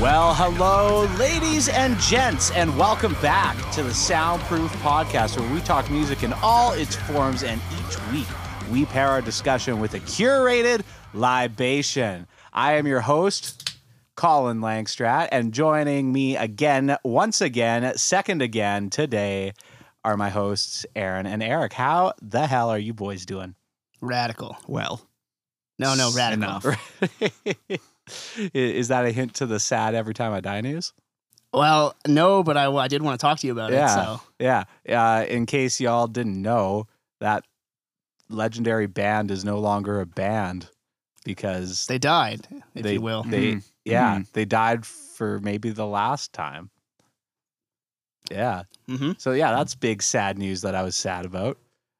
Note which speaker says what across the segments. Speaker 1: Well, hello, ladies and gents, and welcome back to the Soundproof Podcast, where we talk music in all its forms. And each week, we pair our discussion with a curated libation. I am your host, Colin Langstrat, and joining me again, once again, second again today, are my hosts, Aaron and Eric. How the hell are you boys doing?
Speaker 2: Radical. Well. No, no, radical.
Speaker 3: Enough.
Speaker 1: Is that a hint to the sad every time I die news?
Speaker 2: Well, no, but I, I did want to talk to you about
Speaker 1: Yeah.
Speaker 2: it. So
Speaker 1: Yeah. Uh, in case y'all didn't know, that legendary band is no longer a band because
Speaker 2: they died, if
Speaker 1: they,
Speaker 2: you will.
Speaker 1: They,
Speaker 3: Mhm.
Speaker 1: Yeah. They died for maybe the last time. Yeah.
Speaker 2: Mhm.
Speaker 1: So, yeah, that's big sad news that I was sad about.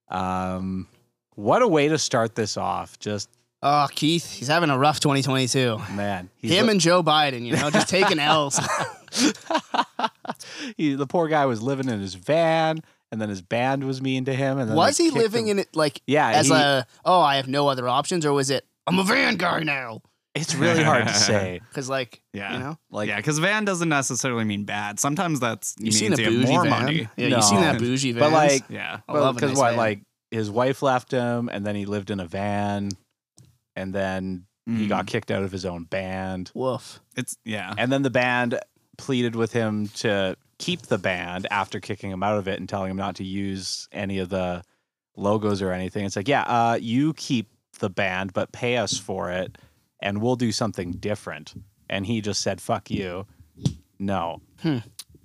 Speaker 1: Um, what a way to start this off. Just,
Speaker 2: Oh, Keith, he's having a rough 2022.
Speaker 1: man.
Speaker 2: Him and Joe Biden, you know, just taking L's.
Speaker 1: he, the poor guy was living in his van, and then his band was mean to him. And then
Speaker 2: was
Speaker 1: they
Speaker 2: he
Speaker 1: kicked
Speaker 2: living
Speaker 1: him.
Speaker 2: in it like
Speaker 1: Yeah,
Speaker 2: as
Speaker 1: he-
Speaker 2: a oh I have no other options, or was it I'm a van guy now?
Speaker 1: It's really hard to say.
Speaker 2: Because like
Speaker 3: Yeah.
Speaker 2: you know
Speaker 1: Like,
Speaker 3: yeah, because van doesn't necessarily mean bad. Sometimes that's
Speaker 2: you
Speaker 3: means
Speaker 2: seen a
Speaker 3: you have
Speaker 2: bougie
Speaker 3: more
Speaker 2: van.
Speaker 3: money.
Speaker 2: Yeah, you seen
Speaker 1: No.
Speaker 2: that bougie van.
Speaker 1: but like,
Speaker 3: Yeah.
Speaker 2: I love a
Speaker 1: because
Speaker 2: nice
Speaker 1: what
Speaker 2: van.
Speaker 1: like his wife left him, and then he lived in a van, and then he
Speaker 3: Mm.
Speaker 1: got kicked out of his own band,
Speaker 2: woof.
Speaker 3: It's yeah.
Speaker 1: and then the band pleaded with him to keep the band after kicking him out of it and telling him not to use any of the logos or anything. It's like, yeah, uh, you keep the band, but pay us for it, and we'll do something different. And he just said, "Fuck you." No.
Speaker 2: Hmm.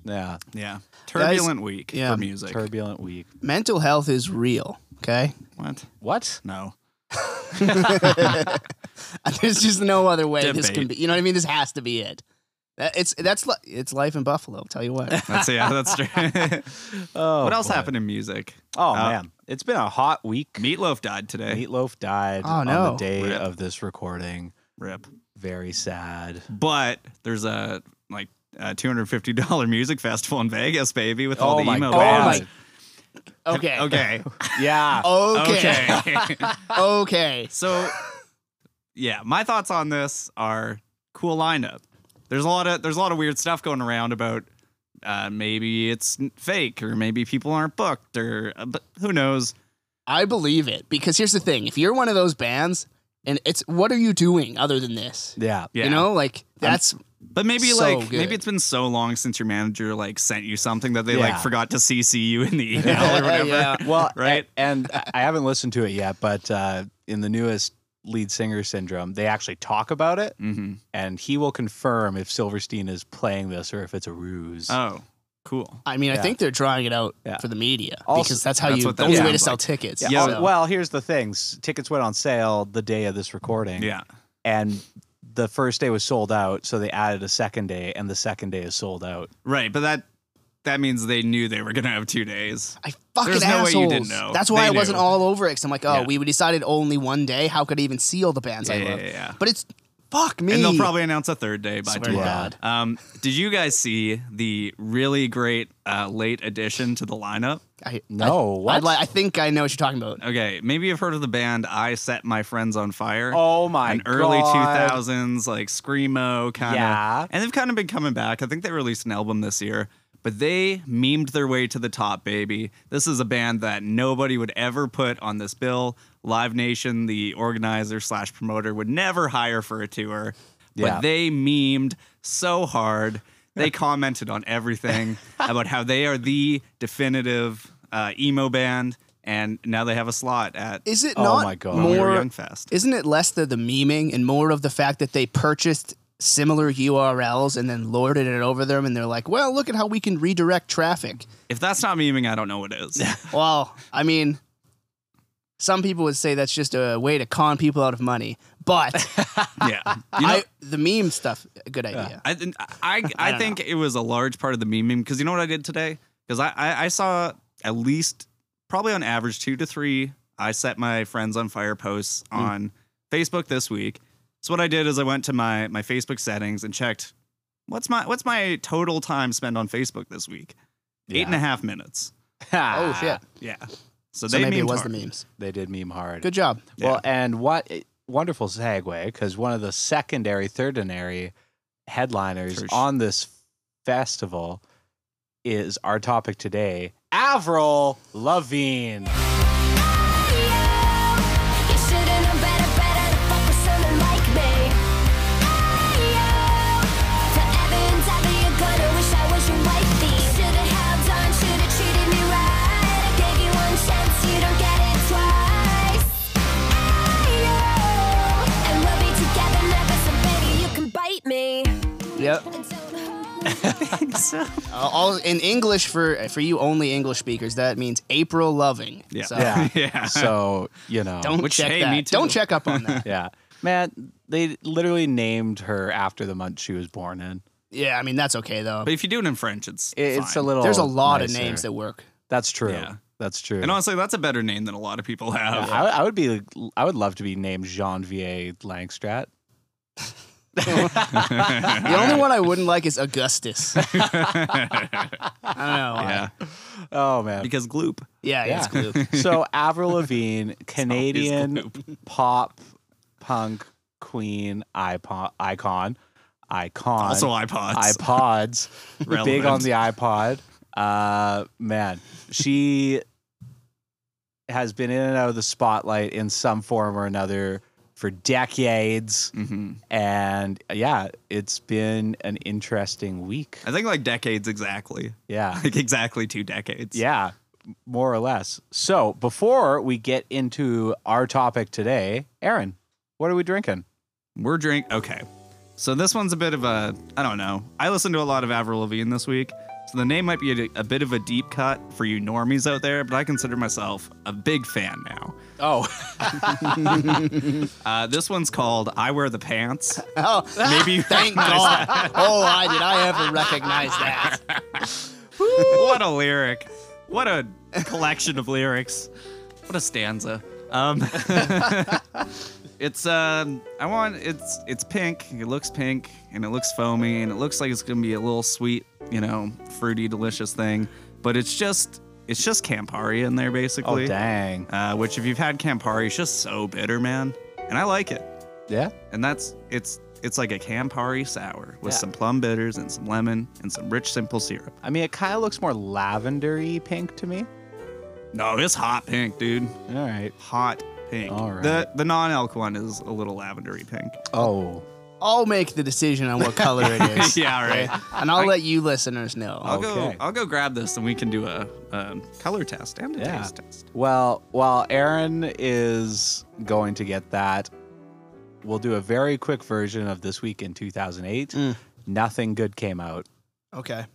Speaker 1: Yeah.
Speaker 3: Yeah. Turbulent week
Speaker 2: yeah,
Speaker 3: for music.
Speaker 1: Turbulent week.
Speaker 2: Mental health is real. Okay,
Speaker 3: what?
Speaker 1: What?
Speaker 3: No.
Speaker 2: there's just no other way this can
Speaker 3: Debate.
Speaker 2: be. You know what I mean? This has to be it. That, it's that's li- it's life in Buffalo. I'll tell you what.
Speaker 3: That's yeah, that's true.
Speaker 1: Oh,
Speaker 3: what else
Speaker 1: boy.
Speaker 3: happened in music?
Speaker 1: Oh
Speaker 3: Uh,
Speaker 1: man, it's been a hot week.
Speaker 3: Meatloaf died today.
Speaker 1: Meatloaf died
Speaker 2: Oh,
Speaker 1: on
Speaker 2: no.
Speaker 1: the day
Speaker 3: Rip.
Speaker 1: of this recording.
Speaker 3: Rip.
Speaker 1: Very sad.
Speaker 3: But there's a like a two hundred fifty dollar music festival in Vegas, baby, with
Speaker 1: Oh
Speaker 3: all the
Speaker 1: my
Speaker 3: emo
Speaker 1: God.
Speaker 3: bands.
Speaker 2: Okay.
Speaker 3: Okay.
Speaker 1: Yeah.
Speaker 2: Okay.
Speaker 3: okay.
Speaker 2: Okay.
Speaker 3: So, yeah, my thoughts on this are cool lineup. There's a lot of there's a lot of weird stuff going around about uh, maybe it's n- fake or maybe people aren't booked or uh, but who knows.
Speaker 2: I believe it because here's the thing: if you're one of those bands, and it's what are you doing other than this?
Speaker 1: yeah.
Speaker 3: Yeah,
Speaker 2: You know, like that's
Speaker 3: but maybe
Speaker 2: so
Speaker 3: like
Speaker 2: good.
Speaker 3: maybe it's been so long since your manager like sent you something that they
Speaker 1: Yeah.
Speaker 3: like forgot to CC you in the email or whatever.
Speaker 2: Yeah.
Speaker 1: Uh, Well,
Speaker 3: Right.
Speaker 1: a- And, I- I haven't listened to it yet, but uh, in the newest lead singer syndrome, they actually talk about it,
Speaker 3: Mm-hmm.
Speaker 1: and he will confirm if Silverstein is playing this or if it's a ruse.
Speaker 3: Oh, cool.
Speaker 2: I mean,
Speaker 1: Yeah.
Speaker 2: I think they're trying it out
Speaker 1: Yeah.
Speaker 2: for the media
Speaker 1: Also-
Speaker 2: because that's how
Speaker 3: that's
Speaker 2: you
Speaker 3: what
Speaker 2: the
Speaker 3: that
Speaker 2: only way to
Speaker 3: sounds
Speaker 2: sell
Speaker 3: like.
Speaker 2: tickets.
Speaker 1: yeah.
Speaker 3: Yeah.
Speaker 1: oh, Well, here's the thing: S- tickets went on sale the day of this recording.
Speaker 3: Yeah.
Speaker 1: And the first day was sold out, so they added a second day, and the second day is sold out.
Speaker 3: Right, but that that means they knew they were gonna have two days.
Speaker 2: I fucking
Speaker 3: There's no way
Speaker 2: assholes.
Speaker 3: you didn't know.
Speaker 2: That's why
Speaker 3: They
Speaker 2: I wasn't
Speaker 3: knew.
Speaker 2: all over it. Cause I'm like, oh,
Speaker 3: Yeah.
Speaker 2: we decided only one day. How could I even see all the bands I
Speaker 3: Yeah, yeah,
Speaker 2: love?
Speaker 3: yeah, yeah.
Speaker 2: But it's fuck me.
Speaker 3: And they'll probably announce a third day by
Speaker 2: Swear
Speaker 3: tomorrow.
Speaker 2: to
Speaker 1: Yeah.
Speaker 2: God.
Speaker 3: Um, did you guys see the really great uh, late addition to the lineup?
Speaker 2: I,
Speaker 1: No,
Speaker 2: I,
Speaker 1: what?
Speaker 2: I'd like- I think I know what you're talking about.
Speaker 3: Okay, maybe you've heard of the band I Set My Friends on Fire.
Speaker 1: Oh my
Speaker 3: an early
Speaker 1: God.
Speaker 3: 2000s, like Screamo kind of.
Speaker 1: Yeah.
Speaker 3: And they've kind of been coming back. I think they released an album this year, but they memed their way to the top, baby. This is a band that nobody would ever put on this bill. Live Nation, the organizer slash promoter, would never hire for a tour, but
Speaker 1: Yeah.
Speaker 3: they memed so hard. They commented on everything about how they are the definitive uh, emo band, and now they have a slot at
Speaker 2: Is it
Speaker 1: Oh
Speaker 2: not
Speaker 1: my God.
Speaker 3: When We Were
Speaker 2: more?
Speaker 3: Young Fest.
Speaker 2: Isn't it less the the memeing and more of the fact that they purchased similar URLs and then lorded it over them, and they're like, well, look at how we can redirect traffic.
Speaker 3: If that's not memeing, I don't know what is.
Speaker 2: Well, I mean, some people would say that's just a way to con people out of money, but
Speaker 3: yeah. You know,
Speaker 2: I, the meme stuff, a good idea.
Speaker 3: I th- I I,
Speaker 2: don't
Speaker 3: think it was a large part of the meme because you know what I did today because I, I I saw at least probably on average two to three I set my friends on fire posts on Facebook this week. So what I did is I went to my my Facebook settings and checked what's my what's my total time spent on Facebook this week
Speaker 1: Yeah.
Speaker 3: eight and a half minutes.
Speaker 1: Ah.
Speaker 2: oh shit!
Speaker 3: Yeah.
Speaker 2: So
Speaker 3: So, Ah. they
Speaker 2: maybe it
Speaker 3: memed
Speaker 2: was
Speaker 3: hard.
Speaker 2: the memes.
Speaker 1: They did meme hard.
Speaker 2: Good job.
Speaker 1: Well, and what wonderful segue because one of the secondary, ternary headliners
Speaker 3: Trish.
Speaker 1: on this festival is our topic today Avril Lavigne.
Speaker 4: You should've known better, better to fuck with someone like me. Forever and ever, you're gonna wish I was your wifey. Should've held on, should've treated me right. I gave you one chance, you don't get it twice. And we'll be together never, so baby, you can bite me.
Speaker 2: Yep.
Speaker 4: And don't hold
Speaker 2: Uh, all in English for for you only English speakers. That means April loving.
Speaker 3: Yeah.
Speaker 2: So
Speaker 1: Yeah.
Speaker 3: Yeah.
Speaker 1: So, you know.
Speaker 2: Don't
Speaker 3: Which,
Speaker 2: check
Speaker 3: hey,
Speaker 2: that.
Speaker 3: me too.
Speaker 2: Don't check up on that.
Speaker 1: Yeah. Man, they literally named her after the month she was born in.
Speaker 2: yeah. I mean that's okay though.
Speaker 3: But if you do it in French, it's
Speaker 1: It- it's a
Speaker 3: fine.
Speaker 1: little.
Speaker 2: There's a lot of
Speaker 1: nicer.
Speaker 2: names that work.
Speaker 1: That's true.
Speaker 3: Yeah.
Speaker 1: That's true.
Speaker 3: And honestly, that's a better name than a lot of people
Speaker 1: Yeah,
Speaker 3: have.
Speaker 1: I, I would be. I would love to be named Janvier Langstrat.
Speaker 2: The only one I wouldn't like is Augustus. I don't know.
Speaker 3: Yeah.
Speaker 2: why.
Speaker 1: Oh man.
Speaker 3: Because Gloop.
Speaker 2: Yeah. Yeah. It's
Speaker 1: Yeah.
Speaker 2: glue.
Speaker 1: So Avril Lavigne, Canadian pop punk queen icon, icon, icon.
Speaker 3: Also iPods.
Speaker 1: iPods. Big
Speaker 3: Relevant.
Speaker 1: on the iPod. Uh, man, she has been in and out of the spotlight in some form or another for decades.
Speaker 3: hmm
Speaker 1: And yeah, it's been an interesting week.
Speaker 3: I think like decades exactly.
Speaker 1: Yeah.
Speaker 3: Like exactly two decades.
Speaker 1: Yeah, more or less. So before we get into our topic today, Aaron, what are we drinking?
Speaker 3: We're drink. Okay. So this one's a bit of a. I don't know. I listened to a lot of Avril Lavigne this week. So the name might be a, a bit of a deep cut for you normies out there, but I consider myself a big fan now.
Speaker 1: Oh,
Speaker 3: Uh, this one's called I Wear the Pants.
Speaker 2: Oh,
Speaker 3: Maybe you
Speaker 2: thank God. Oh, I did I ever recognize that?
Speaker 3: what a lyric. What a collection of lyrics. What a stanza. Um, it's um, I want it's it's pink. It looks pink and it looks foamy and it looks like it's gonna be a little sweet, you know, fruity, delicious thing. But it's just it's just Campari in there
Speaker 1: oh,
Speaker 3: basically.
Speaker 1: dang.
Speaker 3: Uh, which if you've had Campari, it's just so bitter, man. And I like it.
Speaker 1: Yeah.
Speaker 3: And that's it's it's like a Campari sour with
Speaker 1: Yeah.
Speaker 3: some plum bitters and some lemon and some rich simple syrup.
Speaker 1: I mean, it kind of looks more lavendery pink to me.
Speaker 3: No, it's hot pink, dude.
Speaker 1: All right.
Speaker 3: Hot pink.
Speaker 1: All right.
Speaker 3: The the non-elk one is a little lavendery pink.
Speaker 1: Oh,
Speaker 2: I'll make the decision on what color it is.
Speaker 3: yeah, right.
Speaker 2: And I'll let you listeners know.
Speaker 3: I'll
Speaker 1: Okay.
Speaker 3: go. I'll go grab this, and we can do a, um color test and a
Speaker 1: Yeah.
Speaker 3: taste test.
Speaker 1: well, while Aaron is going to get that, we'll do a very quick version of this week in 2008.
Speaker 2: Mm.
Speaker 1: Nothing good came out.
Speaker 2: Okay.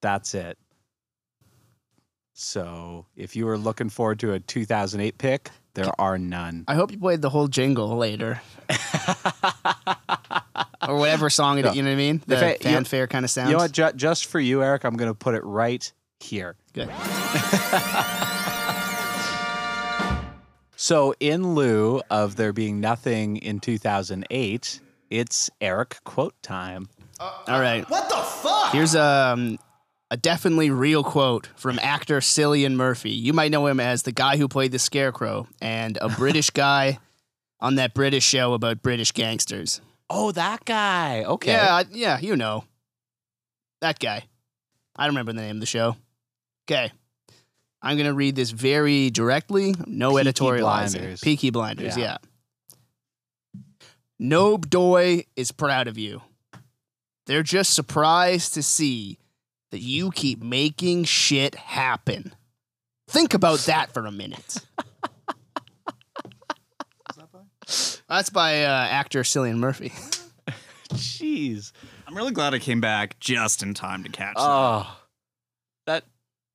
Speaker 1: That's it. So if you were looking forward to a 2008 pick, there are none.
Speaker 2: I hope you played the whole jingle later. or whatever song it,
Speaker 1: No.
Speaker 2: you know what I mean?
Speaker 1: If
Speaker 2: The
Speaker 1: it- you-
Speaker 2: fanfare kind of sounds.
Speaker 1: You know what? Ju- just for you, Eric, I'm going to put it right here.
Speaker 2: Good.
Speaker 1: So, in lieu of there being nothing in 2008, it's Eric quote time.
Speaker 2: All right. What the fuck? Here's um, a definitely real quote from actor Cillian Murphy. You might know him as the guy who played the Scarecrow and a British guy on that British show about British gangsters.
Speaker 1: Oh, that guy. Okay.
Speaker 2: Yeah, I- yeah, you know. That guy. I don't remember the name of the show. Okay. I'm going to read this very directly, no
Speaker 1: Peaky
Speaker 2: editorializing.
Speaker 1: Blinders.
Speaker 2: Peaky Blinders,
Speaker 1: Yeah.
Speaker 2: yeah. Nob Doy is proud of you. They're just surprised to see that you keep making shit happen. Think about that for a minute. That's by uh, actor Cillian Murphy.
Speaker 1: Jeez.
Speaker 3: I'm really glad I came back just in time to catch that.
Speaker 1: Oh, that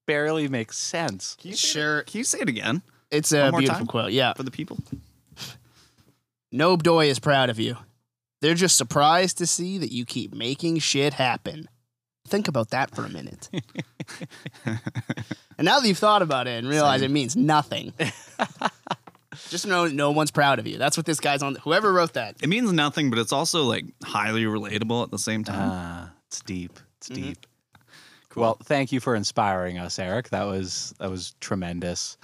Speaker 1: barely makes sense.
Speaker 2: Sure,
Speaker 3: Can you say it again
Speaker 2: It's
Speaker 3: One
Speaker 2: a
Speaker 3: more
Speaker 2: beautiful
Speaker 3: time?
Speaker 2: quote. Yeah.
Speaker 3: for the people?
Speaker 2: Nob Doy is proud of you. They're just surprised to see that you keep making shit happen. Think about that for a minute. and now that you've thought about it and realized it means nothing, just know no one's proud of you. That's what this guy's on. Whoever wrote that.
Speaker 3: It means nothing, but it's also like highly relatable at the same time.
Speaker 1: Ah, it's deep. It's deep. Well, thank you for inspiring us, Eric. That was that was tremendous.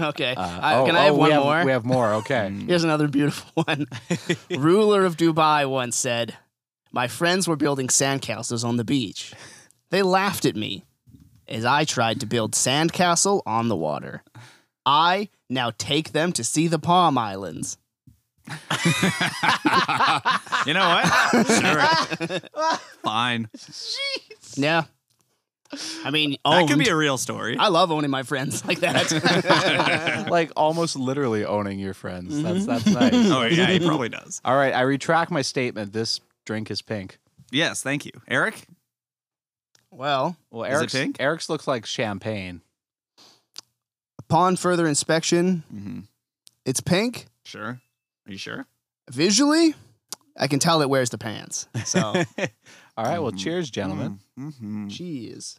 Speaker 2: Okay.
Speaker 1: Uh,
Speaker 2: I,
Speaker 1: oh,
Speaker 2: can I have
Speaker 1: oh, we
Speaker 2: one
Speaker 1: have,
Speaker 2: more?
Speaker 1: We have more. Okay.
Speaker 2: Here's another beautiful one. Ruler of Dubai once said, My friends were building sandcastles on the beach. They laughed at me as I tried to build sandcastle on the water. I now take them to see the Palm Islands.
Speaker 3: You know what? Sure. Fine.
Speaker 2: Yeah. I mean,
Speaker 3: That
Speaker 2: owned.
Speaker 3: could be a real story. Oh,
Speaker 2: I love owning my friends like that.
Speaker 1: like almost literally owning your friends. That's that's nice.
Speaker 3: oh yeah, he probably does.
Speaker 1: All right, I retract my statement. This drink is pink.
Speaker 3: Yes, thank you, Eric.
Speaker 2: well,
Speaker 1: Well,
Speaker 3: Is it
Speaker 1: Eric's
Speaker 3: pink?
Speaker 1: Eric's looks like champagne.
Speaker 2: upon further inspection,
Speaker 3: Mm-hmm.
Speaker 2: it's pink.
Speaker 3: Sure. Are you sure?
Speaker 2: Visually, I can tell it wears the pants. So,
Speaker 1: All right, well,
Speaker 3: Mhm.
Speaker 1: cheers, gentlemen.
Speaker 3: Mm-hmm.
Speaker 2: jeez.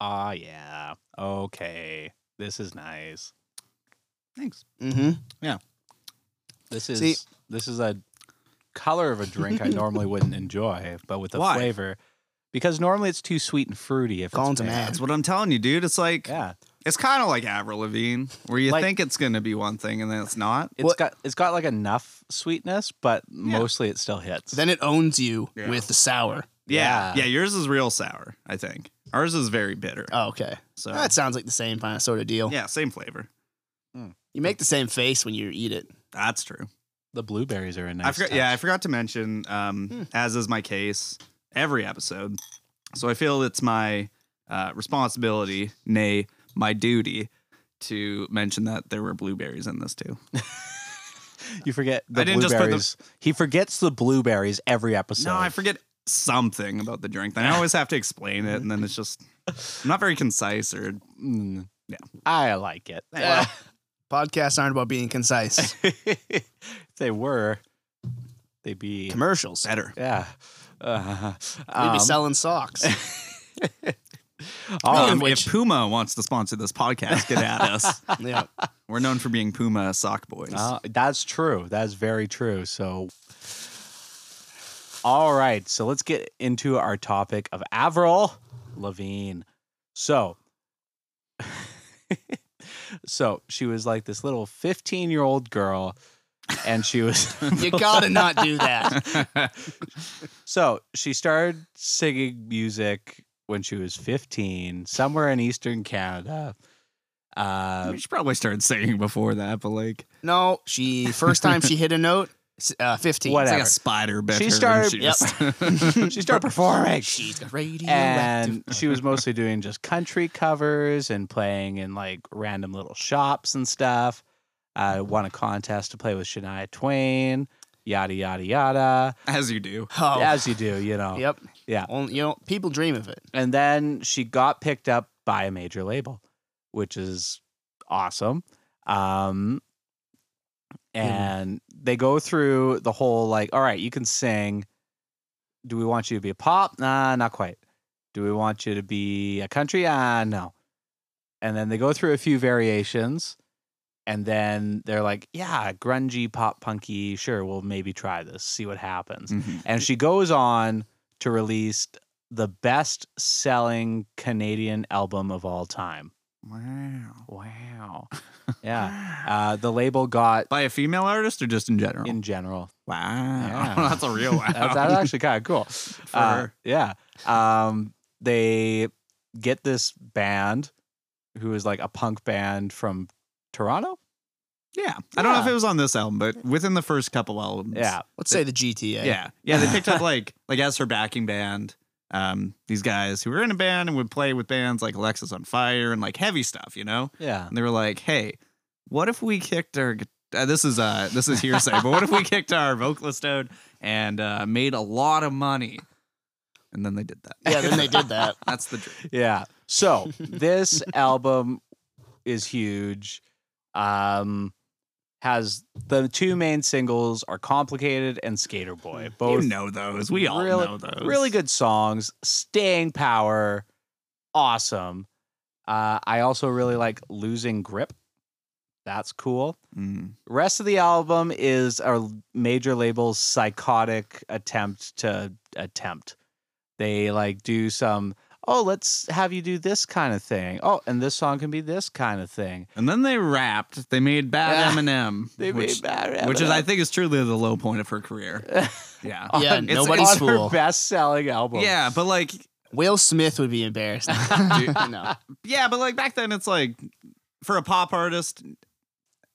Speaker 1: Ah, yeah. Okay, this is nice.
Speaker 3: Thanks.
Speaker 2: Mm-hmm.
Speaker 1: This is
Speaker 2: See-
Speaker 1: this is a color of a drink I normally wouldn't enjoy, but with a
Speaker 3: Why?
Speaker 1: flavor, because normally it's too sweet and fruity. If it's
Speaker 2: Colin's a
Speaker 1: pink.
Speaker 2: man.
Speaker 3: That's what I'm telling you, dude. It's like
Speaker 1: yeah,
Speaker 3: it's kind of like Avril Lavigne, where you
Speaker 1: Like-
Speaker 3: think it's gonna be one thing and then it's not.
Speaker 1: it's
Speaker 2: What-
Speaker 1: got it's got like enough sweetness, but mostly it still hits.
Speaker 2: Then it owns you
Speaker 3: Yeah.
Speaker 2: with the sour.
Speaker 3: Yeah.
Speaker 1: Yeah.
Speaker 3: yeah, Yours is real sour, I think. Ours is very bitter.
Speaker 2: Oh, okay.
Speaker 3: so
Speaker 2: That sounds like the same kind of sort of deal.
Speaker 3: yeah, same flavor.
Speaker 2: You make the same face when you eat it.
Speaker 3: That's true.
Speaker 1: the blueberries are a nice.
Speaker 3: I forgot. Yeah, I forgot to mention. Um,
Speaker 2: Hmm.
Speaker 3: As is my case, every episode. So I feel it's my uh, responsibility, nay, my duty, to mention that there were blueberries in this too.
Speaker 1: touch. you forget the
Speaker 3: I didn't just put the-
Speaker 1: blueberries. he forgets the blueberries every episode.
Speaker 3: No, I forget something about the drink. Then I always have to explain it, and then it's just I'm not very concise or
Speaker 1: Mm.
Speaker 3: Yeah.
Speaker 1: I like it.
Speaker 2: Well, podcasts aren't about being concise.
Speaker 1: if they were, they'd be
Speaker 2: Commercials.
Speaker 3: better.
Speaker 1: yeah. Uh,
Speaker 2: We'd be
Speaker 1: um,
Speaker 2: selling socks. Um,
Speaker 1: all
Speaker 3: Oh,
Speaker 1: of
Speaker 3: if,
Speaker 1: which-
Speaker 3: if Puma wants to sponsor this podcast, get at us.
Speaker 2: yeah.
Speaker 3: We're known for being Puma sock boys.
Speaker 1: Uh, that's true. That's very true. So, all right. So let's get into our topic of Avril Lavigne. So, so she was like this little fifteen-year-old girl, and she was.
Speaker 2: You gotta not do that.
Speaker 1: So she started singing music when she was 15, somewhere in Eastern Canada.
Speaker 3: I
Speaker 1: Uh,
Speaker 3: mean, she probably started singing before that, but like
Speaker 2: No, she first time she hit a note, s- uh, fifteen.
Speaker 1: Whatever.
Speaker 3: it's like a spider bit.
Speaker 1: She
Speaker 3: her and
Speaker 1: started-
Speaker 3: She
Speaker 1: yep.
Speaker 3: just-
Speaker 1: she started performing.
Speaker 2: She's got radioactive.
Speaker 1: And she was mostly doing just country covers and playing in like random little shops and stuff. Uh, won a contest to play with Shania Twain, yada, yada, yada.
Speaker 3: as you do.
Speaker 2: oh,
Speaker 1: As you do, you know.
Speaker 2: yep.
Speaker 1: Yeah.
Speaker 2: Only, you know, people dream of it.
Speaker 1: And then she got picked up by a major label, which is awesome. Um, and they go through the whole like, all right, you can sing. Do we want you to be a pop? Nah, not quite. Do we want you to be a country? Ah, no. And then they go through a few variations. And then they're like, yeah, grungy, pop punky. Sure, we'll maybe try this, see what happens
Speaker 3: Mm-hmm.
Speaker 1: and she goes on to release the best selling Canadian album of all time.
Speaker 3: Wow.
Speaker 1: Wow. Yeah. Uh, the label got
Speaker 3: By a female artist or just in general?
Speaker 1: in general.
Speaker 3: wow.
Speaker 1: Yeah.
Speaker 3: Oh, That's a real wow.
Speaker 1: That's, that's actually kind of cool.
Speaker 3: For
Speaker 1: Uh,
Speaker 3: her.
Speaker 1: Yeah. Um, they get this band who is like a punk band from Toronto.
Speaker 3: Yeah. I don't know if
Speaker 1: Yeah.
Speaker 3: it was on this album, but within the first couple albums.
Speaker 1: Yeah.
Speaker 2: Let's say the GTA.
Speaker 3: Yeah. Yeah. They picked up like like as her backing band, um, these guys who were in a band and would play with bands like Alexis on Fire and like heavy stuff, you know?
Speaker 1: Yeah.
Speaker 3: And they were like, hey, what if we kicked our gu- uh, this is uh this is hearsay, but what if we kicked our vocalist out and uh, made a lot of money? And then they did that.
Speaker 2: Yeah. Then they did that.
Speaker 3: That's the dream.
Speaker 1: Yeah. So this album is huge. Um, has the two main singles are "Complicated" and "Skater Boy." Both
Speaker 3: Hmm. you know those. We all
Speaker 1: really,
Speaker 3: know those.
Speaker 1: really good songs. Staying power, awesome. Uh, I also really like "Losing Grip." That's cool.
Speaker 3: Mm.
Speaker 1: Rest of the album is a major label's psychotic attempt to attempt. They like do some, oh, let's have you do this kind of thing. Oh, and this song can be this kind of thing.
Speaker 3: And then they rapped. They made Bad Eminem.
Speaker 1: They made
Speaker 3: which,
Speaker 1: bad
Speaker 3: Which is,
Speaker 1: Eminem.
Speaker 3: I think, is truly the low point of her career. Yeah.
Speaker 2: Yeah,
Speaker 1: on-
Speaker 2: nobody's
Speaker 1: on
Speaker 2: fool.
Speaker 1: her best-selling album.
Speaker 3: Yeah, but like,
Speaker 2: Will Smith would be embarrassed. no.
Speaker 3: yeah, but like back then, it's like for a pop artist,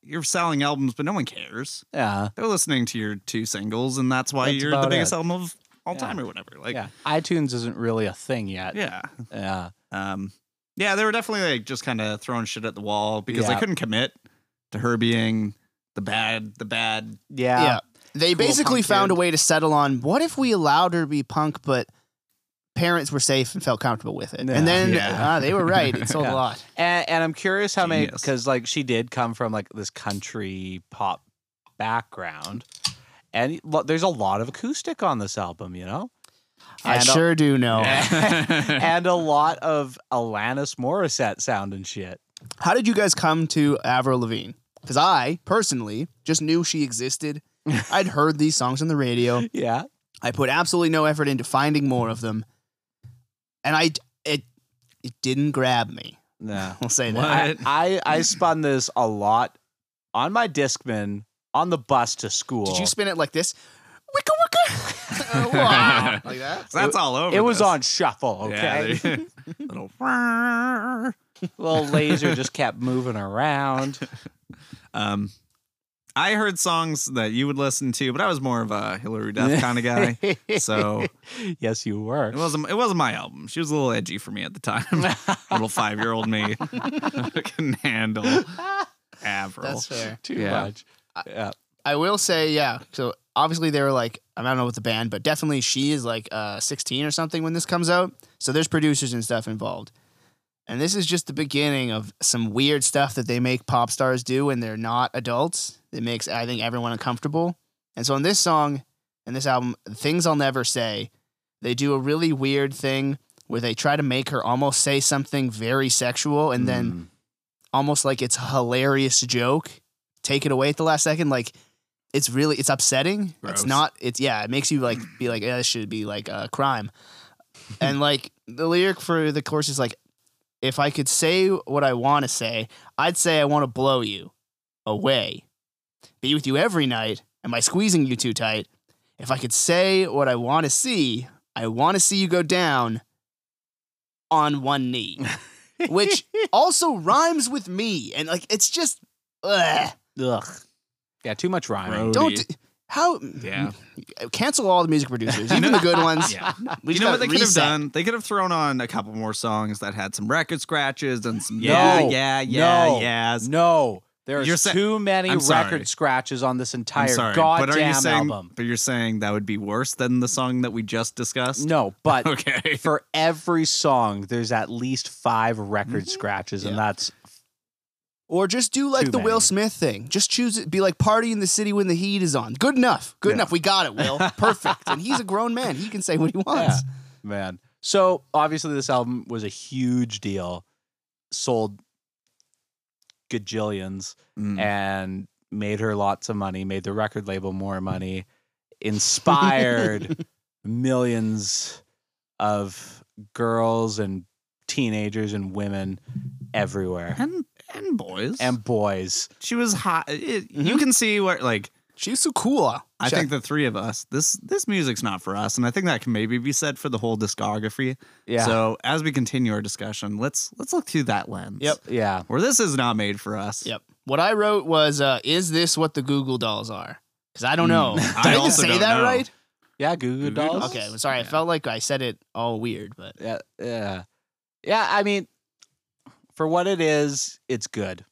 Speaker 3: you're selling albums, but no one cares.
Speaker 1: yeah,
Speaker 3: They're listening to your two singles, and that's why
Speaker 1: That's
Speaker 3: you're the
Speaker 1: about
Speaker 3: biggest
Speaker 1: it.
Speaker 3: album of all
Speaker 1: Yeah.
Speaker 3: time or whatever. Like,
Speaker 1: yeah. iTunes isn't really a thing yet.
Speaker 3: yeah.
Speaker 1: yeah.
Speaker 3: Um, yeah, they were definitely like just kind of throwing shit at the wall because they
Speaker 1: Yeah.
Speaker 3: couldn't commit to her being the bad, the bad.
Speaker 1: Yeah.
Speaker 2: Yeah. They
Speaker 3: Cool
Speaker 2: basically
Speaker 3: punk
Speaker 2: found
Speaker 3: kid.
Speaker 2: a way to settle on what if we allowed her to be punk, but parents were safe and felt comfortable with it.
Speaker 1: Yeah.
Speaker 2: And then
Speaker 3: Yeah.
Speaker 2: ah, they were right. It sold
Speaker 1: Yeah.
Speaker 2: a lot.
Speaker 1: And, and I'm curious how many
Speaker 3: Genius.
Speaker 1: because like she did come from like this country pop background, and lo- there's a lot of acoustic on this album, you know,
Speaker 2: I
Speaker 1: And a-
Speaker 2: sure do
Speaker 1: Oh.
Speaker 2: know.
Speaker 1: and a lot of Alanis Morissette sound and shit.
Speaker 2: How did you guys come to Avril Lavigne? Because I personally just knew she existed. I'd heard these songs on the radio.
Speaker 1: Yeah,
Speaker 2: I put absolutely no effort into finding more of them, and I it it didn't grab me.
Speaker 1: no.
Speaker 2: I'll say
Speaker 3: What?
Speaker 2: that.
Speaker 1: I,
Speaker 3: But-
Speaker 1: I I spun this a lot on my Discman on the bus to school.
Speaker 2: Did you spin it like this? Wicka wicka. Wow. like that.
Speaker 3: that's all over.
Speaker 1: it was
Speaker 3: this.
Speaker 1: on shuffle,
Speaker 3: Yeah,
Speaker 1: okay?
Speaker 3: they- little. whirr.
Speaker 1: Little laser just kept moving around.
Speaker 3: Um, I heard songs that you would listen to, but I was more of a Hillary Duff kind of guy, so it
Speaker 1: yes, you were.
Speaker 3: wasn't it wasn't my album. She was a little edgy for me at the time. little five year old me can handle Avril.
Speaker 2: That's fair.
Speaker 1: too
Speaker 3: Yeah.
Speaker 1: much. Yeah.
Speaker 2: I will say, yeah. So obviously they were like, I don't know what the band, but definitely she is like uh, 16 or something when this comes out. So there's producers and stuff involved. And this is just the beginning of some weird stuff that they make pop stars do when they're not adults. It makes, I think, everyone uncomfortable. And so on this song and this album, Things I'll Never Say, they do a really weird thing where they try to make her almost say something very sexual and
Speaker 3: Hmm.
Speaker 2: then almost like it's a hilarious joke. Take it away at the last second. Like it's really it's upsetting.
Speaker 3: Gross.
Speaker 2: It's not it's yeah, it makes you like be like, yeah, this should be like a crime. and like the lyric for the chorus is like, if I could say what I wanna say, I'd say I wanna blow you away. Be with you every night. Am I squeezing you too tight? If I could say what I wanna see, I wanna see you go down on one knee. Which also rhymes with me. And like it's just ugh.
Speaker 1: Ugh. Yeah, too much rhyming.
Speaker 3: Gross.
Speaker 2: Don't
Speaker 3: Booty.
Speaker 2: d- how?
Speaker 3: Yeah.
Speaker 2: Cancel all the music producers, even the good ones.
Speaker 3: Yeah.
Speaker 2: We
Speaker 3: you
Speaker 2: just
Speaker 3: know what
Speaker 2: gotta
Speaker 3: they could have
Speaker 2: reset.
Speaker 3: done? They could have thrown on a couple more songs that had some record scratches and some
Speaker 1: No.
Speaker 3: yeah, yeah, yeah,
Speaker 1: No.
Speaker 3: yeahs.
Speaker 1: No, there's
Speaker 3: You're sa-
Speaker 1: too many
Speaker 3: I'm sorry.
Speaker 1: record scratches on this entire
Speaker 3: I'm sorry,
Speaker 1: goddamn
Speaker 3: but are you saying,
Speaker 1: album.
Speaker 3: But you're saying that would be worse than the song that we just discussed?
Speaker 1: No, but
Speaker 3: Okay.
Speaker 1: for every song, there's at least five
Speaker 3: Mm-hmm.
Speaker 1: record scratches, and
Speaker 2: Yeah.
Speaker 1: that's
Speaker 2: Or just do like
Speaker 1: Too
Speaker 2: the Will
Speaker 1: many.
Speaker 2: Smith thing. Just choose it. Be like party in the city when the heat is on. Good enough. Good
Speaker 3: Yeah.
Speaker 2: enough. We got it, Will. Perfect. and he's a grown man. He can say what he wants.
Speaker 1: man. So obviously, this album was a huge deal, sold gajillions,
Speaker 3: Mm.
Speaker 1: and made her lots of money. Made the record label more money, inspired millions of girls and teenagers and women everywhere
Speaker 3: and and boys
Speaker 1: and boys.
Speaker 3: she was hot. It- You can see where like
Speaker 2: She's so cool.
Speaker 3: I
Speaker 2: Check.
Speaker 3: think the three of us this this music's not for us, and I think that can maybe be said for the whole discography.
Speaker 1: Yeah,
Speaker 3: So as we continue our discussion, let's let's look through that lens.
Speaker 2: Yep.
Speaker 1: yeah.
Speaker 3: Where this is not made for us.
Speaker 2: Yep. What I wrote was, uh, "Is this what the Google Dolls are?" Because I don't know. Did
Speaker 3: Mm. I
Speaker 2: I, even
Speaker 3: also
Speaker 2: say
Speaker 3: don't
Speaker 2: that
Speaker 3: know.
Speaker 2: right?
Speaker 1: Yeah, Goo Goo
Speaker 3: Goo Goo
Speaker 1: Dolls.
Speaker 3: Dolls?
Speaker 2: Okay. I'm sorry. I
Speaker 3: Yeah.
Speaker 2: felt like I said it all weird, but
Speaker 1: Yeah, yeah, yeah. I mean, for what it is, it's good.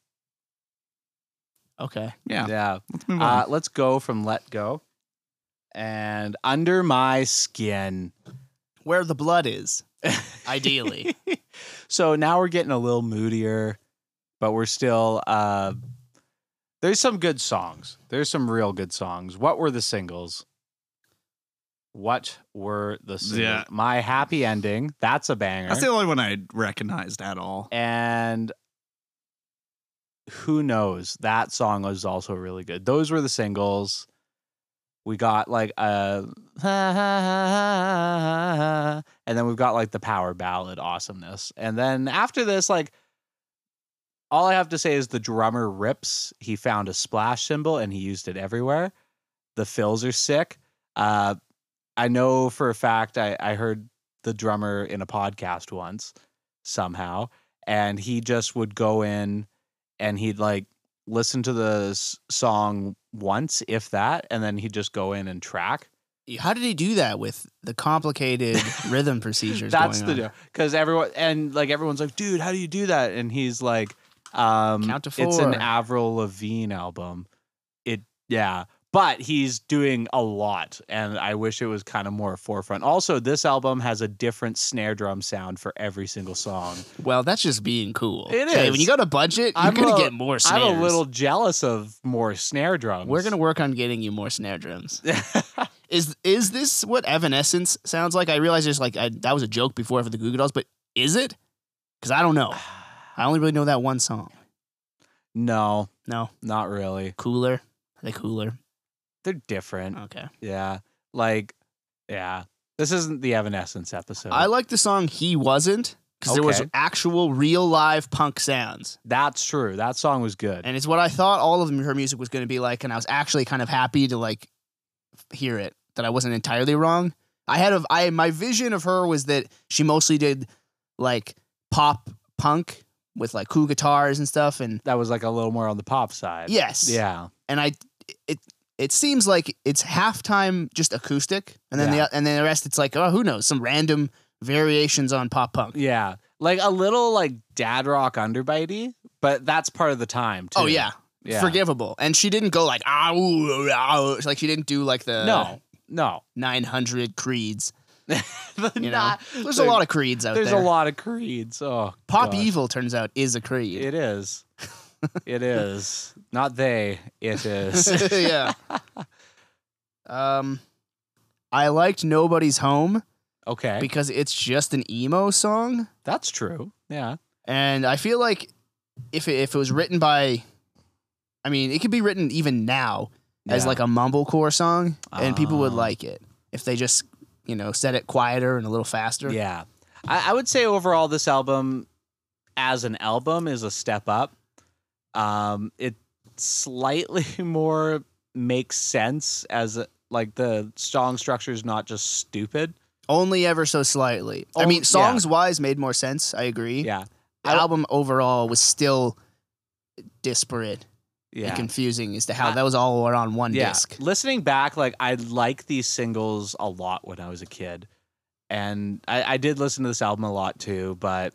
Speaker 2: okay.
Speaker 3: Yeah. Mm.
Speaker 1: Yeah.
Speaker 3: Let's move on.
Speaker 1: Uh, let's go from Let Go and Under My Skin.
Speaker 2: Where the blood is, ideally.
Speaker 1: so now we're getting a little moodier, but we're still. Uh, there's some good songs. There's some real good songs. What were the singles? What were the singles?
Speaker 3: Yeah.
Speaker 1: My Happy Ending. That's a banger.
Speaker 3: That's the only one I recognized at all.
Speaker 1: and who knows that song was also really good those were the singles We got like a and then we've got like the power ballad awesomeness. And then after this, like all I have to say is the drummer rips. He found a splash symbol and he used it everywhere. The fills are sick. Uh, I know for a fact I, I heard the drummer in a podcast once somehow, and he just would go in and he'd like listen to the s- song once, if that, and then he'd just go in and track.
Speaker 2: How did he do that with the complicated rhythm procedures?
Speaker 1: That's
Speaker 2: going
Speaker 1: the
Speaker 2: on?
Speaker 1: deal. Because everyone and like everyone's like, dude, how do you do that? And he's like, um,
Speaker 2: Count to
Speaker 1: It's an
Speaker 2: four."
Speaker 1: Avril Lavigne album. It yeah, but he's doing a lot, and I wish it was kind of more forefront. Also, this album has a different snare drum sound for every single song.
Speaker 2: Well, that's just being cool.
Speaker 1: It
Speaker 2: Okay,
Speaker 1: is.
Speaker 2: when you got a budget, you're
Speaker 1: I'm
Speaker 2: gonna
Speaker 1: a-
Speaker 2: get more snares.
Speaker 1: I'm a little jealous of more snare drums.
Speaker 2: We're gonna work on getting you more snare drums. Is is this what Evanescence sounds like? I realize there's like I, that was a joke before for the Goo Goo Dolls, but is it? Because I don't know. I only really know that one song.
Speaker 1: no,
Speaker 2: No,
Speaker 1: not really.
Speaker 2: Cooler. Are they Cooler?
Speaker 1: They're different.
Speaker 2: Okay.
Speaker 1: Yeah, like yeah. This isn't the Evanescence episode.
Speaker 2: I like the song "He Wasn't" because there was
Speaker 1: Okay.
Speaker 2: actual, real, live punk sounds,
Speaker 1: That's true. That song was good.
Speaker 2: and it's what I thought all of her music was going to be like. And I was actually kind of happy to like hear it that I wasn't entirely wrong. I had a I my vision of her was that she mostly did like pop punk with like cool guitars and stuff, and
Speaker 1: that was like a little more on the pop side.
Speaker 2: yes,
Speaker 1: Yeah.
Speaker 2: and I it it seems like it's halftime just acoustic, and then
Speaker 1: Yeah.
Speaker 2: the and then the rest it's like oh who knows some random variations on pop punk.
Speaker 1: Yeah. Like a little like dad rock underbitey, but that's part of the time too.
Speaker 2: Oh yeah.
Speaker 1: Yeah.
Speaker 2: forgivable. And she didn't go like ah, ooh, ah, ooh. like she didn't do like the
Speaker 1: No. No.
Speaker 2: nine hundred creeds.
Speaker 1: The
Speaker 2: You know,
Speaker 1: not-
Speaker 2: there's
Speaker 1: the-
Speaker 2: a lot of creeds out
Speaker 1: there's
Speaker 2: there.
Speaker 1: a lot of creeds. Oh,
Speaker 2: Pop
Speaker 1: gosh.
Speaker 2: evil turns out is a creed.
Speaker 1: It is. It is not they. It is.
Speaker 2: yeah. Um, I liked nobody's home
Speaker 1: Okay,
Speaker 2: because it's just an emo song,
Speaker 1: that's true. Yeah.
Speaker 2: and I feel like if it, if it was written by, I mean, it could be written even now as
Speaker 1: Yeah.
Speaker 2: like a mumblecore song, and people would
Speaker 1: Ah.
Speaker 2: like it if they just you know said it quieter and a little faster.
Speaker 1: Yeah. I, I would say overall this album as an album is a step up. Um it slightly more makes sense as a, like the song structure is not just stupid.
Speaker 2: Only ever so slightly. I
Speaker 1: On-
Speaker 2: mean, songs wise made more sense. I agree.
Speaker 1: Yeah.
Speaker 2: The
Speaker 1: I-
Speaker 2: album overall was still disparate
Speaker 1: Yeah.
Speaker 2: and confusing as to how
Speaker 1: I-
Speaker 2: that was all on one
Speaker 1: yeah.
Speaker 2: disc.
Speaker 1: Listening back, like I like these singles a lot when I was a kid. And I, I did listen to this album a lot too, but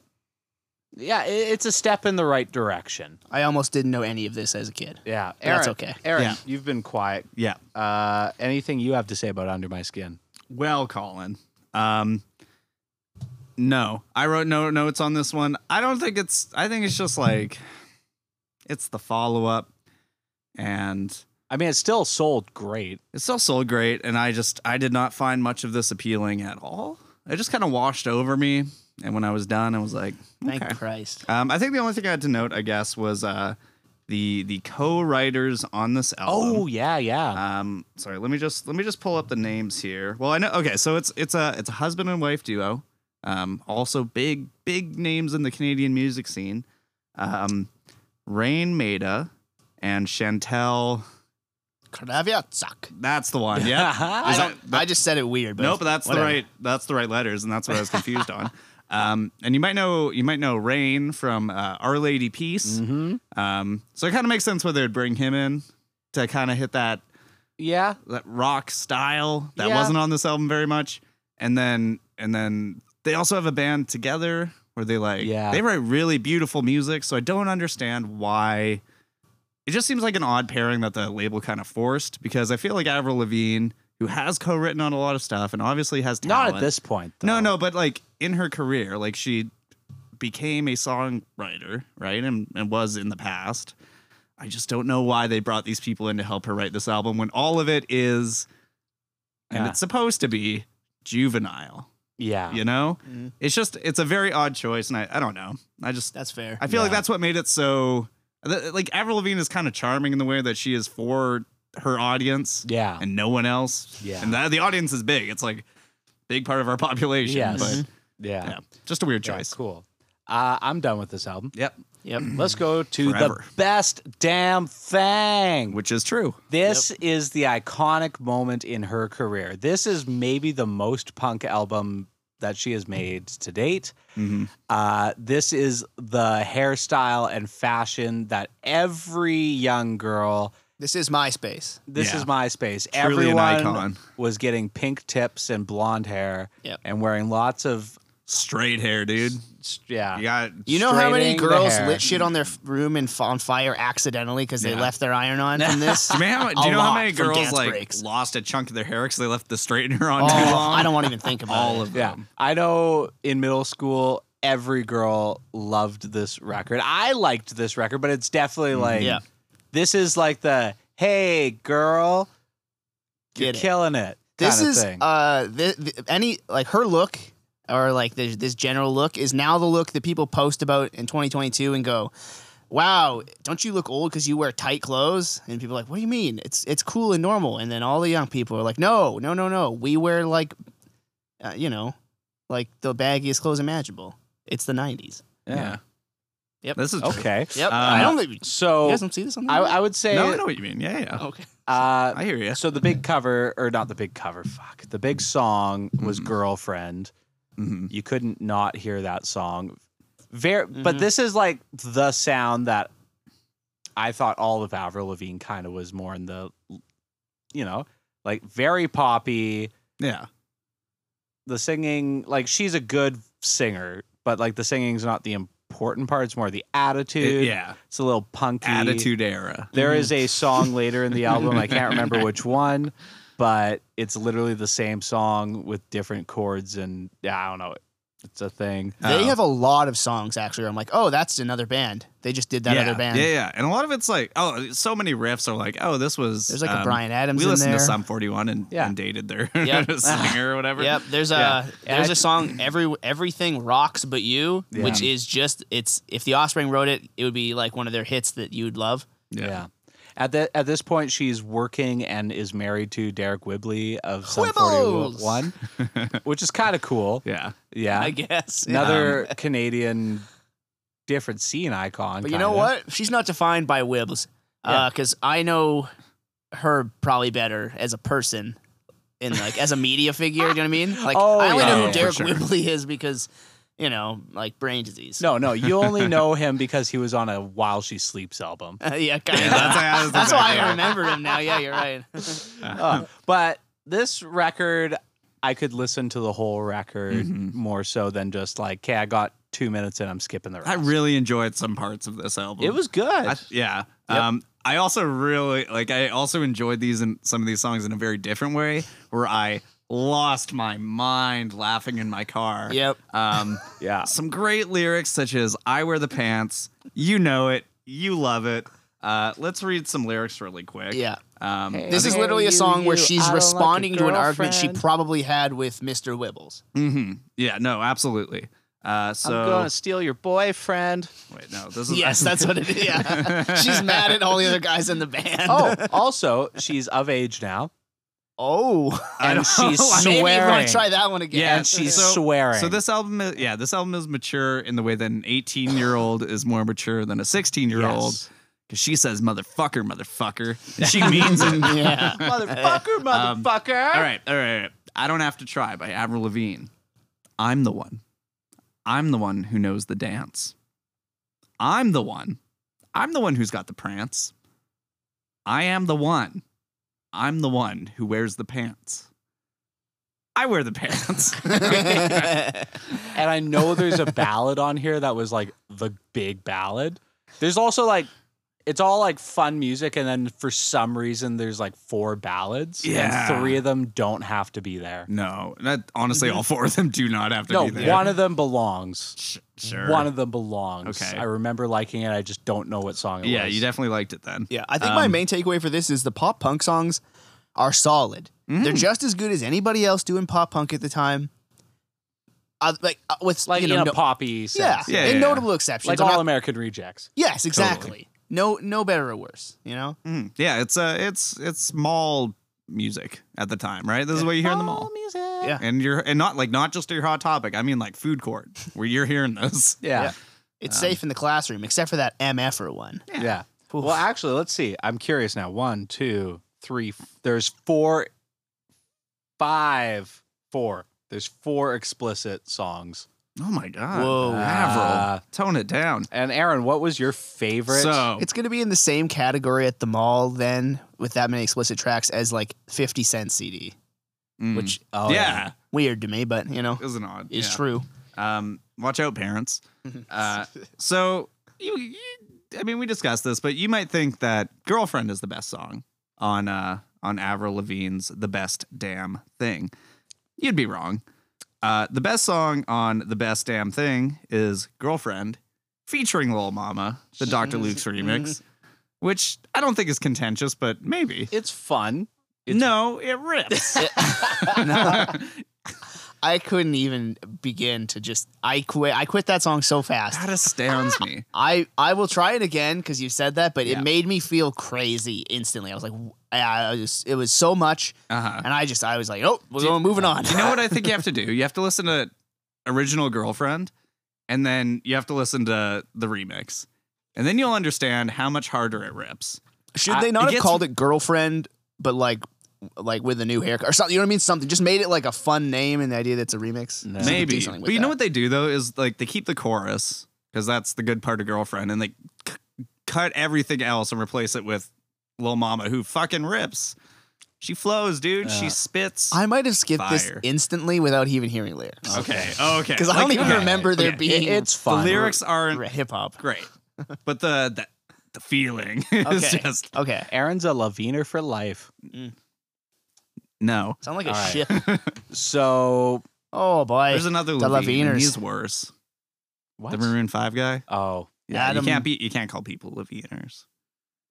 Speaker 1: yeah, it, it's a step in the right direction.
Speaker 2: I almost didn't know any of this as a kid.
Speaker 1: Yeah.
Speaker 2: But that's okay.
Speaker 1: Aaron,
Speaker 3: Yeah.
Speaker 1: you've been quiet.
Speaker 3: Yeah.
Speaker 1: Uh, anything you have to say about Under My Skin?
Speaker 3: Well, Colin. Um No. I wrote no notes on this one. I don't think it's I think it's just like it's the follow-up and
Speaker 1: I mean, it still sold great.
Speaker 3: it still sold great and I just I did not find much of this appealing at all. It just kind of washed over me and when I was done I was like,
Speaker 2: Thank
Speaker 3: okay.
Speaker 2: Christ.
Speaker 3: Um, I think the only thing I had to note, I guess, was uh, the the co-writers on this album.
Speaker 1: Oh yeah, yeah.
Speaker 3: Um, sorry, let me just let me just pull up the names here. Well, I know. Okay, so it's it's a it's a husband and wife duo. Um, also big big names in the Canadian music scene. Um, Rain Maida and Chantel.
Speaker 2: Kraviatzak.
Speaker 3: That's the one. Yeah.
Speaker 1: I
Speaker 3: Is that-
Speaker 2: I, just said it weird, but
Speaker 3: nope, that's
Speaker 2: whatever.
Speaker 3: the right that's the right letters, and that's what I was confused on. Um, and you might know you might know Rain from uh, Our Lady Peace.
Speaker 1: hmm
Speaker 3: Um, so it kind of makes sense why they'd bring him in to kind of hit that
Speaker 1: Yeah.
Speaker 3: that rock style that
Speaker 1: Yeah.
Speaker 3: wasn't on this album very much. And then and then they also have a band together where they like
Speaker 1: Yeah.
Speaker 3: they write really beautiful music. So I don't understand why. It just seems like an odd pairing that the label kind of forced because I feel like Avril Lavigne, who has co-written on a lot of stuff and obviously has
Speaker 1: Not
Speaker 3: talent,
Speaker 1: at this point. Though.
Speaker 3: no, no, but like in her career, like she became a songwriter, right? And and was in the past. I just don't know why they brought these people in to help her write this album when all of it is and
Speaker 1: Yeah.
Speaker 3: it's supposed to be juvenile.
Speaker 1: Yeah. Mm-hmm.
Speaker 3: You know?
Speaker 2: Mhm.
Speaker 3: It's just it's a very odd choice and I, I don't know. I just
Speaker 2: That's fair.
Speaker 3: I feel like
Speaker 1: Yeah.
Speaker 3: that's what made it so th- like Avril Lavigne is kind of charming in the way that she is for her audience
Speaker 1: Yeah.
Speaker 3: and no one else.
Speaker 1: Yeah.
Speaker 3: And that, the audience is big. It's like big part of our population.
Speaker 1: Yes.
Speaker 3: But
Speaker 1: Yeah.
Speaker 2: Mm-hmm.
Speaker 3: yeah, just a weird
Speaker 1: Yeah,
Speaker 3: choice.
Speaker 1: cool. Uh, I'm done with this album.
Speaker 3: Yep.
Speaker 2: Yep.
Speaker 1: Let's go to
Speaker 3: Forever.
Speaker 1: the best damn thing.
Speaker 3: Which is true.
Speaker 1: This is the iconic moment in her career. This is maybe the most punk album that she has made to date.
Speaker 3: Mm-hmm.
Speaker 1: Uh, this is the hairstyle and fashion that every young girl.
Speaker 2: This is MySpace.
Speaker 1: This
Speaker 3: Yeah.
Speaker 1: is MySpace.
Speaker 3: Truly an
Speaker 1: Everyone
Speaker 3: icon.
Speaker 1: was getting pink tips and blonde hair
Speaker 2: Yep.
Speaker 1: and wearing lots of
Speaker 3: Straight hair, dude.
Speaker 1: s- yeah.
Speaker 3: You got
Speaker 2: You know how many
Speaker 1: Straightening the
Speaker 2: girls
Speaker 1: hair.
Speaker 2: lit shit on their f- room and f- on fire accidentally because they
Speaker 3: Yeah.
Speaker 2: left their iron on from this?
Speaker 3: Do you, know how- do
Speaker 2: A
Speaker 3: you know how
Speaker 2: lot
Speaker 3: many
Speaker 2: for
Speaker 3: girls
Speaker 2: dance
Speaker 3: like
Speaker 2: breaks.
Speaker 3: lost a chunk of their hair because they left the straightener on
Speaker 2: Oh,
Speaker 3: too long?
Speaker 2: I don't want to even think about
Speaker 3: All
Speaker 2: it.
Speaker 3: of
Speaker 1: Yeah.
Speaker 3: them.
Speaker 1: I know in middle school, every girl loved this record. I liked this record, but it's definitely
Speaker 3: Mm-hmm.
Speaker 1: like,
Speaker 2: Yeah.
Speaker 1: this is like the, hey, girl, you're
Speaker 2: Get it.
Speaker 1: killing it.
Speaker 2: This
Speaker 1: kinda
Speaker 2: is
Speaker 1: thing.
Speaker 2: uh, th- th- any like her look or like this, this general look is now the look that people post about in 2022 and go, "Wow, don't you look old because you wear tight clothes?" And people are like, "What do you mean? It's it's cool and normal." And then all the young people are like, "No, no, no, no. We wear like, uh, you know, like the baggiest clothes imaginable. It's the 90s."
Speaker 3: Yeah.
Speaker 2: Yep.
Speaker 3: This is true.
Speaker 1: Okay.
Speaker 2: Yep.
Speaker 3: Uh,
Speaker 2: I don't think you
Speaker 1: So
Speaker 2: guys don't see this on. The
Speaker 1: I,
Speaker 2: news?
Speaker 1: I would say,
Speaker 3: No, I know what you mean. Yeah, yeah.
Speaker 2: okay.
Speaker 1: uh,
Speaker 3: I hear you.
Speaker 1: so the big cover, or not the big cover, fuck, the big song was
Speaker 2: Mm-hmm.
Speaker 1: Girlfriend.
Speaker 3: Mhm.
Speaker 1: you couldn't not hear that song. Very,
Speaker 2: Mm-hmm.
Speaker 1: but this is like the sound that I thought all of Avril Lavigne kind of was more in the, you know, like very poppy.
Speaker 3: Yeah.
Speaker 1: The singing, like she's a good singer, but like the singing's not the important part. It's more the attitude.
Speaker 3: It- yeah.
Speaker 1: it's a little punky
Speaker 3: Attitude era.
Speaker 1: There is a song later in the album. I can't remember which one, but it's literally the same song with different chords and yeah, I don't know. It's a thing.
Speaker 2: They
Speaker 3: Oh.
Speaker 2: have a lot of songs actually. Where I'm like, oh, that's another band. They just did that
Speaker 3: yeah.
Speaker 2: other band.
Speaker 3: Yeah, yeah. And a lot of it's like, oh, so many riffs are like, oh, this was.
Speaker 2: There's like a
Speaker 3: um,
Speaker 2: Brian Adams
Speaker 3: We
Speaker 2: in
Speaker 3: listened
Speaker 2: there.
Speaker 3: to Sum 41 and,
Speaker 1: Yeah.
Speaker 3: and dated their
Speaker 2: Yep.
Speaker 3: singer or whatever.
Speaker 2: Yep. There's a
Speaker 3: Yeah.
Speaker 2: there's
Speaker 1: I-
Speaker 2: a song every everything rocks but you,
Speaker 1: Yeah.
Speaker 2: which is just it's if the Offspring wrote it, it would be like one of their hits that you'd love.
Speaker 1: Yeah. At the, at this point, she's working and is married to Derek Whibley of Sum
Speaker 2: Quibbles!
Speaker 1: 41, which is kind of cool.
Speaker 3: Yeah.
Speaker 1: Yeah.
Speaker 2: I guess.
Speaker 3: Um,
Speaker 1: Another Canadian different scene icon.
Speaker 2: But you know
Speaker 1: kinda.
Speaker 2: what? She's not defined by Wibbs,
Speaker 1: Yeah.
Speaker 2: because I know her probably better as a person, and like as a media figure. Do you know what I mean? Like
Speaker 1: Oh,
Speaker 2: I only
Speaker 1: yeah, yeah,
Speaker 2: know who
Speaker 1: yeah.
Speaker 2: Derek
Speaker 3: For sure.
Speaker 2: Whibley is because, you know, like brain disease.
Speaker 1: No, no. You only know him because he was on a While She Sleeps album.
Speaker 2: yeah, kind
Speaker 3: Yeah,
Speaker 2: of.
Speaker 3: that's,
Speaker 2: That's,
Speaker 3: that's,
Speaker 2: why I
Speaker 3: exactly right.
Speaker 2: remember him now. Yeah, you're right.
Speaker 1: Uh, but this record, I could listen to the whole record more so than just like, okay, I got two minutes and I'm skipping the rest.
Speaker 3: I really enjoyed some parts of this album.
Speaker 1: it was good.
Speaker 3: I, yeah. Um, I also really like. I also enjoyed these and some of these songs in a very different way, where I lost my mind laughing in my car.
Speaker 2: Yep.
Speaker 3: Um,
Speaker 1: yeah.
Speaker 3: some great lyrics such as "I wear the pants," "You know it," "You love it." Uh, let's read some lyrics really quick.
Speaker 2: Yeah.
Speaker 3: Um,
Speaker 2: This is
Speaker 1: Hey,
Speaker 2: literally a
Speaker 1: you,
Speaker 2: song where
Speaker 1: you, I
Speaker 2: she's
Speaker 1: don't like your
Speaker 2: responding to an argument she
Speaker 1: girlfriend.
Speaker 2: probably had with Mr. Wibbles.
Speaker 3: mhm. Yeah. No. Absolutely. Uh,
Speaker 1: I'm
Speaker 3: so
Speaker 1: going to steal your boyfriend.
Speaker 3: wait. No. This is
Speaker 2: Yes, that's what it is. Yeah. she's mad at all the other guys in the band.
Speaker 1: Oh, also, she's of age now.
Speaker 2: oh.
Speaker 1: And she's
Speaker 2: Maybe we
Speaker 1: swearing.
Speaker 2: want to try that one again.
Speaker 3: Yeah,
Speaker 1: and she's
Speaker 3: So-
Speaker 1: swearing.
Speaker 3: So this album is yeah, this album is mature in the way that an 18 year old is more mature than a 16 year old
Speaker 1: Yes.
Speaker 3: because she says motherfucker, motherfucker. And she means it.
Speaker 2: yeah.
Speaker 1: motherfucker,
Speaker 3: Um,
Speaker 1: motherfucker.
Speaker 3: All right, all right, all right. I don't have to try by Avril Lavigne. I'm the one. I'm the one who knows the dance. I'm the one. I'm the one who's got the prance. I am the one. I'm the one who wears the pants. I wear the pants.
Speaker 1: And I know there's a ballad on here that was like the big ballad. There's also like, it's all like fun music, and then for some reason there's like four ballads,
Speaker 3: Yeah.
Speaker 1: and three of them don't have to be there.
Speaker 3: No, that honestly, all four of them do not have to
Speaker 1: Mm-hmm. No,
Speaker 3: be there.
Speaker 1: one of them belongs.
Speaker 3: Sh- sure.
Speaker 1: One of them belongs.
Speaker 3: Okay.
Speaker 1: I remember liking it. I just don't know what song it
Speaker 3: yeah,
Speaker 1: was.
Speaker 3: you definitely liked it then.
Speaker 2: Yeah, I think my
Speaker 3: Um,
Speaker 2: main takeaway for this is the pop punk songs are solid. They're just as good as anybody else doing pop punk at the time. Uh, like uh, with
Speaker 1: like
Speaker 2: you know,
Speaker 1: in a
Speaker 2: no-
Speaker 1: poppy sense.
Speaker 2: yeah,
Speaker 3: Yeah,
Speaker 2: and
Speaker 3: yeah,
Speaker 2: notable exceptions.
Speaker 1: like
Speaker 2: I'm
Speaker 1: All
Speaker 2: not-
Speaker 1: American Rejects.
Speaker 2: yes, exactly. No, no better or worse. You know,
Speaker 3: Mhm. Yeah, it's uh, it's it's mall music at the time, right? This is what you hear in the mall.
Speaker 1: music.
Speaker 2: Yeah.
Speaker 3: And you're and not like not just your hot topic. I mean like food court where you're hearing this.
Speaker 1: Yeah.
Speaker 2: it's
Speaker 3: Um,
Speaker 2: safe in the classroom except for that mf'er one.
Speaker 1: Yeah. Well, actually, let's see. I'm curious now. One, two, three. f- There's four, five, four. There's four explicit songs.
Speaker 3: Oh my god.
Speaker 2: Whoa.
Speaker 3: Avril,
Speaker 1: Uh,
Speaker 3: tone it down.
Speaker 1: And Aaron, what was your favorite?
Speaker 3: So
Speaker 2: It's gonna be in the same category at the mall then with that many explicit tracks as like Fifty Cent CD,
Speaker 3: mm,
Speaker 2: which
Speaker 1: oh,
Speaker 3: yeah,
Speaker 2: weird to me, but you know,
Speaker 3: is an odd.
Speaker 2: is
Speaker 3: yeah.
Speaker 2: true.
Speaker 3: Um, watch out, parents. Uh, so you, you, I mean, we discussed this, but you might think that "Girlfriend" is the best song on uh, on Avril Lavigne's "The Best Damn Thing." You'd be wrong. Uh, the best song on "The Best Damn Thing" is "Girlfriend," featuring Lil Mama, the Dr. Luke's remix, which I don't think is contentious, but maybe.
Speaker 1: It's fun. It's-
Speaker 3: no, it rips.
Speaker 2: I couldn't even begin to just I quit. I quit that song so fast.
Speaker 3: that astounds me.
Speaker 2: I I will try it again because you said that, but
Speaker 3: Yeah.
Speaker 2: it made me feel crazy instantly. I was like, w- I I was it was so much,
Speaker 3: Uh-huh.
Speaker 2: and I just I was like, oh, we're going moving on.
Speaker 3: You know what I think you have to do? You have to listen to original girlfriend, and then you have to listen to the remix, and then you'll understand how much harder it rips.
Speaker 2: Should
Speaker 1: I-
Speaker 2: they not
Speaker 3: it
Speaker 2: have
Speaker 3: gets-
Speaker 2: called it girlfriend, but like like with a new haircut or something? You know what I mean? Something just made it like a fun name, and the idea that it's a remix.
Speaker 1: No.
Speaker 2: So they do
Speaker 3: Maybe,
Speaker 2: something with
Speaker 3: but you know
Speaker 2: that.
Speaker 3: what they do though is like they keep the chorus because that's the good part of girlfriend, and they c- cut everything else and replace it with Lil Mama, who fucking rips. She flows, dude.
Speaker 1: Yeah.
Speaker 2: Uh,
Speaker 3: she spits.
Speaker 2: I might have skipped this
Speaker 3: Fire.
Speaker 2: instantly without even hearing lyrics
Speaker 3: okay, okay.
Speaker 2: because I
Speaker 3: Like,
Speaker 2: don't even
Speaker 3: okay,
Speaker 2: remember there
Speaker 3: okay.
Speaker 2: being
Speaker 1: It's
Speaker 3: the
Speaker 1: fun.
Speaker 3: lyrics aren't
Speaker 2: hip hop.
Speaker 3: great, but the the, the feeling is
Speaker 2: Okay.
Speaker 3: just
Speaker 2: Okay,
Speaker 1: Aaron's a Laviner for life.
Speaker 3: no.
Speaker 2: sound like a
Speaker 1: All right.
Speaker 2: ship.
Speaker 1: So
Speaker 2: Oh boy,
Speaker 3: There's another
Speaker 2: the
Speaker 3: Levine. and
Speaker 2: Leviners.
Speaker 3: He's worse.
Speaker 1: what?
Speaker 3: The Maroon Five guy.
Speaker 1: oh,
Speaker 3: Yeah,
Speaker 2: Adam-
Speaker 3: you can't be. You can't call people Leviners.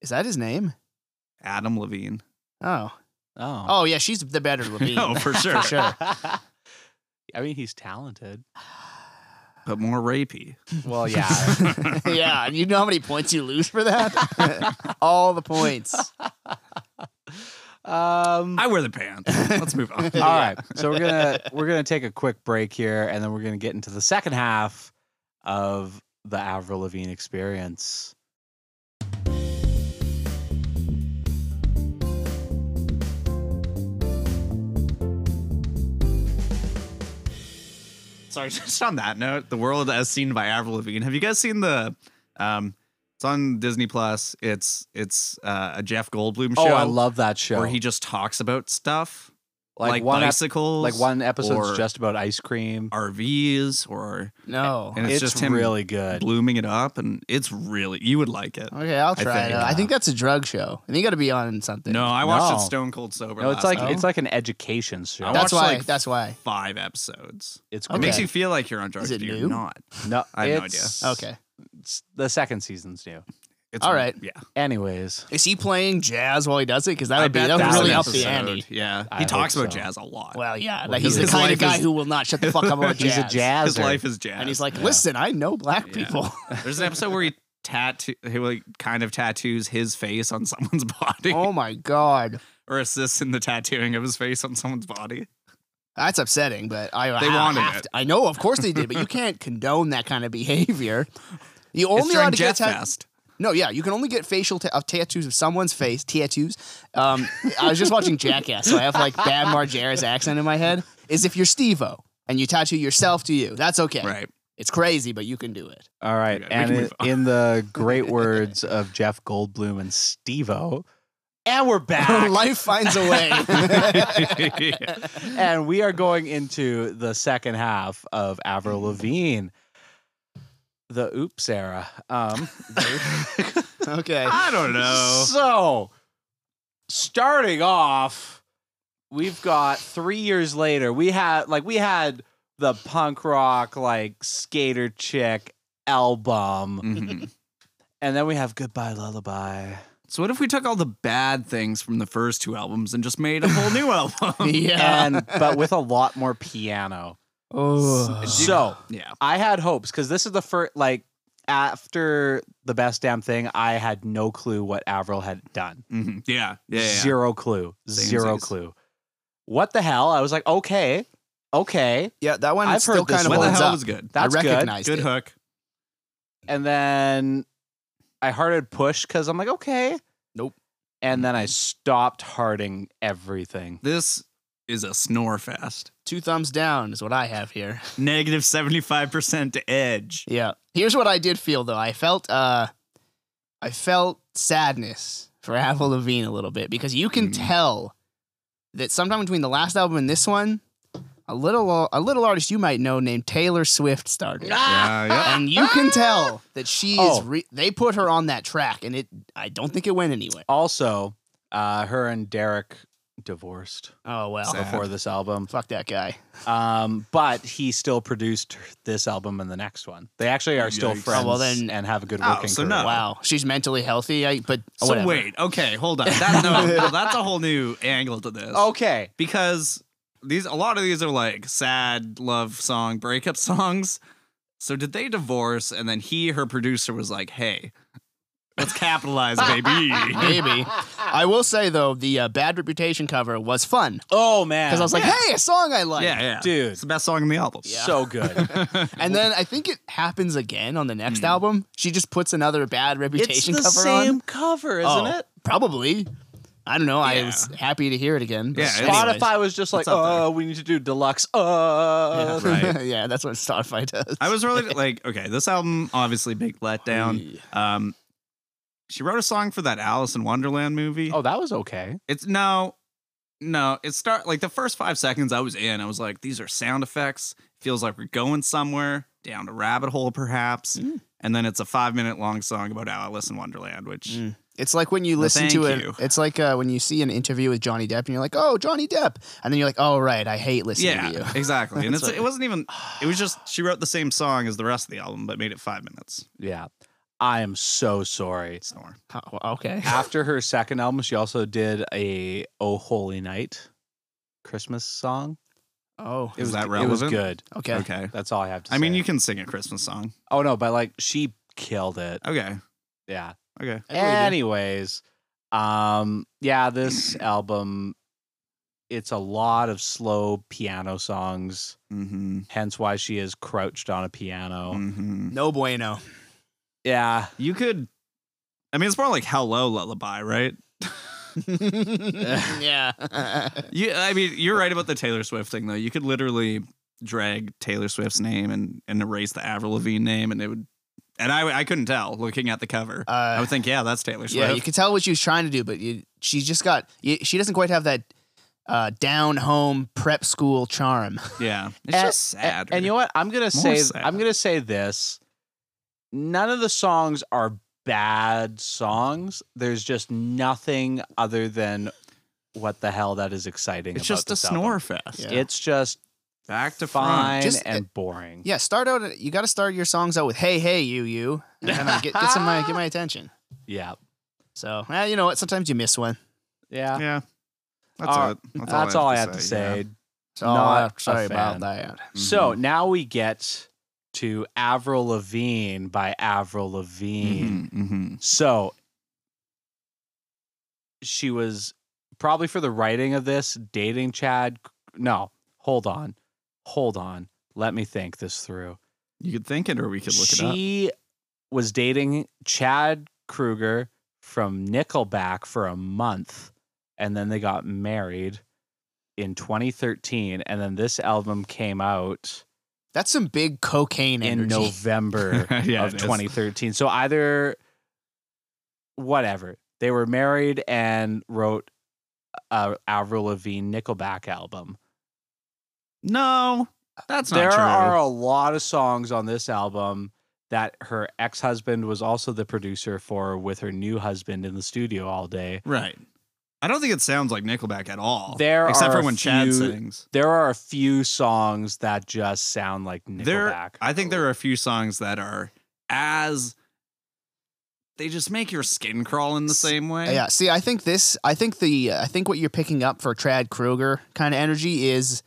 Speaker 2: is that his name?
Speaker 3: Adam Levine.
Speaker 2: Oh,
Speaker 1: oh,
Speaker 2: oh yeah, she's the better Levine.
Speaker 3: No, for sure.
Speaker 2: For sure.
Speaker 1: I mean, he's talented.
Speaker 3: But more rapey.
Speaker 1: Well, yeah.
Speaker 2: yeah, and you know how many points you lose for that? All the points.
Speaker 1: um,
Speaker 3: I wear the pants. Let's move on.
Speaker 1: All right. So we're gonna we're gonna take a quick break here, and then we're gonna get into the second half of the Avril Lavigne experience.
Speaker 3: Sorry. Just on that note, the world as seen by Avril Lavigne. Have you guys seen the? Um, it's on Disney Plus. It's it's uh, a Jeff Goldblum show.
Speaker 1: Oh, I love that show.
Speaker 3: where he just talks about stuff like,
Speaker 1: one ep-
Speaker 3: bicycles,
Speaker 1: like one episode's
Speaker 3: or
Speaker 1: just about ice cream.
Speaker 3: RVs, or
Speaker 2: No.
Speaker 3: and it's, just him
Speaker 1: really good.
Speaker 3: blooming it up, and it's really you would like it.
Speaker 2: Okay, I'll
Speaker 3: I
Speaker 2: try
Speaker 3: think,
Speaker 2: it. out. I think that's a drug show. And you got to be on something.
Speaker 3: No, I watched
Speaker 1: No.
Speaker 3: it stone cold sober.
Speaker 1: No, it's
Speaker 3: last
Speaker 1: like
Speaker 3: night.
Speaker 1: it's like an education show.
Speaker 3: I
Speaker 2: that's
Speaker 3: watched,
Speaker 2: why.
Speaker 3: like,
Speaker 2: that's why.
Speaker 3: five episodes.
Speaker 1: it's
Speaker 2: Okay.
Speaker 3: It makes
Speaker 1: great.
Speaker 3: you feel like you're on drugs.
Speaker 2: Is it
Speaker 3: but you're
Speaker 2: new?
Speaker 3: not.
Speaker 1: no,
Speaker 3: I have no idea.
Speaker 1: it's-
Speaker 2: Okay.
Speaker 1: it's- the second season's new.
Speaker 3: It's
Speaker 2: All right.
Speaker 3: Yeah,
Speaker 1: Anyways,
Speaker 2: Is he playing jazz while he does it? Because that
Speaker 3: I
Speaker 2: would be
Speaker 3: bet
Speaker 2: that would
Speaker 3: that's
Speaker 2: really
Speaker 3: an
Speaker 2: up the
Speaker 3: episode.
Speaker 2: ante.
Speaker 3: Yeah,
Speaker 1: I
Speaker 3: he talks
Speaker 1: hope
Speaker 3: about
Speaker 1: so.
Speaker 3: jazz a lot.
Speaker 2: Well, yeah,
Speaker 1: Well,
Speaker 2: like he's the
Speaker 3: his
Speaker 2: kind
Speaker 3: life
Speaker 2: of guy
Speaker 3: is-
Speaker 2: who will not shut the fuck up about
Speaker 1: he's
Speaker 2: jazz.
Speaker 1: a jazzer.
Speaker 3: his life is jazz,
Speaker 2: and he's like, listen, I know black
Speaker 3: Yeah.
Speaker 2: people.
Speaker 3: There's an episode where he tattoo, he like kind of tattoos his face on someone's body,
Speaker 2: oh my god,
Speaker 3: or assists in the tattooing of his face on someone's body.
Speaker 2: that's upsetting. But I
Speaker 3: They
Speaker 2: I
Speaker 3: wanted
Speaker 2: have
Speaker 3: it.
Speaker 2: to- I know, of course they did, but you can't condone that kind of behavior. You
Speaker 3: It's
Speaker 2: only
Speaker 3: during
Speaker 2: allowed to get
Speaker 3: Jet
Speaker 2: ta-
Speaker 3: Fest.
Speaker 2: No, yeah, you can only get facial ta- uh, tattoos of someone's face. Tattoos. Um, I was just watching Jackass, so I have like Bam Margera's accent in my head. Is if you're Steve-O and you tattoo yourself to you, that's okay.
Speaker 3: Right.
Speaker 2: It's crazy, but you can do it.
Speaker 1: All right.
Speaker 3: Okay, we
Speaker 1: and
Speaker 3: can
Speaker 1: in,
Speaker 3: move on.
Speaker 1: in the great words of Jeff Goldblum and Stevo, and we're back.
Speaker 2: Life finds a way.
Speaker 1: and we are going into the second half of Avril Lavigne. The oops era. Um,
Speaker 2: okay.
Speaker 3: I don't know.
Speaker 1: So, starting off, we've got three years later. We had like we had the punk rock like skater chick album,
Speaker 3: Mhm.
Speaker 1: and then we have Goodbye Lullaby.
Speaker 3: So what if we took all the bad things from the first two albums and just made a whole new album?
Speaker 2: Yeah.
Speaker 1: and but with a lot more piano.
Speaker 2: oh.
Speaker 1: So
Speaker 3: yeah.
Speaker 1: I had hopes because this is the first like after the best damn thing, I had no clue what Avril had done.
Speaker 3: Mhm. Yeah. Yeah. yeah, yeah.
Speaker 1: Zero clue.
Speaker 3: Same
Speaker 1: Zero
Speaker 3: size.
Speaker 1: clue. What the hell? I was like, okay, okay,
Speaker 2: Yeah, that one
Speaker 1: I've
Speaker 2: still
Speaker 1: heard this
Speaker 2: kind of
Speaker 3: What the
Speaker 2: holds
Speaker 3: hell
Speaker 2: up.
Speaker 3: was good?
Speaker 1: that's
Speaker 2: I
Speaker 1: good.
Speaker 2: recognized
Speaker 3: Good
Speaker 2: it.
Speaker 3: hook.
Speaker 1: And then I hearted push because I'm like, okay.
Speaker 2: Nope.
Speaker 1: And then I stopped hearting everything.
Speaker 3: This is a snore fest.
Speaker 2: Two thumbs down is what I have here.
Speaker 3: Negative seventy five percent to edge.
Speaker 2: Yeah. Here's what I did feel though. I felt uh I felt sadness for Avril Lavigne a little bit because you can
Speaker 3: Mm.
Speaker 2: tell that sometime between the last album and this one, a little a little artist you might know named Taylor Swift started.
Speaker 3: Yeah, yeah.
Speaker 2: And you can tell that she
Speaker 1: Oh.
Speaker 2: is re- they put her on that track and it I don't think it went anywhere.
Speaker 1: Also, uh, her and Derek divorced
Speaker 2: Oh well.
Speaker 3: Sad.
Speaker 1: before this album,
Speaker 2: Fuck that guy.
Speaker 1: um, but he still produced this album and the next one. They actually are still
Speaker 3: Yikes.
Speaker 1: friends
Speaker 2: Oh, well, then-
Speaker 1: and have a good
Speaker 3: Oh,
Speaker 1: working
Speaker 3: so
Speaker 1: career.
Speaker 3: no.
Speaker 2: Wow. She's mentally healthy, I, but
Speaker 3: So
Speaker 2: whatever.
Speaker 3: wait, okay, hold on. That, no, that's a whole new angle to this.
Speaker 1: Okay,
Speaker 3: because these a lot of these are like sad love song breakup songs. So did they divorce and then he, her producer, was like, "Hey, let's capitalize, baby."
Speaker 2: Maybe. I will say though, the uh, Bad Reputation cover was fun.
Speaker 1: Oh man,
Speaker 2: because I was like, "Hey, a song I like."
Speaker 3: yeah, yeah,
Speaker 1: Dude.
Speaker 3: it's the best song in the album.
Speaker 1: so good.
Speaker 2: And then I think it happens again on the
Speaker 3: Hmm.
Speaker 2: next album. She just puts another bad
Speaker 1: it's
Speaker 2: reputation
Speaker 1: the
Speaker 2: cover
Speaker 1: same
Speaker 2: on.
Speaker 1: cover, isn't
Speaker 2: Oh,
Speaker 1: it?
Speaker 2: Probably. I don't know. I
Speaker 3: Yeah.
Speaker 2: was happy to hear it again. but
Speaker 3: Yeah, it's-
Speaker 2: anyways.
Speaker 1: Spotify was just like,
Speaker 3: up there.
Speaker 1: oh, we need to do deluxe. Uh,
Speaker 3: Yeah. Right.
Speaker 2: yeah, that's what Spotify does.
Speaker 3: I was really like, okay, this album obviously big letdown. Um, she wrote a song for that Alice in Wonderland movie.
Speaker 1: oh, that was okay.
Speaker 3: It's no, no. It start like the first five seconds I was in. I was like, these are sound effects. Feels like we're going somewhere down a rabbit hole, perhaps.
Speaker 2: Mm.
Speaker 3: And then it's a five minute long song about Alice in Wonderland, which
Speaker 2: Mm. It's like when you
Speaker 3: Well,
Speaker 2: listen to
Speaker 3: thank
Speaker 2: it.
Speaker 3: you.
Speaker 2: It's like uh, when you see an interview with Johnny Depp, and you're like, "Oh, Johnny Depp," and then you're like, "Oh, right, I hate listening
Speaker 3: yeah,
Speaker 2: to you."
Speaker 3: exactly. And
Speaker 2: That's
Speaker 3: it's,
Speaker 2: what-
Speaker 3: it wasn't even. It was just she wrote the same song as the rest of the album, but made it five minutes.
Speaker 1: Yeah, I am so sorry.
Speaker 3: Snore.
Speaker 2: Oh, okay.
Speaker 1: After her second album, she also did a "Oh Holy Night" Christmas song.
Speaker 2: Oh,
Speaker 1: It
Speaker 3: Is
Speaker 1: was
Speaker 3: that
Speaker 1: It was
Speaker 3: relevant?
Speaker 1: good.
Speaker 2: okay.
Speaker 3: Okay.
Speaker 1: That's all I have to say.
Speaker 3: I mean, you can sing a Christmas song.
Speaker 1: Oh no, but like she killed it.
Speaker 3: Okay.
Speaker 1: Yeah.
Speaker 3: Okay.
Speaker 2: I believe you.
Speaker 1: Anyways, um, yeah, this album, it's a lot of slow piano songs.
Speaker 3: Mm-hmm.
Speaker 1: hence why she is crouched on a
Speaker 2: Oh.
Speaker 1: piano.
Speaker 3: Mm-hmm.
Speaker 2: No bueno.
Speaker 1: Yeah,
Speaker 3: You could. I mean, it's more like "Hello Lullaby," right?
Speaker 2: yeah.
Speaker 3: You, I mean, you're right about the Taylor Swift thing, though. You could literally drag Taylor Swift's name and, and erase the Avril Lavigne name, and it would. And I, I couldn't tell looking at the cover. I
Speaker 2: Uh,
Speaker 3: would think, yeah, that's Taylor Swift.
Speaker 2: Yeah, you could tell what she was trying to do, but you, she's just got you, she doesn't quite have that uh, down home prep school charm.
Speaker 3: yeah, it's
Speaker 1: And-
Speaker 3: just
Speaker 1: a-
Speaker 3: sad.
Speaker 1: And you know what? I'm gonna say I'm
Speaker 3: sad.
Speaker 1: gonna say this. None of the songs are bad songs. There's just nothing other than what the hell that is exciting.
Speaker 3: it's
Speaker 1: about
Speaker 3: just a
Speaker 1: this
Speaker 3: snore
Speaker 1: album.
Speaker 3: fest.
Speaker 2: Yeah.
Speaker 1: It's just
Speaker 3: Back to uh,
Speaker 1: fine
Speaker 3: fine.
Speaker 2: Just-
Speaker 1: and boring.
Speaker 2: Yeah, start out. You got to start your songs out with "Hey, hey, you, you," and then, uh, get get some my get my attention.
Speaker 1: yeah,
Speaker 2: So, eh, you know what? Sometimes you miss one.
Speaker 1: yeah.
Speaker 3: Yeah, that's
Speaker 1: All
Speaker 3: it.
Speaker 1: That's, all I have to say.
Speaker 2: So
Speaker 1: Not
Speaker 2: uh, sorry
Speaker 1: a
Speaker 2: about
Speaker 1: fan.
Speaker 2: that.
Speaker 3: yeah.
Speaker 1: So
Speaker 3: Mhm.
Speaker 1: now we get to Avril Lavigne by Avril Lavigne.
Speaker 3: Mhm, mhm.
Speaker 1: So she was probably for the writing of this dating Chad. No, hold on. Hold on. Let me think this through.
Speaker 3: you could think it, or we could look it up.
Speaker 1: she was dating Chad Kruger from Nickelback for a month and then they got married in 2013 and then this album came out
Speaker 2: That's some big cocaine energy.
Speaker 1: in November
Speaker 3: Yeah,
Speaker 1: of
Speaker 3: it is.
Speaker 1: 2013. So either whatever they were married and wrote a Avril Lavigne Nickelback album.
Speaker 3: No, that's not
Speaker 1: there
Speaker 3: true.
Speaker 1: are a lot of songs on this album that her ex husband was also the producer for with her new husband in the studio all day.
Speaker 3: right. I don't think it sounds like Nickelback at all.
Speaker 1: There
Speaker 3: except
Speaker 1: are
Speaker 3: for
Speaker 1: a
Speaker 3: when Chad
Speaker 1: few-
Speaker 3: sings.
Speaker 1: There are a few songs that just sound like Nickelback.
Speaker 3: There, I think there are a few songs that are as they just make your skin crawl in the same way.
Speaker 2: Oh, Yeah. See, I think this. I think the. I think what you're picking up for Trad Kruger kind of energy is,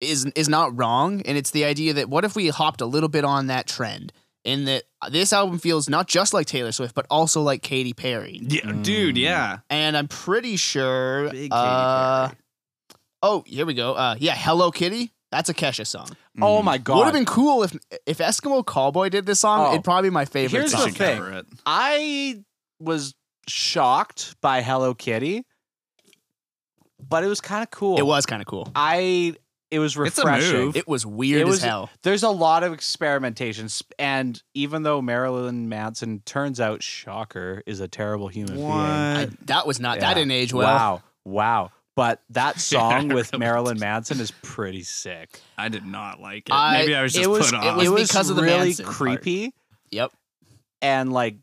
Speaker 2: is is not wrong, and it's the idea that what if we hopped a little bit on that trend in that this album feels not just like Taylor Swift, but also like Katy Perry.
Speaker 3: Yeah,
Speaker 1: Mm.
Speaker 3: dude. Yeah.
Speaker 2: And I'm pretty sure.
Speaker 3: Big Katy
Speaker 2: uh,
Speaker 3: Perry.
Speaker 2: Oh, here we go. Uh, yeah, Hello Kitty. That's a Kesha song.
Speaker 1: Oh
Speaker 3: Mm. Mm-hmm.
Speaker 1: my god.
Speaker 2: Would have been cool if if Eskimo Callboy did this song.
Speaker 1: Oh.
Speaker 2: It'd probably be my favorite
Speaker 1: Here's
Speaker 3: They
Speaker 1: the
Speaker 2: song.
Speaker 3: should cover it.
Speaker 1: I was shocked by Hello Kitty, but it was kind of cool.
Speaker 2: It was kind of cool.
Speaker 1: I. It was
Speaker 3: It's a
Speaker 1: refreshing.
Speaker 3: move.
Speaker 2: It was weird
Speaker 1: It was-
Speaker 2: as hell.
Speaker 1: There's a lot of experimentation, sp- and even though Marilyn Manson turns out, shocker, is a terrible human being.
Speaker 2: I, that was not.
Speaker 1: Yeah.
Speaker 2: That didn't age well.
Speaker 1: Wow, wow. But that song
Speaker 3: I
Speaker 1: with
Speaker 3: remember
Speaker 1: Marilyn Manson is pretty sick.
Speaker 3: I did not like it.
Speaker 2: I-
Speaker 3: Maybe I was just
Speaker 2: it was-
Speaker 3: put
Speaker 2: it
Speaker 3: off.
Speaker 2: was- because of the
Speaker 1: really
Speaker 2: Manson part.
Speaker 1: creepy
Speaker 2: Yep.
Speaker 1: and like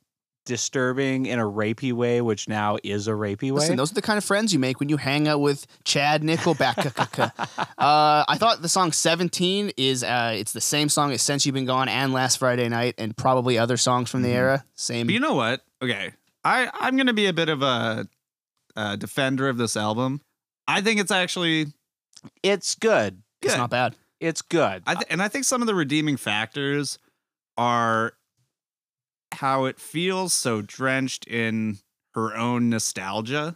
Speaker 1: disturbing in a rapey way, which now is a rapey way.
Speaker 2: Listen, those are the kind of friends you make when you hang out with Chad Nickelback. uh, I thought the song 17 is uh, it's the same song as Since You've Been Gone and Last Friday Night and probably other songs from the era. Same.
Speaker 3: Mm-hmm. But you know what? Okay, I I'm gonna be a bit of a, a defender of this album. I think it's actually
Speaker 1: it's good.
Speaker 2: it's
Speaker 3: good.
Speaker 2: not bad.
Speaker 1: It's good.
Speaker 3: I th- and I think some of the redeeming factors are how it feels so drenched in her own nostalgia,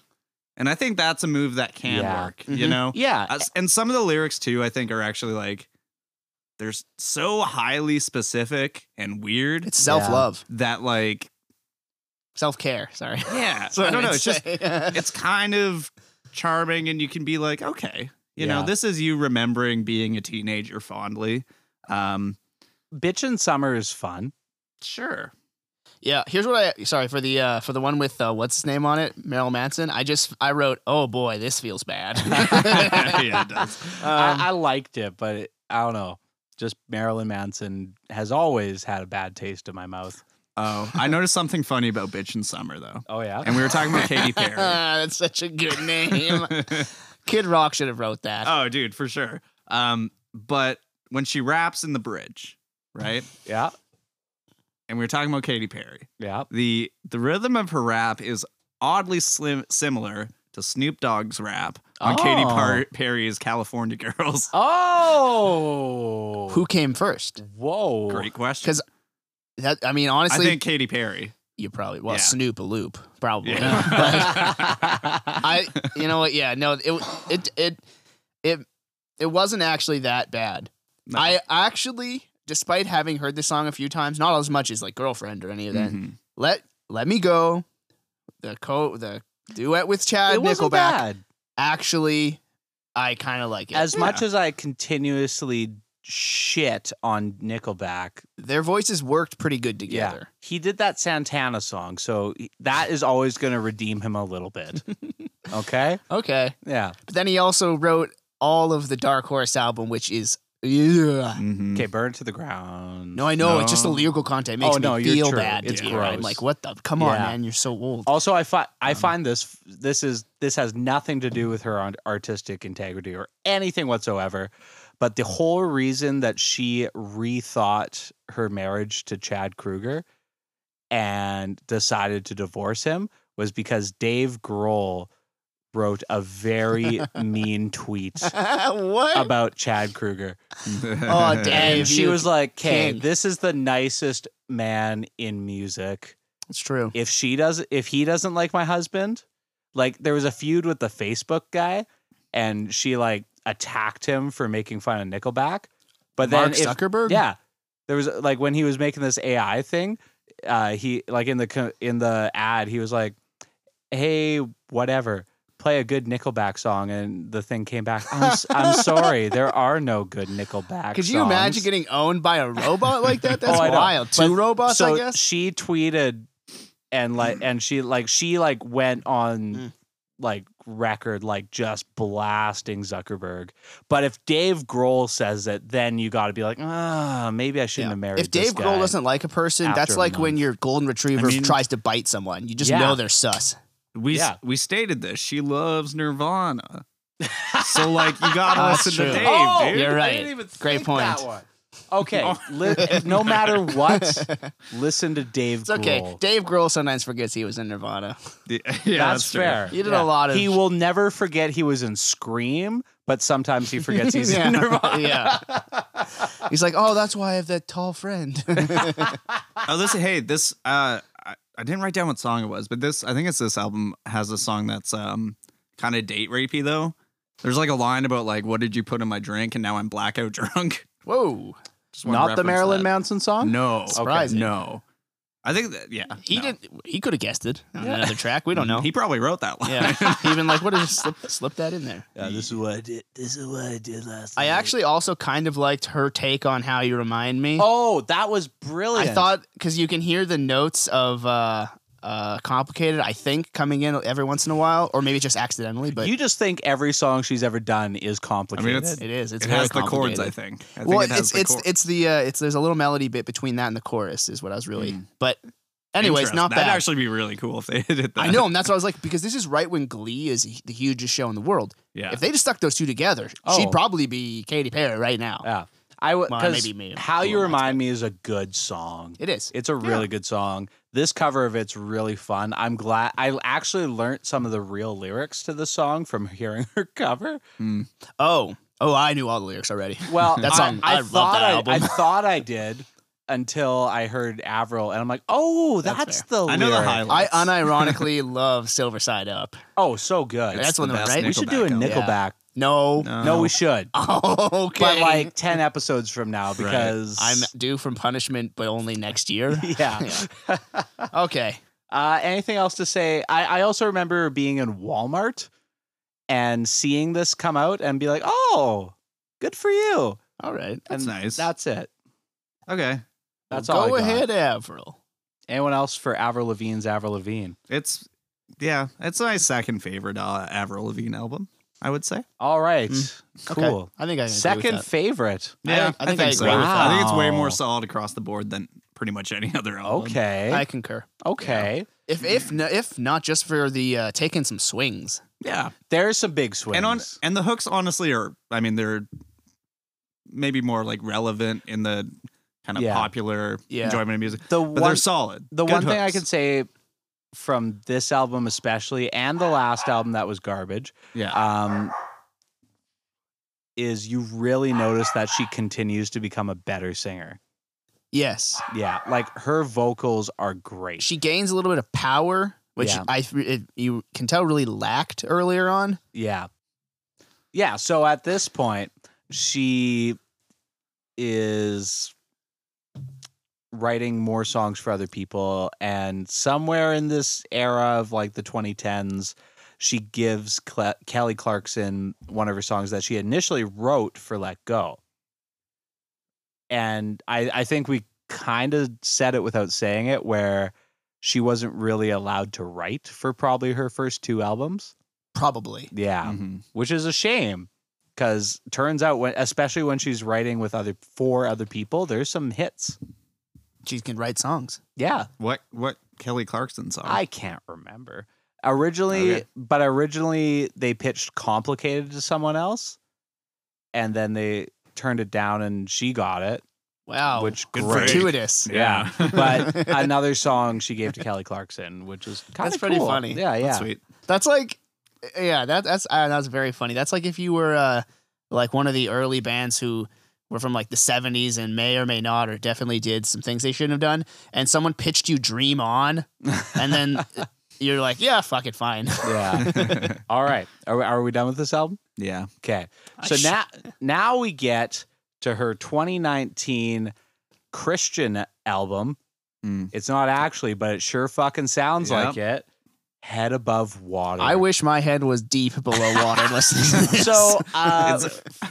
Speaker 3: and I think that's a move that can
Speaker 1: Yeah. Mm-hmm.
Speaker 3: work. You
Speaker 2: Mhm.
Speaker 3: know,
Speaker 1: yeah.
Speaker 3: As- and some of the lyrics too, I think, are actually like they're s- so highly specific and weird
Speaker 2: It's self love,
Speaker 3: that like
Speaker 2: self care. Sorry.
Speaker 3: yeah, I don't know. It's just
Speaker 2: just
Speaker 3: it's kind of charming and you can be like okay you know
Speaker 1: Yeah.
Speaker 3: this is you remembering being a teenager fondly um
Speaker 1: Bitchin' Summer is fun.
Speaker 3: sure
Speaker 2: Yeah, here's what I sorry for the uh for the one with uh, what's his name on it, Meryl Manson. I just I wrote, oh boy, this feels bad.
Speaker 3: yeah it does
Speaker 1: I, I liked it, but it, I don't know. Just Marilyn Manson has always had a bad taste in my mouth.
Speaker 3: oh i noticed something funny about bitch in summer though
Speaker 1: Oh yeah.
Speaker 3: and we were talking about Katy Perry
Speaker 2: That's such a good name. Kid Rock should have wrote that.
Speaker 3: oh dude for sure um but when she raps in the bridge right
Speaker 1: yeah.
Speaker 3: and we were talking about Katy Perry
Speaker 1: Yeah.
Speaker 3: the the rhythm of her rap is oddly slim, similar to Snoop Dogg's rap on Katy
Speaker 1: Oh.
Speaker 3: Par- Perry's California Girls
Speaker 1: Oh.
Speaker 2: Who came first?
Speaker 1: Whoa.
Speaker 3: Great question.
Speaker 2: Oh. 'Cause That I mean,
Speaker 3: I
Speaker 2: honestly,
Speaker 3: think Katy Perry.
Speaker 2: you probably well
Speaker 3: Yeah.
Speaker 2: Snoop a loop probably.
Speaker 1: yeah.
Speaker 2: I you know what? Yeah, no, it it it it it wasn't actually that bad.
Speaker 3: No.
Speaker 2: I actually, despite having heard this song a few times, not as much as like girlfriend or any of that.
Speaker 3: Mhm.
Speaker 2: Let Let Me Go, the co the duet with Chad
Speaker 1: it wasn't
Speaker 2: Nickelback.
Speaker 1: bad.
Speaker 2: Actually, I kind of like it.
Speaker 1: As
Speaker 3: Yeah.
Speaker 1: much as I continuously shit on Nickelback,
Speaker 2: Their voices worked pretty good together.
Speaker 1: yeah, he did that Santana song, so that is always going to redeem him a little bit. okay,
Speaker 2: Okay,
Speaker 1: yeah.
Speaker 2: but then he also wrote all of the Dark Horse album, which is. Ugh.
Speaker 3: Mhm.
Speaker 1: Okay, burn it to the ground.
Speaker 2: No, I know it's just the
Speaker 3: No.
Speaker 2: lyrical content makes
Speaker 1: Oh, no,
Speaker 2: me
Speaker 1: you're
Speaker 2: feel
Speaker 1: true.
Speaker 2: bad. to
Speaker 1: It's
Speaker 2: hear. I'm
Speaker 1: gross.
Speaker 2: like, what the? Come on,
Speaker 1: Yeah.
Speaker 2: man, you're so old.
Speaker 1: Also, I find I find this this is this has nothing to do with her on artistic integrity or anything whatsoever. But the whole reason that she rethought her marriage to Chad Kruger and decided to divorce him was because Dave Grohl wrote a very mean tweet
Speaker 2: what?
Speaker 1: about Chad Kruger.
Speaker 3: Mm-hmm.
Speaker 2: Oh, damn.
Speaker 1: And
Speaker 2: Dave,
Speaker 1: she
Speaker 2: you
Speaker 1: was like, okay,
Speaker 2: king."
Speaker 1: this is the nicest man in music
Speaker 2: it's true.
Speaker 1: if she does if he doesn't like my husband like there was a feud with the facebook guy and she like attacked him for making fun of nickelback but then
Speaker 2: Mark
Speaker 1: if-
Speaker 2: Zuckerberg.
Speaker 1: yeah there was like when he was making this ai thing uh he like in the co- in the ad he was like hey whatever play a good nickelback song and the thing came back i'm, s- I'm sorry there are no good nickelback
Speaker 2: Could you imagine
Speaker 1: songs."
Speaker 2: getting owned by a robot like that? That's
Speaker 1: Oh, I know.
Speaker 2: wild. Two
Speaker 1: But-
Speaker 2: robots,
Speaker 1: so
Speaker 2: I guess.
Speaker 1: she tweeted and like and she like she like went on
Speaker 2: Mm.
Speaker 1: like record like just blasting Zuckerberg. But if Dave Grohl says it, then you got to be like, ah, maybe I shouldn't
Speaker 2: Yeah.
Speaker 1: have married.
Speaker 2: If Dave
Speaker 1: this
Speaker 2: Grohl
Speaker 1: guy."
Speaker 2: doesn't like a person,
Speaker 1: after
Speaker 2: that's
Speaker 1: a
Speaker 2: like when
Speaker 1: month.
Speaker 2: your golden retriever
Speaker 3: I mean-
Speaker 2: tries to bite someone. You just
Speaker 1: Yeah.
Speaker 2: know they're sus.
Speaker 3: we
Speaker 1: Yeah.
Speaker 3: we stated this. She loves Nirvana. so like you gotta
Speaker 2: That's
Speaker 3: listen to
Speaker 2: true.
Speaker 3: Dave,
Speaker 1: Oh,
Speaker 3: dude.
Speaker 2: You're
Speaker 1: I didn't
Speaker 2: right.
Speaker 1: even
Speaker 2: Great
Speaker 1: think that
Speaker 2: point.
Speaker 1: one. Okay, li- no matter what, listen to Dave.
Speaker 2: It's okay.
Speaker 1: Grohl.
Speaker 2: Dave Grohl sometimes forgets he was in Nirvana.
Speaker 3: Yeah,
Speaker 1: that's,
Speaker 3: true.
Speaker 1: fair.
Speaker 2: He did
Speaker 1: Yeah.
Speaker 2: a lot of.
Speaker 1: He will never forget he was in Scream, but sometimes he forgets he's in Nirvana.
Speaker 2: yeah. He's like, oh, that's why I have that tall friend.
Speaker 3: Oh, this hey, this uh, I, I didn't write down what song it was, but this I think it's this album has a song that's um kind of date rapey though. There's like a line about like what did you put in my drink and now I'm blackout drunk.
Speaker 2: Whoa.
Speaker 3: Just wanna
Speaker 1: Not the
Speaker 3: reference
Speaker 1: Marilyn
Speaker 3: that.
Speaker 1: Manson song.
Speaker 3: No,
Speaker 2: Surprising.
Speaker 3: no. I think that yeah.
Speaker 2: He
Speaker 3: no.
Speaker 2: did. He could have guessed it on another track. We don't know.
Speaker 3: He probably wrote that line.
Speaker 2: yeah. He Even like, what is slip slip that in there?
Speaker 1: Yeah, Oh, this is what I did. This is what I did last.
Speaker 2: I
Speaker 1: night.
Speaker 2: actually also kind of liked her take on how you remind me.
Speaker 1: Oh, that was brilliant.
Speaker 2: I thought because you can hear the notes of uh, uh, complicated. I think coming in every once in a while, or maybe just accidentally. But
Speaker 1: you just think every song she's ever done is complicated.
Speaker 3: it's-
Speaker 2: it is. It's
Speaker 3: it
Speaker 2: very
Speaker 3: has the chords, I
Speaker 2: complicated.
Speaker 3: think. I think
Speaker 2: well,
Speaker 3: it has
Speaker 2: it's
Speaker 3: the
Speaker 2: it's
Speaker 3: chor-
Speaker 2: it's the uh, it's there's a little melody bit between that and the chorus is what I was really.
Speaker 3: Hmm.
Speaker 2: But anyways,
Speaker 3: Interesting.
Speaker 2: not
Speaker 3: That'd
Speaker 2: bad.
Speaker 3: actually be really cool if they did that.
Speaker 2: I know, and that's what I was like because this is right when Glee is the hugest show in the world.
Speaker 3: Yeah.
Speaker 2: If they just stuck those two together,
Speaker 1: Oh.
Speaker 2: she'd probably be Katy Perry right now.
Speaker 1: yeah. I would
Speaker 2: Well,
Speaker 1: because
Speaker 2: maybe me.
Speaker 1: how
Speaker 2: Cool,
Speaker 1: you
Speaker 2: that's
Speaker 1: remind me is a good song.
Speaker 2: It is.
Speaker 1: It's a really good song. This cover of it's really fun. I'm glad I actually learned some of the real lyrics to the song from hearing her cover.
Speaker 2: oh, oh, I knew all the lyrics already.
Speaker 1: Well,
Speaker 2: That song-
Speaker 1: I,
Speaker 2: I love
Speaker 1: thought
Speaker 2: that
Speaker 1: I,
Speaker 2: album.
Speaker 1: I thought I did until I heard Avril, and I'm like, oh, that's, the.
Speaker 3: I know the
Speaker 1: lyric.
Speaker 2: I
Speaker 3: highlights.
Speaker 2: unironically love Silver Side Up.
Speaker 1: Oh, so good.
Speaker 2: That's
Speaker 3: the
Speaker 2: one of them,
Speaker 3: best
Speaker 2: right?
Speaker 1: we should do a
Speaker 3: Nickelback
Speaker 1: Nickelback.
Speaker 2: No.
Speaker 3: No.
Speaker 1: No, we should.
Speaker 2: Oh, okay.
Speaker 1: But like ten episodes from now because
Speaker 2: I'm due from punishment, but only next year.
Speaker 1: yeah.
Speaker 2: okay.
Speaker 1: Uh, anything else to say? I, I also remember being in Walmart and seeing this come out and be like, oh, good for you.
Speaker 2: All right.
Speaker 3: That's
Speaker 1: and
Speaker 3: nice.
Speaker 1: That's it.
Speaker 3: okay.
Speaker 1: That's
Speaker 2: Well,
Speaker 1: all.
Speaker 2: Go
Speaker 1: I got.
Speaker 2: ahead, Avril.
Speaker 1: Anyone else for Avril Lavigne's Avril Lavigne?
Speaker 3: It's yeah, it's my second favorite uh, Avril Lavigne album. I would say.
Speaker 1: All right.
Speaker 2: Mm. Okay.
Speaker 1: Cool.
Speaker 2: I think I can agree with
Speaker 1: Second
Speaker 2: that.
Speaker 1: favorite.
Speaker 2: Yeah, I think I
Speaker 3: so.
Speaker 2: agree
Speaker 1: with
Speaker 3: I think it's way
Speaker 1: Wow.
Speaker 3: more solid across the board than pretty much any other album.
Speaker 1: Okay.
Speaker 2: I concur.
Speaker 1: okay.
Speaker 2: If if no, if not just for the uh, taking some swings,
Speaker 3: Yeah.
Speaker 1: There's some big swings.
Speaker 3: And on and the hooks honestly are I mean they're maybe more like relevant in the kind of
Speaker 1: Yeah.
Speaker 3: popular
Speaker 2: Yeah.
Speaker 3: enjoyment of music.
Speaker 1: the
Speaker 3: But
Speaker 1: one,
Speaker 3: they're solid.
Speaker 1: the
Speaker 3: Good
Speaker 1: one thing I
Speaker 3: hooks.
Speaker 1: can say from this album especially and the last album that was garbage
Speaker 3: Yeah.
Speaker 1: um, is you really notice that she continues to become a better singer.
Speaker 2: yes,
Speaker 1: Yeah, like her vocals are great.
Speaker 2: she gains a little bit of power, which
Speaker 1: Yeah.
Speaker 2: I it, you can tell really lacked earlier on.
Speaker 1: yeah. Yeah, so at this point, she is writing more songs for other people and somewhere in this era of like the 2010s, she gives Cle- Kelly Clarkson one of her songs that she initially wrote for Let Go. And I, I think we kind of said it without saying it, where she wasn't really allowed to write for probably her first two albums.
Speaker 2: Probably,
Speaker 1: Yeah.
Speaker 3: Mhm.
Speaker 1: Which is a shame because turns out, when, especially when she's writing with other for other people, there's some hits.
Speaker 2: she can write songs.
Speaker 1: Yeah.
Speaker 3: What what Kelly Clarkson song?
Speaker 1: I can't remember. Originally,
Speaker 3: Oh. Okay.
Speaker 1: but originally they pitched complicated to someone else and then they turned it down and she got it,
Speaker 2: Wow,
Speaker 1: which
Speaker 3: Oh, good for
Speaker 1: great.
Speaker 3: you.
Speaker 2: gratuitous.
Speaker 1: Yeah. but another song she gave to Kelly Clarkson, which is kind
Speaker 2: That's
Speaker 1: of
Speaker 2: pretty funny.
Speaker 1: Yeah, yeah.
Speaker 3: Sweet.
Speaker 2: That's like, yeah, that that's uh, that's very funny. That's like if you were uh, like one of the early bands who were from like the '70s and may or may not or definitely did some things they shouldn't have done, and someone pitched you "Dream On," and then you're like, "Yeah, fuck it, fine."
Speaker 1: Yeah. All right. Are we, are we done with this album?
Speaker 3: Yeah.
Speaker 1: Okay.
Speaker 2: I
Speaker 1: So
Speaker 2: sh-
Speaker 1: now now we get to her 2019 Christian album.
Speaker 3: Mm.
Speaker 1: It's not actually, but it sure fucking sounds
Speaker 3: Yep.
Speaker 1: like it. Head above water.
Speaker 2: I wish my head was deep below water listening to this.
Speaker 1: So uh,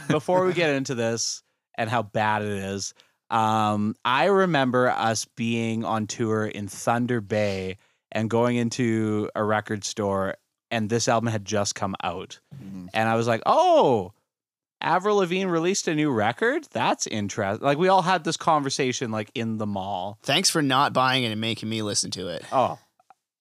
Speaker 1: before we get into this and how bad it is, um, I remember us being on tour in Thunder Bay and going into a record store, and this album had just come out,
Speaker 3: Mhm.
Speaker 1: and I was like, "Oh, Avril Lavigne released a new record. That's interesting." Like we all had this conversation like in the mall.
Speaker 2: thanks for not buying it and making me listen to it.
Speaker 1: Oh.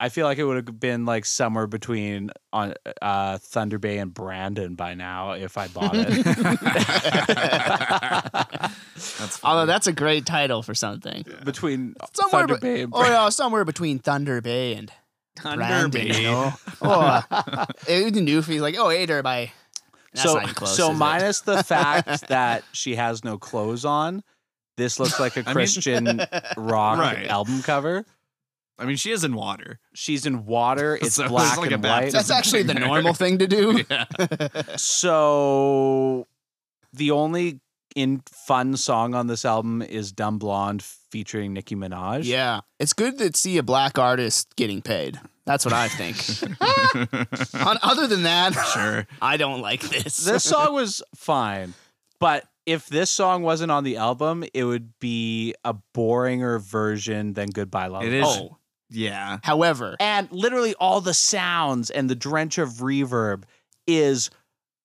Speaker 1: I feel like it would have been like somewhere between on uh, Thunder Bay and Brandon by now if I bought it.
Speaker 3: That's
Speaker 2: Although
Speaker 3: funny.
Speaker 2: that's a great title for something.
Speaker 1: between
Speaker 2: Somewhere,
Speaker 1: Thunder
Speaker 2: be-
Speaker 1: Bay and
Speaker 2: oh yeah, somewhere between Thunder Bay and
Speaker 3: Thunder
Speaker 2: Brandon.
Speaker 3: Bay.
Speaker 2: You know? oh, uh, it would be new if he's like, oh, hey, Derby. That's
Speaker 1: so
Speaker 2: not even close,
Speaker 1: so
Speaker 2: is it?
Speaker 1: minus the fact that she has no clothes on, this looks like a
Speaker 3: mean-
Speaker 1: Christian rock
Speaker 3: Right.
Speaker 1: album cover.
Speaker 3: I mean, she is in water.
Speaker 1: She's in water. It's
Speaker 3: So it's
Speaker 1: black
Speaker 3: like a
Speaker 1: and white.
Speaker 3: baptism.
Speaker 2: That's actually the normal thing to do.
Speaker 3: Yeah.
Speaker 1: So the only in fun song on this album is "Dumb Blonde" featuring Nicki Minaj.
Speaker 2: Yeah. It's good to see a black artist getting paid. That's what I think. On, other than that,
Speaker 3: sure.
Speaker 2: I don't like this.
Speaker 1: this song was fine, but if this song wasn't on the album, it would be a boringer version than "Goodbye Love."
Speaker 3: It is.
Speaker 1: Oh,
Speaker 3: Yeah.
Speaker 2: However,
Speaker 1: and literally all the sounds and the drench of reverb is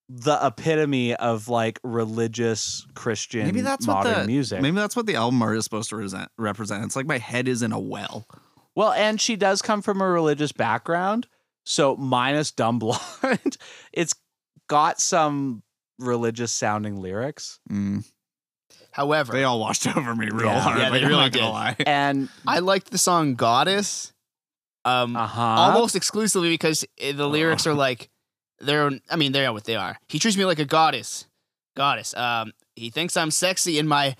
Speaker 1: the epitome of like religious Christian
Speaker 3: Maybe that's what
Speaker 1: modern
Speaker 3: the
Speaker 1: music.
Speaker 3: Maybe that's what the album art is supposed to resent, represent. It's like my head is in a well.
Speaker 1: Well, and she does come from a religious background, so minus dumb blonde, it's got some religious sounding lyrics.
Speaker 3: Mm.
Speaker 2: however,
Speaker 3: They all washed over me real
Speaker 1: Yeah.
Speaker 3: hard.
Speaker 2: Yeah,
Speaker 3: like,
Speaker 2: they
Speaker 3: I'm
Speaker 2: really
Speaker 3: not gonna
Speaker 2: did.
Speaker 3: lie.
Speaker 1: And
Speaker 2: I liked the song Goddess. Um,
Speaker 1: uh-huh. Oh.
Speaker 2: almost exclusively because eh, the lyrics are like they're I mean they are what they are. He treats me like a goddess. Goddess. Um he thinks I'm sexy in my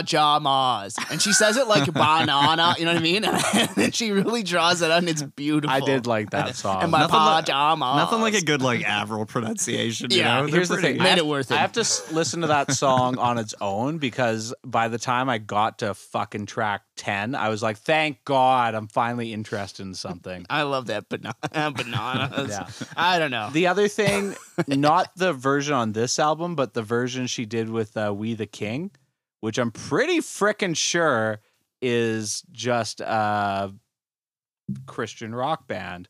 Speaker 2: pajamas. And she says it like banana, you know what I mean? And then she really draws it out and it's beautiful.
Speaker 1: I did like that song.
Speaker 2: and my
Speaker 3: Nothing li-
Speaker 2: pajamas.
Speaker 3: Nothing like a good like Avril pronunciation. You
Speaker 2: Yeah,
Speaker 3: know? They're
Speaker 1: Here's the
Speaker 3: pretty.
Speaker 1: thing.
Speaker 2: Made
Speaker 1: I have-
Speaker 2: it worth
Speaker 1: I
Speaker 2: it.
Speaker 1: have to s- listen to that song on its own because by the time I got to fucking track 10, I was like, thank God I'm finally interested in something.
Speaker 2: I love that banana bananas.
Speaker 1: Yeah.
Speaker 2: I don't know.
Speaker 1: The other thing, not the version on this album, but the version she did with uh, We the King, which I'm pretty freaking sure is just a Christian rock band,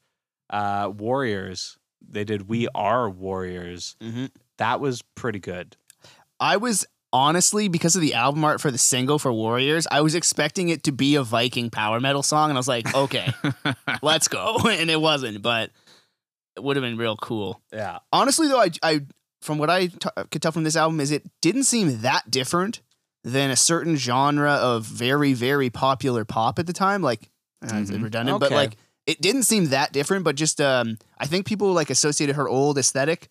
Speaker 1: uh, Warriors. They did We Are Warriors.
Speaker 2: Mhm.
Speaker 1: That was pretty good.
Speaker 2: I was honestly because of the album art for the single for Warriors, I was expecting it to be a Viking power metal song, and I was like, okay, let's go, and it wasn't, but it would have been real cool.
Speaker 1: Yeah.
Speaker 2: Honestly, though, I, I from what I t- could tell from this album is it didn't seem that different than a certain genre of very very popular pop at the time, like uh, it's
Speaker 3: Mhm.
Speaker 2: redundant, but
Speaker 1: Mm-hmm. Okay.
Speaker 2: like. It didn't seem that different, but just um, I think people like associated her old aesthetic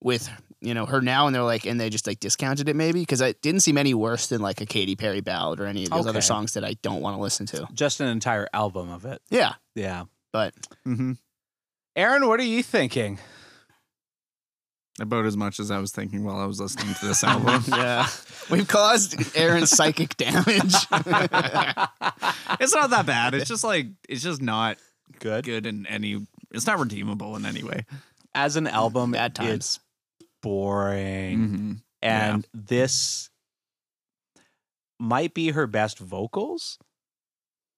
Speaker 2: with you know her now, and they're like, and they just like discounted it maybe because it didn't seem any worse than like a Katy Perry ballad or any of those
Speaker 1: Okay.
Speaker 2: other songs that I don't want to listen to.
Speaker 1: Just an entire album of it.
Speaker 2: Yeah,
Speaker 1: Yeah.
Speaker 2: but
Speaker 3: Mhm.
Speaker 1: Aaron, what are you thinking?
Speaker 3: About as much as I was thinking while I was listening to this album.
Speaker 2: yeah, we've caused Aaron psychic damage.
Speaker 3: it's not that bad. It's just like it's just not
Speaker 1: Good.
Speaker 3: good in any. It's not redeemable in any way.
Speaker 1: As an album,
Speaker 2: Bad times.
Speaker 1: it's boring.
Speaker 3: Mm-hmm.
Speaker 1: And this might be her best vocals,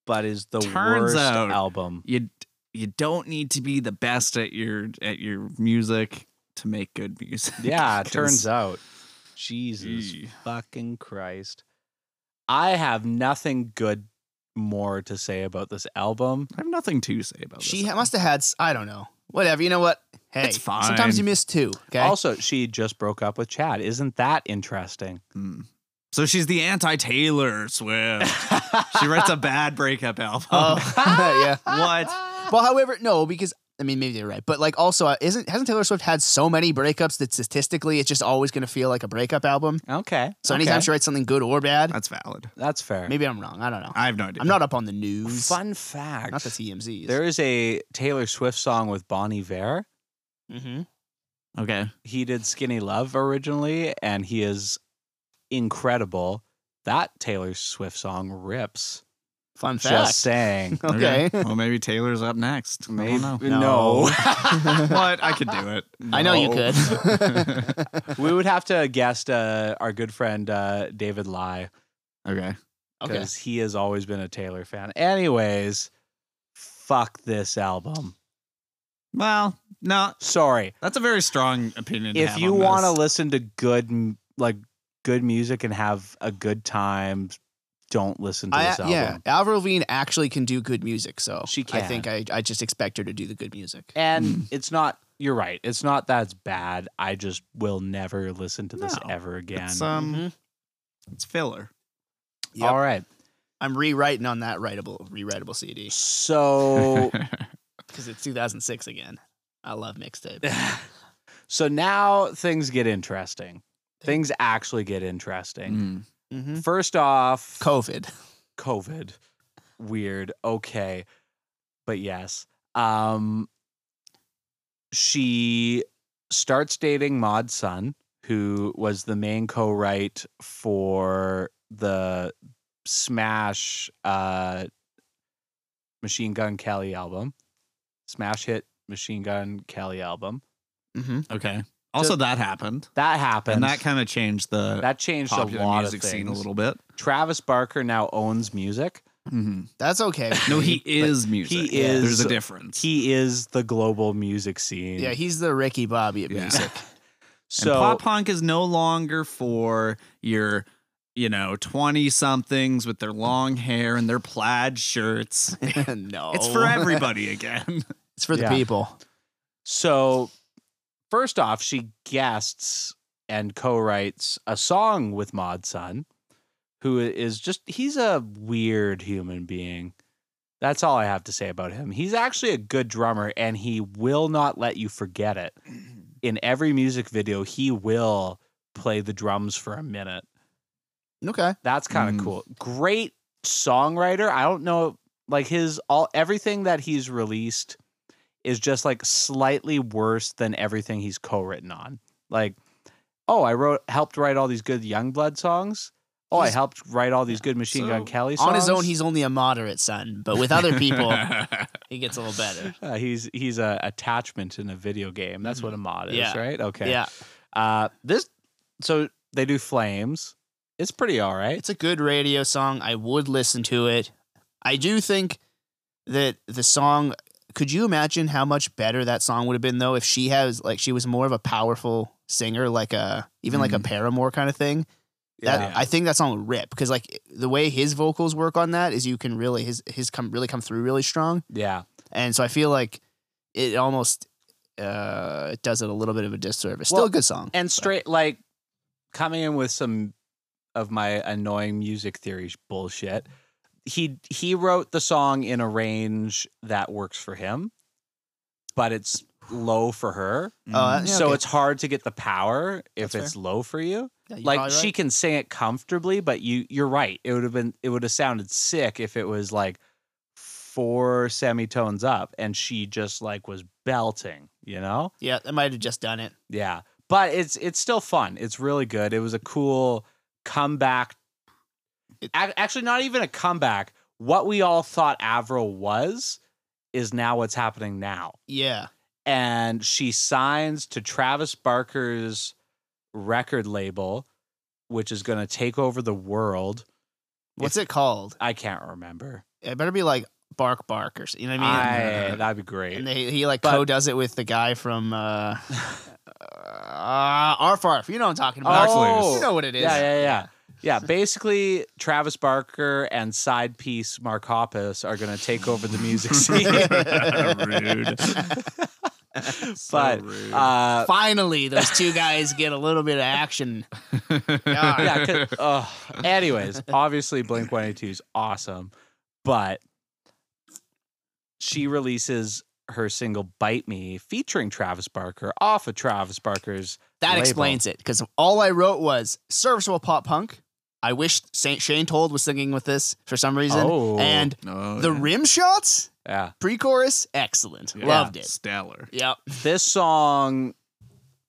Speaker 1: but is the
Speaker 3: Turns
Speaker 1: worst
Speaker 3: out-
Speaker 1: album.
Speaker 3: You you don't need to be the best at your at your music to make good music.
Speaker 1: Yeah, it
Speaker 3: 'Cause-
Speaker 1: turns out. Jesus
Speaker 3: Gee.
Speaker 1: fucking Christ. I have nothing good more to say about this album.
Speaker 3: I have nothing to say about
Speaker 2: she
Speaker 3: this.
Speaker 2: ha- must have had s- I don't know whatever. You know what? Hey,
Speaker 3: It's fine.
Speaker 2: sometimes you miss two. Okay,
Speaker 1: Also, she just broke up with Chad. Isn't that interesting?
Speaker 3: Mm. So she's the anti Taylor Swift. she writes a bad breakup album.
Speaker 2: Oh, yeah.
Speaker 3: what?
Speaker 2: Well, however, no, because I mean maybe they're right, but like also uh, isn't hasn't Taylor Swift had so many breakups that statistically it's just always going to feel like a breakup album.
Speaker 1: Okay.
Speaker 2: So anytime
Speaker 1: okay.
Speaker 2: she writes something good or bad,
Speaker 3: That's valid.
Speaker 1: That's fair.
Speaker 2: maybe I'm wrong. I don't know.
Speaker 3: I have no idea.
Speaker 2: I'm not up on the news.
Speaker 1: Fun fact.
Speaker 2: Not the TMZs.
Speaker 1: There is a Taylor Swift song with Bonnie Vare.
Speaker 2: mm-hmm.
Speaker 3: okay.
Speaker 1: He did Skinny Love originally, and he is incredible. That Taylor Swift song rips.
Speaker 2: Fun fact.
Speaker 1: Just saying.
Speaker 2: Okay.
Speaker 3: Well, maybe Taylor's up next. I
Speaker 1: Maybe-
Speaker 3: don't know.
Speaker 1: no.
Speaker 3: but I could do it.
Speaker 2: I know you
Speaker 1: No.
Speaker 2: could.
Speaker 1: we would have to guest uh, our good friend uh, David Lai
Speaker 3: Okay.
Speaker 2: okay.
Speaker 1: because he has always been a Taylor fan. Anyways, fuck this album.
Speaker 3: Well, no,
Speaker 1: Sorry.
Speaker 3: that's a very strong opinion. to
Speaker 1: if
Speaker 3: have
Speaker 1: you
Speaker 3: on
Speaker 1: want to
Speaker 3: this.
Speaker 1: listen to good m- like good music and have a good time don't listen to
Speaker 2: I,
Speaker 1: this album
Speaker 2: yeah, Avril Lavigne actually can do good music, so
Speaker 1: She
Speaker 2: I think I, I just expect her to do the good music.
Speaker 3: Hmm.
Speaker 1: and it's not you're right it's not that it's bad i just will never listen to this
Speaker 3: No,
Speaker 1: ever again
Speaker 3: it's, um,
Speaker 2: Mhm.
Speaker 3: it's filler.
Speaker 2: Yep.
Speaker 1: all right
Speaker 2: I'm rewriting on that writable rewritable CD
Speaker 1: so
Speaker 2: because it's 2006 again. I love mixtape.
Speaker 1: So now things get interesting. Things actually get interesting.
Speaker 3: Mm.
Speaker 2: Mm-hmm.
Speaker 1: First off,
Speaker 2: COVID.
Speaker 1: COVID. Weird. Okay. But yes. Um she starts dating Maud's son, who was the main co-write for the Smash uh Machine Gun Kelly album. Smash hit Machine Gun Kelly album.
Speaker 2: Mm-hmm.
Speaker 3: Okay. Also, that happened,
Speaker 1: That happened.
Speaker 3: and that kind of changed the
Speaker 1: that changed a
Speaker 3: popular
Speaker 1: lot
Speaker 3: music
Speaker 1: of things.
Speaker 3: scene a little bit.
Speaker 1: Travis Barker now owns music.
Speaker 3: Mm-hmm.
Speaker 2: That's okay. with
Speaker 3: No,
Speaker 2: me,
Speaker 3: he
Speaker 2: but-
Speaker 3: is music.
Speaker 1: he
Speaker 3: Yeah.
Speaker 1: is-
Speaker 3: There's a difference.
Speaker 1: He is the global music scene.
Speaker 2: Yeah, he's the Ricky Bobby of
Speaker 3: Yeah.
Speaker 2: music.
Speaker 1: so
Speaker 3: and pop punk is no longer for your, you know, twenty somethings with their long hair and their plaid shirts.
Speaker 2: no,
Speaker 3: It's for everybody again.
Speaker 2: It's for the
Speaker 1: Yeah.
Speaker 2: people.
Speaker 1: So, first off, she guests and co writes a song with Mod Sun, who is just, he's a weird human being. That's all I have to say about him. He's actually a good drummer and he will not let you forget it. In every music video, he will play the drums for a minute.
Speaker 2: Okay.
Speaker 1: That's kind of
Speaker 3: Mm.
Speaker 1: cool. Great songwriter. I don't know like his all everything that he's released is just like slightly worse than everything he's co-written on. Like, oh, I wrote helped write all these good Youngblood songs. Oh, I
Speaker 2: He's-
Speaker 1: helped write all these good Machine Gun
Speaker 3: So,
Speaker 1: Kelly songs.
Speaker 2: On his own, he's only a moderate son, but with other people, he gets a little better.
Speaker 1: Uh, he's he's a attachment in a video game. That's what a mod is,
Speaker 2: Mm-hmm. Yeah.
Speaker 1: right? Okay.
Speaker 2: Yeah,
Speaker 1: Uh, this so they do flames. It's pretty all right.
Speaker 2: it's a good radio song. I would listen to it. I do think that the song. Could you imagine how much better that song would have been though if she has like she was more of a powerful singer, like a even like a Paramore kind of thing. That
Speaker 3: Yeah.
Speaker 2: I think that song would rip because like the way his vocals work on that is you can really his his come really come through really strong.
Speaker 1: Yeah.
Speaker 2: and so I feel like it almost uh, it does it a little bit of a disservice. Still
Speaker 1: Well,
Speaker 2: a good song.
Speaker 1: and straight like coming in with some of my annoying music theory bullshit he he wrote the song in a range that works for him but it's low for her
Speaker 2: Uh, Yeah,
Speaker 1: so
Speaker 2: okay.
Speaker 1: it's hard to get the power if
Speaker 2: That's
Speaker 1: it's low for you
Speaker 2: Yeah, you're
Speaker 1: like
Speaker 2: probably
Speaker 1: she
Speaker 2: right.
Speaker 1: can sing it comfortably but you you're right it would have been it would have sounded sick if it was like four semitones up and she just like was belting you know
Speaker 2: yeah, I might have just done it.
Speaker 1: yeah, but it's it's still fun. It's really good. It was a cool comeback.
Speaker 2: It-
Speaker 1: Ac- Actually, not even a comeback. What we all thought Avril was is now what's happening now.
Speaker 2: Yeah,
Speaker 1: And she signs to Travis Barker's record label, which is going to take over the world.
Speaker 2: what's it called?
Speaker 1: I can't remember.
Speaker 2: It better be like Bark Bark or something. You know what I mean? uh,
Speaker 1: I, that'd be great.
Speaker 2: and they, he like
Speaker 1: But-
Speaker 2: co-does it with the guy from uh, uh, Arfarf. You know what I'm talking about?
Speaker 1: Oh.
Speaker 2: you know what it is.
Speaker 1: Yeah, yeah, yeah. Yeah, basically, Travis Barker and side piece Mark Hoppus are going to take over the music scene.
Speaker 3: rude.
Speaker 1: but uh,
Speaker 2: Finally, those two guys get a little bit of action. God.
Speaker 1: yeah, 'cause- ugh. anyways, obviously, Blink 182 is awesome, but she releases her single Bite Me featuring Travis Barker off of Travis Barker's.
Speaker 2: That
Speaker 1: label.
Speaker 2: explains it because all I wrote was serviceable pop punk. I wish Saint Shane Told was singing with this for some reason.
Speaker 1: Oh.
Speaker 2: And
Speaker 3: No,
Speaker 2: the
Speaker 3: yeah.
Speaker 2: rim shots,
Speaker 1: Yeah.
Speaker 2: pre chorus, excellent.
Speaker 3: Yeah.
Speaker 2: Loved it.
Speaker 3: Stellar.
Speaker 2: Yep.
Speaker 1: This song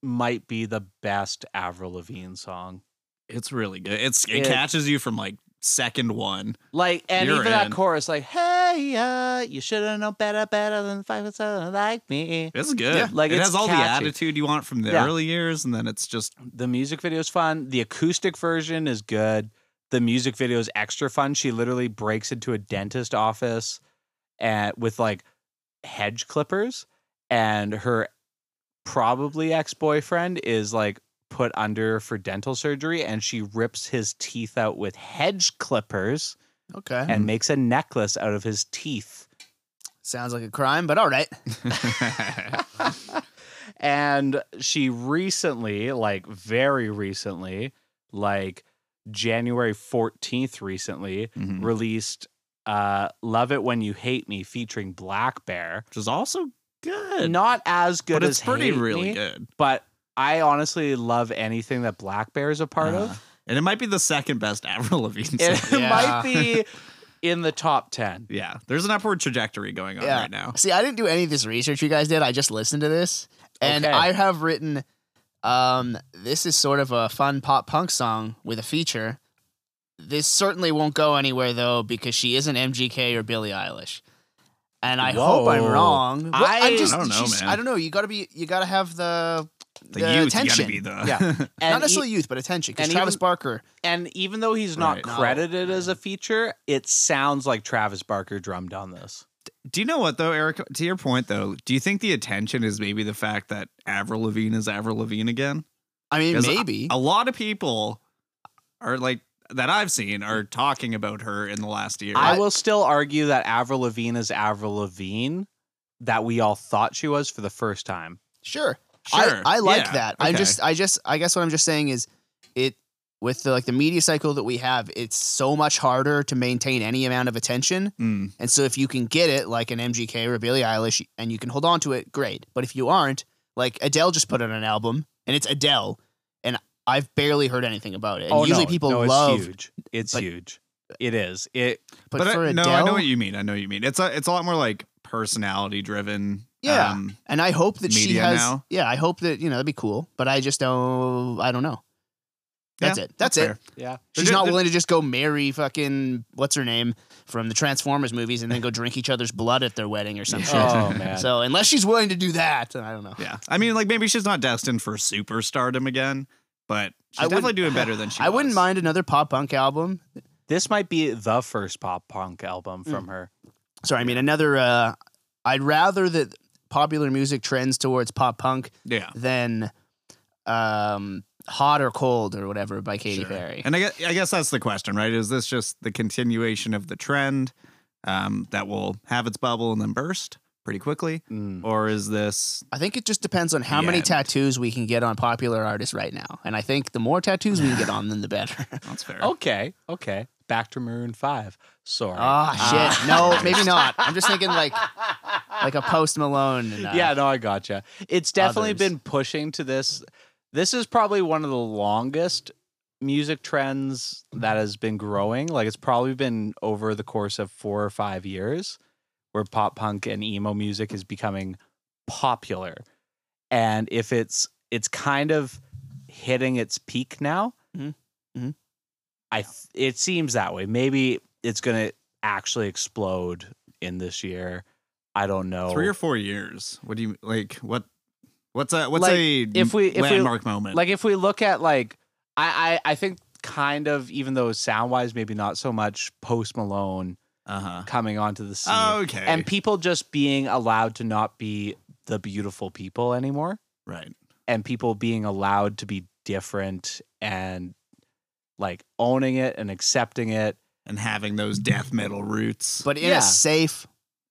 Speaker 1: might be the best Avril Lavigne song.
Speaker 3: It's really good. It's it,
Speaker 1: It-
Speaker 3: catches you from like second one.
Speaker 1: Like and
Speaker 3: You're
Speaker 1: even that
Speaker 3: in.
Speaker 1: chorus, like, hey, uh, you should have known better, better than five percent like me.
Speaker 3: It's good.
Speaker 1: Yeah, like,
Speaker 3: it
Speaker 1: it's
Speaker 3: has all the
Speaker 1: catchy.
Speaker 3: attitude you want from the
Speaker 1: Yeah.
Speaker 3: early years, and then it's just
Speaker 1: The music video is fun. The acoustic version is good. The music video is extra fun. She literally breaks into a dentist office and with like hedge clippers, and her probably ex boyfriend is like put under for dental surgery, and she rips his teeth out with hedge clippers
Speaker 2: Okay.
Speaker 1: and makes a necklace out of his teeth.
Speaker 2: Sounds like a crime, but all right.
Speaker 1: and she recently, like very recently, like January 14th recently,
Speaker 3: Mhm.
Speaker 1: released uh Love It When You Hate Me featuring Black Bear.
Speaker 3: which is also good.
Speaker 1: Not as good
Speaker 3: but
Speaker 1: as
Speaker 3: it's pretty
Speaker 1: Hate
Speaker 3: really
Speaker 1: Me,
Speaker 3: good.
Speaker 1: but I honestly love anything that Black Bear is a part
Speaker 3: Uh,
Speaker 1: of.
Speaker 3: and it might be the second best Avril Lavigne.
Speaker 1: It
Speaker 3: song.
Speaker 2: Yeah.
Speaker 1: might be in the top 10.
Speaker 3: yeah, there's an upward trajectory going on
Speaker 2: Yeah.
Speaker 3: right now.
Speaker 2: See, I didn't do any of this research you guys did. I just listened to this, and
Speaker 1: Okay.
Speaker 2: I have written. Um, this is sort of a fun pop punk song with a feature. This certainly won't go anywhere though because she isn't MGK or Billie Eilish, and I hope I'm
Speaker 1: Whoa.
Speaker 2: wrong. Well,
Speaker 1: I-
Speaker 2: I'm just,
Speaker 3: I don't know,
Speaker 2: she's-
Speaker 3: man.
Speaker 2: I don't know. You gotta be. You gotta have the
Speaker 3: The, youth
Speaker 2: attention.
Speaker 3: you gotta be the
Speaker 1: Yeah.
Speaker 2: Not
Speaker 1: And e-
Speaker 2: necessarily youth, but attention. Because
Speaker 1: and
Speaker 2: Travis
Speaker 1: even-
Speaker 2: Barker,
Speaker 1: And even though he's not
Speaker 3: Right.
Speaker 2: No.
Speaker 1: credited as a feature, it sounds like Travis Barker drummed on this.
Speaker 3: Do you know what though, Eric? To your point though, do you think the attention is maybe the fact that Avril Lavigne is Avril Lavigne again?
Speaker 2: I mean,
Speaker 3: 'Cause a-
Speaker 2: maybe.
Speaker 3: A lot of people are like that I've seen are talking about her in the last year.
Speaker 1: I will still argue that Avril Lavigne is Avril Lavigne that we all thought she was for the first time.
Speaker 2: Sure.
Speaker 3: Sure.
Speaker 2: I, I like
Speaker 3: Yeah.
Speaker 2: that. I'm
Speaker 3: Okay.
Speaker 2: just I just I guess what I'm just saying is it with the like the media cycle that we have, it's so much harder to maintain any amount of attention.
Speaker 3: Mm,
Speaker 2: And so if you can get it like an MGK or a Billie Eilish and you can hold on to it, great. But if you aren't, like Adele just put out an album and it's Adele and I've barely heard anything about it. And
Speaker 3: Oh,
Speaker 2: usually
Speaker 1: Oh, no,
Speaker 2: people
Speaker 1: no,
Speaker 2: love
Speaker 1: it's huge. It's
Speaker 2: but-
Speaker 1: huge. It is. It
Speaker 2: but,
Speaker 3: I-
Speaker 2: for
Speaker 3: no,
Speaker 2: Adele
Speaker 3: I know what you mean. I know what you mean. It's a it's a lot more like um, personality driven.
Speaker 2: Yeah. and I hope that she
Speaker 3: media
Speaker 2: has
Speaker 3: now.
Speaker 2: Yeah, I hope that, you know, that'd be cool. But I just don't I don't know. That's
Speaker 3: Yeah,
Speaker 2: it. That's, it.
Speaker 3: fair.
Speaker 1: yeah.
Speaker 2: She's
Speaker 3: They're-
Speaker 2: not
Speaker 3: they're-
Speaker 2: willing to just go marry fucking what's her name from the Transformers movies and then go drink each other's blood at their wedding or some
Speaker 1: Oh
Speaker 2: shit.
Speaker 1: man.
Speaker 2: So unless she's willing to do that, then I don't know.
Speaker 3: Yeah. I mean, like maybe she's not destined for superstardom again, but she's
Speaker 2: I wouldn't-
Speaker 3: definitely doing better than she.
Speaker 2: I wouldn't
Speaker 3: was.
Speaker 2: mind another pop punk album.
Speaker 1: this might be the first pop punk album
Speaker 2: Mm.
Speaker 1: from her.
Speaker 2: Sorry, I mean another. Uh, I'd rather that popular music trends towards pop punk
Speaker 3: Yeah.
Speaker 2: than um, hot or cold or whatever by Katy
Speaker 3: Sure.
Speaker 2: Perry.
Speaker 3: And I guess, I guess that's the question, right? Is this just the continuation of the trend um, that will have its bubble and then burst pretty quickly?
Speaker 1: Mm.
Speaker 3: Or is this
Speaker 2: I think it just depends on how
Speaker 3: The
Speaker 2: many
Speaker 3: end.
Speaker 2: tattoos we can get on popular artists right now. And I think the more tattoos we can get on them, the better.
Speaker 3: that's fair?
Speaker 2: Oh.
Speaker 1: Okay. Okay. Back to Maroon Five. Sorry.
Speaker 2: Ah,
Speaker 1: Uh,
Speaker 2: shit. No, maybe not. I'm just thinking like like a Post Malone. And, uh,
Speaker 1: yeah, no, I gotcha. It's definitely
Speaker 2: others.
Speaker 1: been pushing to this. This is probably one of the longest music trends that has been growing. Like it's probably been over the course of four or five years where pop punk and emo music is becoming popular. And if it's it's kind of hitting its peak now,
Speaker 2: Mhm.
Speaker 3: Mm-hmm.
Speaker 2: Mhm.
Speaker 1: I th- it seems that way. Maybe it's gonna actually explode in this year. I don't know.
Speaker 3: Three or four years. What do you like? What? What's a what's
Speaker 1: Like,
Speaker 3: a
Speaker 1: if we- if we-
Speaker 3: landmark moment?
Speaker 1: like if we look at like I I, I think kind of even though sound wise maybe not so much Post Malone
Speaker 3: uh
Speaker 1: coming onto the scene
Speaker 3: huh. Okay.
Speaker 1: and people just being allowed to not be the beautiful people anymore
Speaker 3: right.
Speaker 1: and people being allowed to be different and like owning it and accepting it.
Speaker 3: And having those death metal roots.
Speaker 2: But in
Speaker 1: Yeah.
Speaker 2: a safe,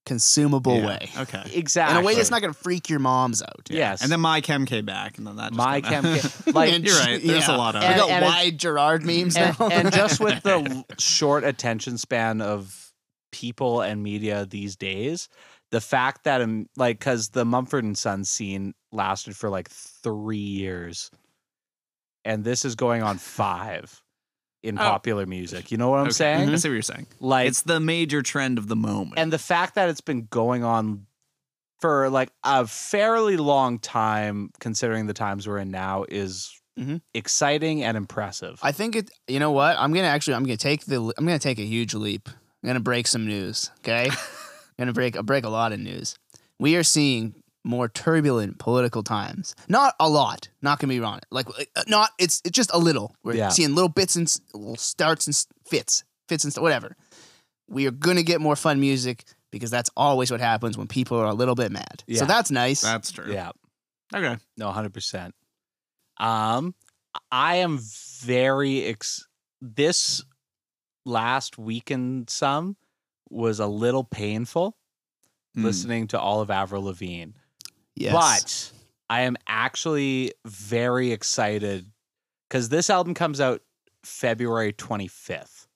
Speaker 2: consumable
Speaker 3: Yeah,
Speaker 2: way.
Speaker 3: Okay.
Speaker 1: Exactly.
Speaker 2: In a way that's not going to freak your moms out.
Speaker 1: Yeah. Yes.
Speaker 3: And then my chem came back, and then that just
Speaker 1: my
Speaker 3: kinda-
Speaker 1: cam like
Speaker 2: And
Speaker 3: You're right. There's a lot of-
Speaker 2: We
Speaker 1: And-
Speaker 2: got
Speaker 1: and it-
Speaker 2: wide Gerard memes
Speaker 1: and,
Speaker 2: now.
Speaker 1: and just with the l- short attention span of people and media these days, the fact that um, like because the Mumford and Sons scene lasted for like three years, and this is going on five in
Speaker 3: Oh.
Speaker 1: popular music. You know what I'm
Speaker 3: Okay.
Speaker 1: saying?
Speaker 3: I see what you're saying.
Speaker 1: Like,
Speaker 3: it's the major trend of the moment.
Speaker 1: and the fact that it's been going on for like a fairly long time, considering the times we're in now, is
Speaker 2: Mhm.
Speaker 1: exciting and impressive.
Speaker 2: I think it. You know what? I'm gonna actually. I'm gonna take the. I'm gonna take a huge leap. I'm gonna break some news. Okay. I'm gonna break. I'll break a lot of news. We are seeing more turbulent political times. Not a lot. Not gonna be wrong. Like uh, not. It's it's just a little. We're
Speaker 1: Yeah.
Speaker 2: seeing little bits and s- little starts and s- fits, fits and st- whatever. We are gonna get more fun music because that's always what happens when people are a little bit mad.
Speaker 1: Yeah.
Speaker 2: So that's nice.
Speaker 3: That's true.
Speaker 1: yeah.
Speaker 3: Okay.
Speaker 1: No, hundred percent. Um, I am very ex. This last week and some was a little painful
Speaker 2: Hmm.
Speaker 3: Mm.
Speaker 1: listening to all of Avril Lavigne,
Speaker 2: yes.
Speaker 1: but I am actually very excited because this album comes out February twenty fifth.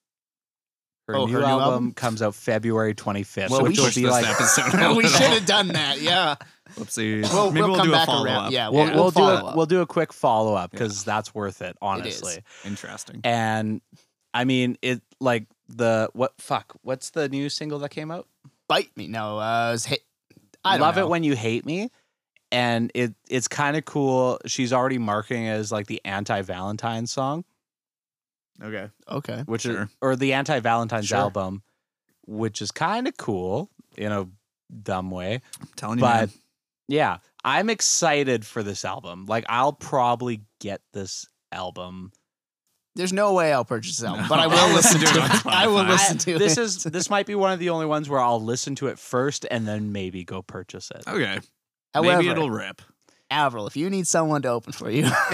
Speaker 1: Her,
Speaker 2: Oh,
Speaker 1: new,
Speaker 2: her new
Speaker 1: album,
Speaker 2: album?
Speaker 1: comes out February twenty fifth,
Speaker 2: Well, we
Speaker 1: which will
Speaker 2: pushed
Speaker 1: be
Speaker 3: this
Speaker 1: like
Speaker 3: episode a
Speaker 2: we
Speaker 3: little.
Speaker 2: should have done that. Yeah.
Speaker 3: Whoopsies.
Speaker 2: We'll,
Speaker 3: Maybe
Speaker 2: we'll,
Speaker 3: we'll,
Speaker 2: come
Speaker 3: do a
Speaker 2: back
Speaker 3: follow
Speaker 2: around.
Speaker 3: up.
Speaker 2: Yeah,
Speaker 1: We'll,
Speaker 2: we'll,
Speaker 1: we'll do
Speaker 2: follow
Speaker 1: a,
Speaker 2: up.
Speaker 1: we'll do a quick follow up because that's worth it, honestly.
Speaker 3: Interesting.
Speaker 1: And I mean, it like the what fuck? What's the new single that came out?
Speaker 2: Bite me. No, uh, it's hit. I don't
Speaker 1: love
Speaker 2: know.
Speaker 1: it when you hate me, and it it's kind of cool. She's already marketing it as like the anti Valentine song,
Speaker 3: Okay.
Speaker 2: Okay.
Speaker 1: which is
Speaker 3: Sure.
Speaker 1: or the anti Valentine's
Speaker 2: Sure.
Speaker 1: album, which is kind of cool in a dumb way.
Speaker 3: I'm telling you.
Speaker 1: but
Speaker 3: man.
Speaker 1: yeah, I'm excited for this album. Like, I'll probably get this album.
Speaker 2: There's no way I'll purchase this album,
Speaker 3: No.
Speaker 2: but I will
Speaker 3: I'll
Speaker 2: listen to
Speaker 3: listen to it
Speaker 2: it.
Speaker 3: on
Speaker 2: I will
Speaker 3: Spotify.
Speaker 2: listen
Speaker 1: I-
Speaker 2: to
Speaker 1: this
Speaker 2: it.
Speaker 1: is this might be one of the only ones where I'll listen to it first and then maybe go purchase it.
Speaker 3: okay.
Speaker 2: However,
Speaker 3: Maybe it'll rip.
Speaker 2: Avril, if you need someone to open for you,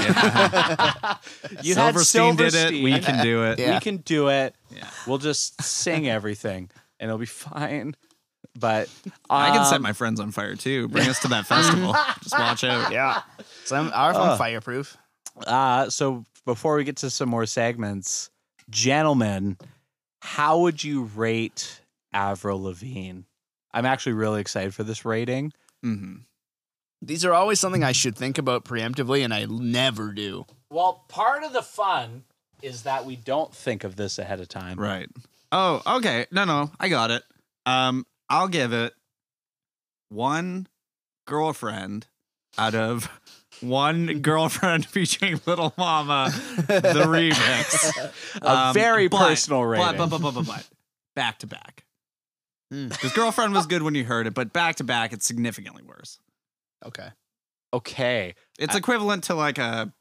Speaker 1: you had
Speaker 3: Silverstein did it.
Speaker 1: Silverstein.
Speaker 3: We can do it.
Speaker 1: We
Speaker 2: Yeah.
Speaker 1: can do it.
Speaker 3: Yeah.
Speaker 1: We'll just sing everything and it'll be fine. But
Speaker 3: I can set
Speaker 1: um,
Speaker 3: my friends on fire too. Bring us to that festival. Just watch out.
Speaker 2: yeah, some are from Fireproof.
Speaker 1: Uh, so before we get to some more segments, gentlemen, how would you rate Avril Lavigne? I'm actually really excited for this rating.
Speaker 3: Mm-hmm.
Speaker 2: These are always something I should think about preemptively, and I never do.
Speaker 1: Well, part of the fun is that we don't think of this ahead of time.
Speaker 3: Right. Oh, okay. No, no, I got it. Um, I'll give it one girlfriend out of one girlfriend featuring Little Mama, the remix.
Speaker 1: A very personal rating.
Speaker 3: Um, But, but, but, but, but, back to back.
Speaker 2: Hmm.
Speaker 3: Because girlfriend was good when you heard it, but back to back, it's significantly worse.
Speaker 2: Okay.
Speaker 1: Okay.
Speaker 3: It's equivalent to like a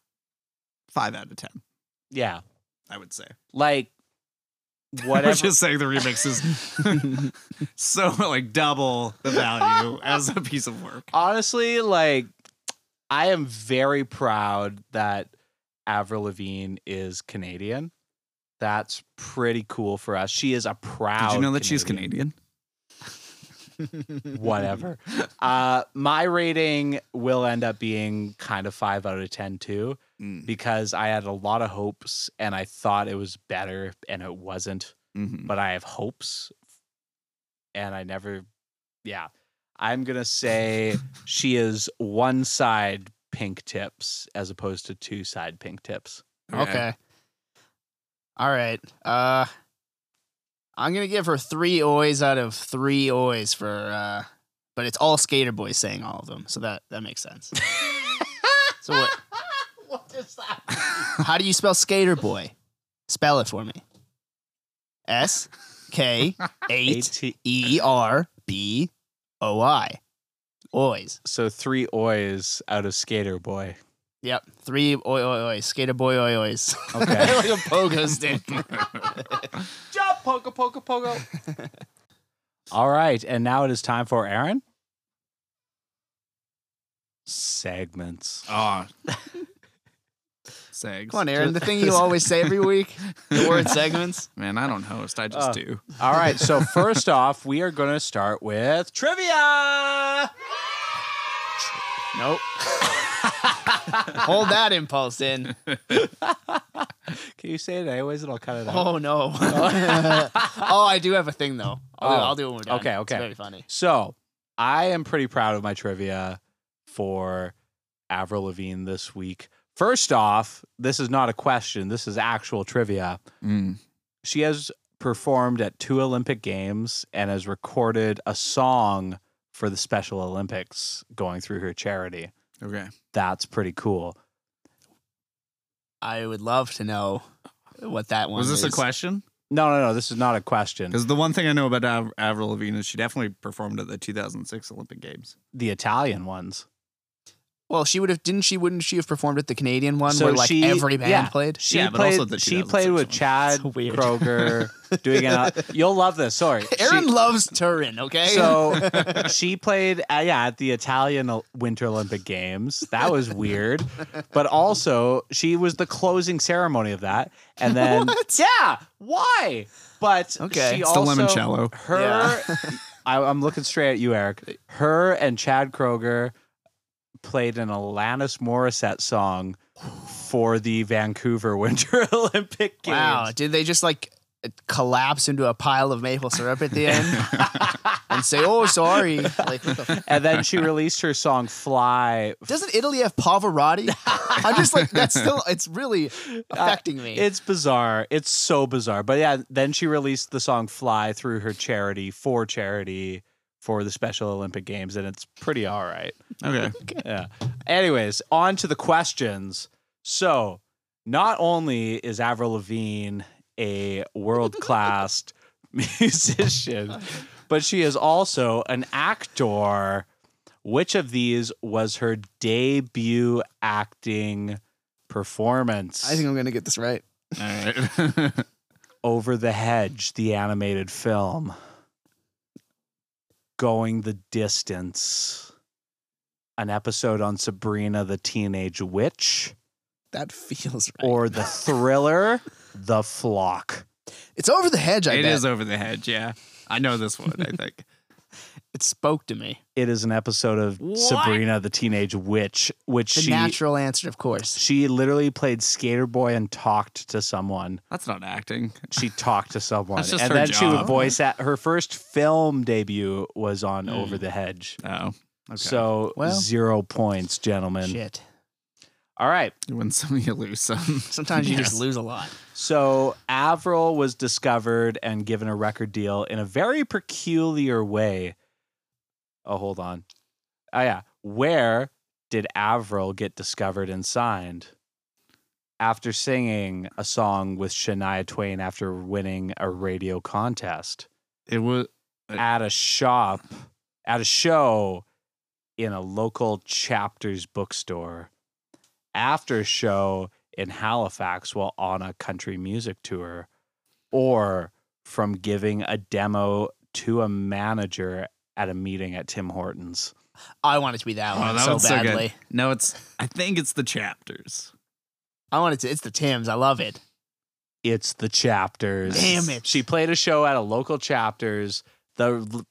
Speaker 3: five out of ten,
Speaker 1: Yeah.
Speaker 3: I would say.
Speaker 1: Like
Speaker 3: I
Speaker 1: whatever.
Speaker 3: was just saying the remix is so like double the value as a piece of work.
Speaker 1: Honestly, like I am very proud that Avril Lavigne is Canadian. That's pretty cool for us. She is a proud.
Speaker 3: Did you know that she's Canadian?
Speaker 1: whatever. Uh, my rating will end up being kind of five out of 10 too,
Speaker 3: Mm-hmm.
Speaker 1: because I had a lot of hopes and I thought it was better and it wasn't,
Speaker 3: Mhm.
Speaker 1: but I have hopes and I never, yeah. I'm going to say she is one side pink tips as opposed to two side pink tips.
Speaker 2: Okay. All right. Uh I'm gonna give her three oys out of three oys for uh but it's all skater boys saying all of them, so that that makes sense. so what
Speaker 1: What is that?
Speaker 2: how do you spell skater boy? Spell it for me. S K eight E R B O I. Oys.
Speaker 1: So three oys out of Skater Boy.
Speaker 2: Yep. Three oi oi oi. Skater boy oi ois.
Speaker 1: Okay.
Speaker 2: like a pogo stick.
Speaker 1: Jump, pogo, pogo, pogo. All right, and now it is time for Aaron. Segments.
Speaker 3: Ah. Sags.
Speaker 2: Come on, Aaron. The thing you always say every week. The word Uh. segments.
Speaker 3: Man, I don't host. I just do.
Speaker 1: All right, so first off, we are going to start with trivia.
Speaker 2: Nope. Hold that impulse in.
Speaker 1: Can you say it anyways, and I'll cut it out.
Speaker 2: Oh no. oh, I do have a thing though. I'll, do,
Speaker 1: Oh.
Speaker 2: I'll do it when we're done.
Speaker 1: Okay,
Speaker 2: It's
Speaker 1: okay.
Speaker 2: very funny.
Speaker 1: So I am pretty proud of my trivia for Avril Lavigne this week. First off, this is not a question. This is actual trivia.
Speaker 3: Mm.
Speaker 1: She has performed at two Olympic Games and has recorded a song for the Special Olympics going through her charity.
Speaker 3: Okay.
Speaker 1: That's pretty cool.
Speaker 2: I would love to know what that one
Speaker 3: Was this a
Speaker 2: is.
Speaker 3: question?
Speaker 1: No, no, no. This is not a question.
Speaker 3: Because the one thing I know about Av- Avril Lavigne is she definitely performed at the 2006 Olympic Games.
Speaker 1: The Italian ones.
Speaker 2: Well, she would have. Didn't she? Wouldn't she have performed at the Canadian one
Speaker 1: So
Speaker 2: where like
Speaker 1: she-
Speaker 2: every band
Speaker 1: yeah.
Speaker 2: played?
Speaker 1: She
Speaker 3: Yeah, but
Speaker 1: played,
Speaker 3: also the
Speaker 1: she played
Speaker 3: 2006
Speaker 1: with
Speaker 3: one.
Speaker 1: Chad
Speaker 2: So weird.
Speaker 1: Kroger doing it. You'll love this. Sorry.
Speaker 2: Aaron
Speaker 1: She-
Speaker 2: loves Turin. Okay.
Speaker 1: So she played, uh, yeah, at the Italian Ol- Winter Olympic Games. That was weird, but also she was the closing ceremony of that. And then, yeah, why? But
Speaker 2: Okay.
Speaker 1: she
Speaker 2: It's
Speaker 3: the
Speaker 1: also
Speaker 3: limoncello.
Speaker 1: her.
Speaker 2: Yeah.
Speaker 1: I, I'm looking straight at you, Eric. Her and Chad Kroger played an Alanis Morissette song for the Vancouver Winter Olympic Games.
Speaker 2: wow. Did they just like collapse into a pile of maple syrup at the end and say, "Oh, sorry." Like, what the f-
Speaker 1: And then she released her song Fly.
Speaker 2: doesn't Italy have Pavarotti? I'm just like that's still it's really affecting me.
Speaker 1: Uh, It's bizarre. It's so bizarre. But yeah, then she released the song Fly through her charity for charity for the Special Olympic Games, and it's pretty all right.
Speaker 3: Okay.
Speaker 1: yeah. Anyways, on to the questions. So, not only is Avril Lavigne a world class musician, but she is also an actor. Which of these was her debut acting performance?
Speaker 2: I think I'm gonna get this right.
Speaker 3: All right.
Speaker 1: Over the Hedge, the animated film. Going the Distance. An episode on Sabrina the Teenage Witch
Speaker 2: That feels right.
Speaker 1: or the thriller The Flock.
Speaker 2: it's over the hedge. I
Speaker 3: It
Speaker 2: bet.
Speaker 3: is over the hedge. Yeah, I know this one. I think.
Speaker 2: it spoke to me.
Speaker 1: It is an episode of
Speaker 3: What?
Speaker 1: Sabrina the Teenage Witch, which
Speaker 2: The
Speaker 1: she
Speaker 2: natural answer, of course.
Speaker 1: she literally played skater boy and talked to someone.
Speaker 3: That's not acting.
Speaker 1: She talked to someone,
Speaker 3: That's just
Speaker 1: and
Speaker 3: her
Speaker 1: then she would
Speaker 3: job.
Speaker 1: voice at her first film debut was on Over the Hedge.
Speaker 3: Oh, okay.
Speaker 1: So
Speaker 2: Well-
Speaker 1: zero points, gentlemen.
Speaker 2: Shit.
Speaker 1: All right.
Speaker 3: you win some, you lose some.
Speaker 2: Sometimes you just lose a lot.
Speaker 1: So Avril was discovered and given a record deal in a very peculiar way. Oh, hold on. Oh, yeah. Where did Avril get discovered and signed? After singing a song with Shania Twain after winning a radio contest
Speaker 3: It was.
Speaker 1: at a shop, at a show in a local chapter's bookstore, after a show in Halifax while on a country music tour, or from giving a demo to a manager at a meeting at Tim Hortons.
Speaker 2: I want it to be that one
Speaker 3: Oh, that
Speaker 2: so
Speaker 3: one's so
Speaker 2: badly.
Speaker 3: good. No, it's. I think it's the chapters.
Speaker 2: I want it to. It's the Tims. I love it.
Speaker 1: It's the chapters.
Speaker 2: Damn it.
Speaker 1: She played a show at a local chapters. The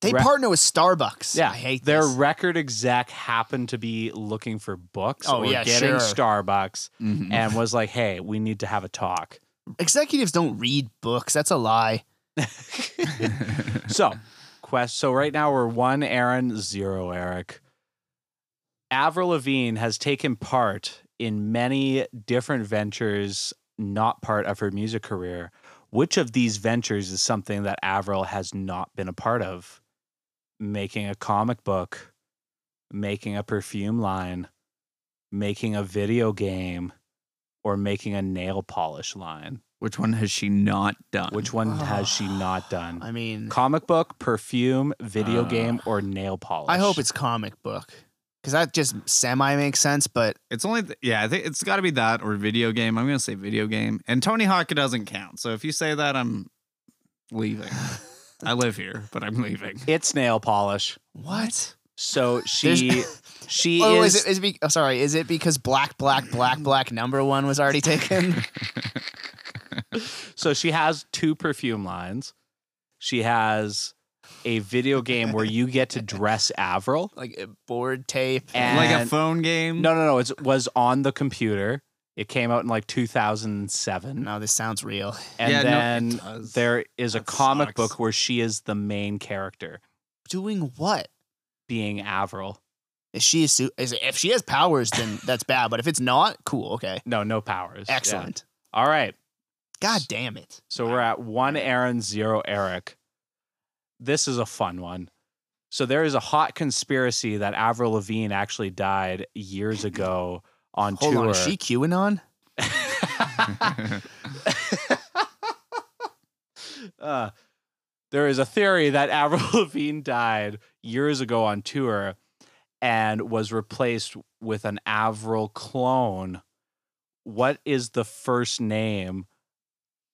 Speaker 2: They
Speaker 1: Re-
Speaker 2: partner with Starbucks.
Speaker 1: Yeah,
Speaker 2: I hate
Speaker 1: their
Speaker 2: this.
Speaker 1: record exec happened to be looking for books
Speaker 2: Oh,
Speaker 1: or
Speaker 2: yeah,
Speaker 1: getting
Speaker 2: sure.
Speaker 1: Starbucks
Speaker 2: Mm-hmm.
Speaker 3: Mhm.
Speaker 1: and was like, "Hey, we need to have a talk."
Speaker 2: Executives don't read books. That's a lie.
Speaker 1: So, quest. So right now we're one Aaron, zero Eric. Avril Lavigne has taken part in many different ventures not part of her music career. Which of these ventures is something that Avril has not been a part of? Making a comic book, making a perfume line, making a video game, or making a nail polish line.
Speaker 3: Which one has she not done?
Speaker 1: Which one has she not done?
Speaker 2: I mean,
Speaker 1: comic book, perfume, video
Speaker 3: Uh,
Speaker 1: game, or nail polish.
Speaker 2: I hope it's comic book because that just semi makes sense. But
Speaker 3: It's only. Th- yeah, I think it's got to be that or video game. I'm gonna say video game. And Tony Hawk it doesn't count. So if you say that, I'm leaving. I live here, but I'm leaving.
Speaker 1: it's nail polish.
Speaker 2: what?
Speaker 1: So she she
Speaker 2: oh,
Speaker 1: is,
Speaker 2: is, it? Is it be, oh, sorry. Is it because black, black, black, black number one was already taken?
Speaker 1: so she has two perfume lines. She has a video game where you get to dress Avril.
Speaker 2: like uh, board tape.
Speaker 1: And-
Speaker 3: like a phone game.
Speaker 1: No, no, no. It was on the computer. It came out in like 2007.
Speaker 2: no, this sounds real.
Speaker 1: And
Speaker 3: Yeah, no, it
Speaker 1: then
Speaker 3: does.
Speaker 1: there is a
Speaker 3: That
Speaker 1: comic
Speaker 3: sucks.
Speaker 1: book where she is the main character,
Speaker 2: Doing what?
Speaker 1: being Avril.
Speaker 2: Is she a su- is if she has powers, then that's bad. But if it's not, cool. Okay,
Speaker 1: No, no powers. Yeah.
Speaker 2: excellent.
Speaker 1: All right.
Speaker 2: God damn it!
Speaker 1: So we're at one Aaron, zero Eric. This is a fun one. So there is a hot conspiracy that Avril Lavigne actually died years ago on
Speaker 2: Hold
Speaker 1: tour.
Speaker 2: on, is she QAnon?
Speaker 1: Uh, there is a theory that Avril Lavigne died years ago on tour and was replaced with an Avril clone. What is the first name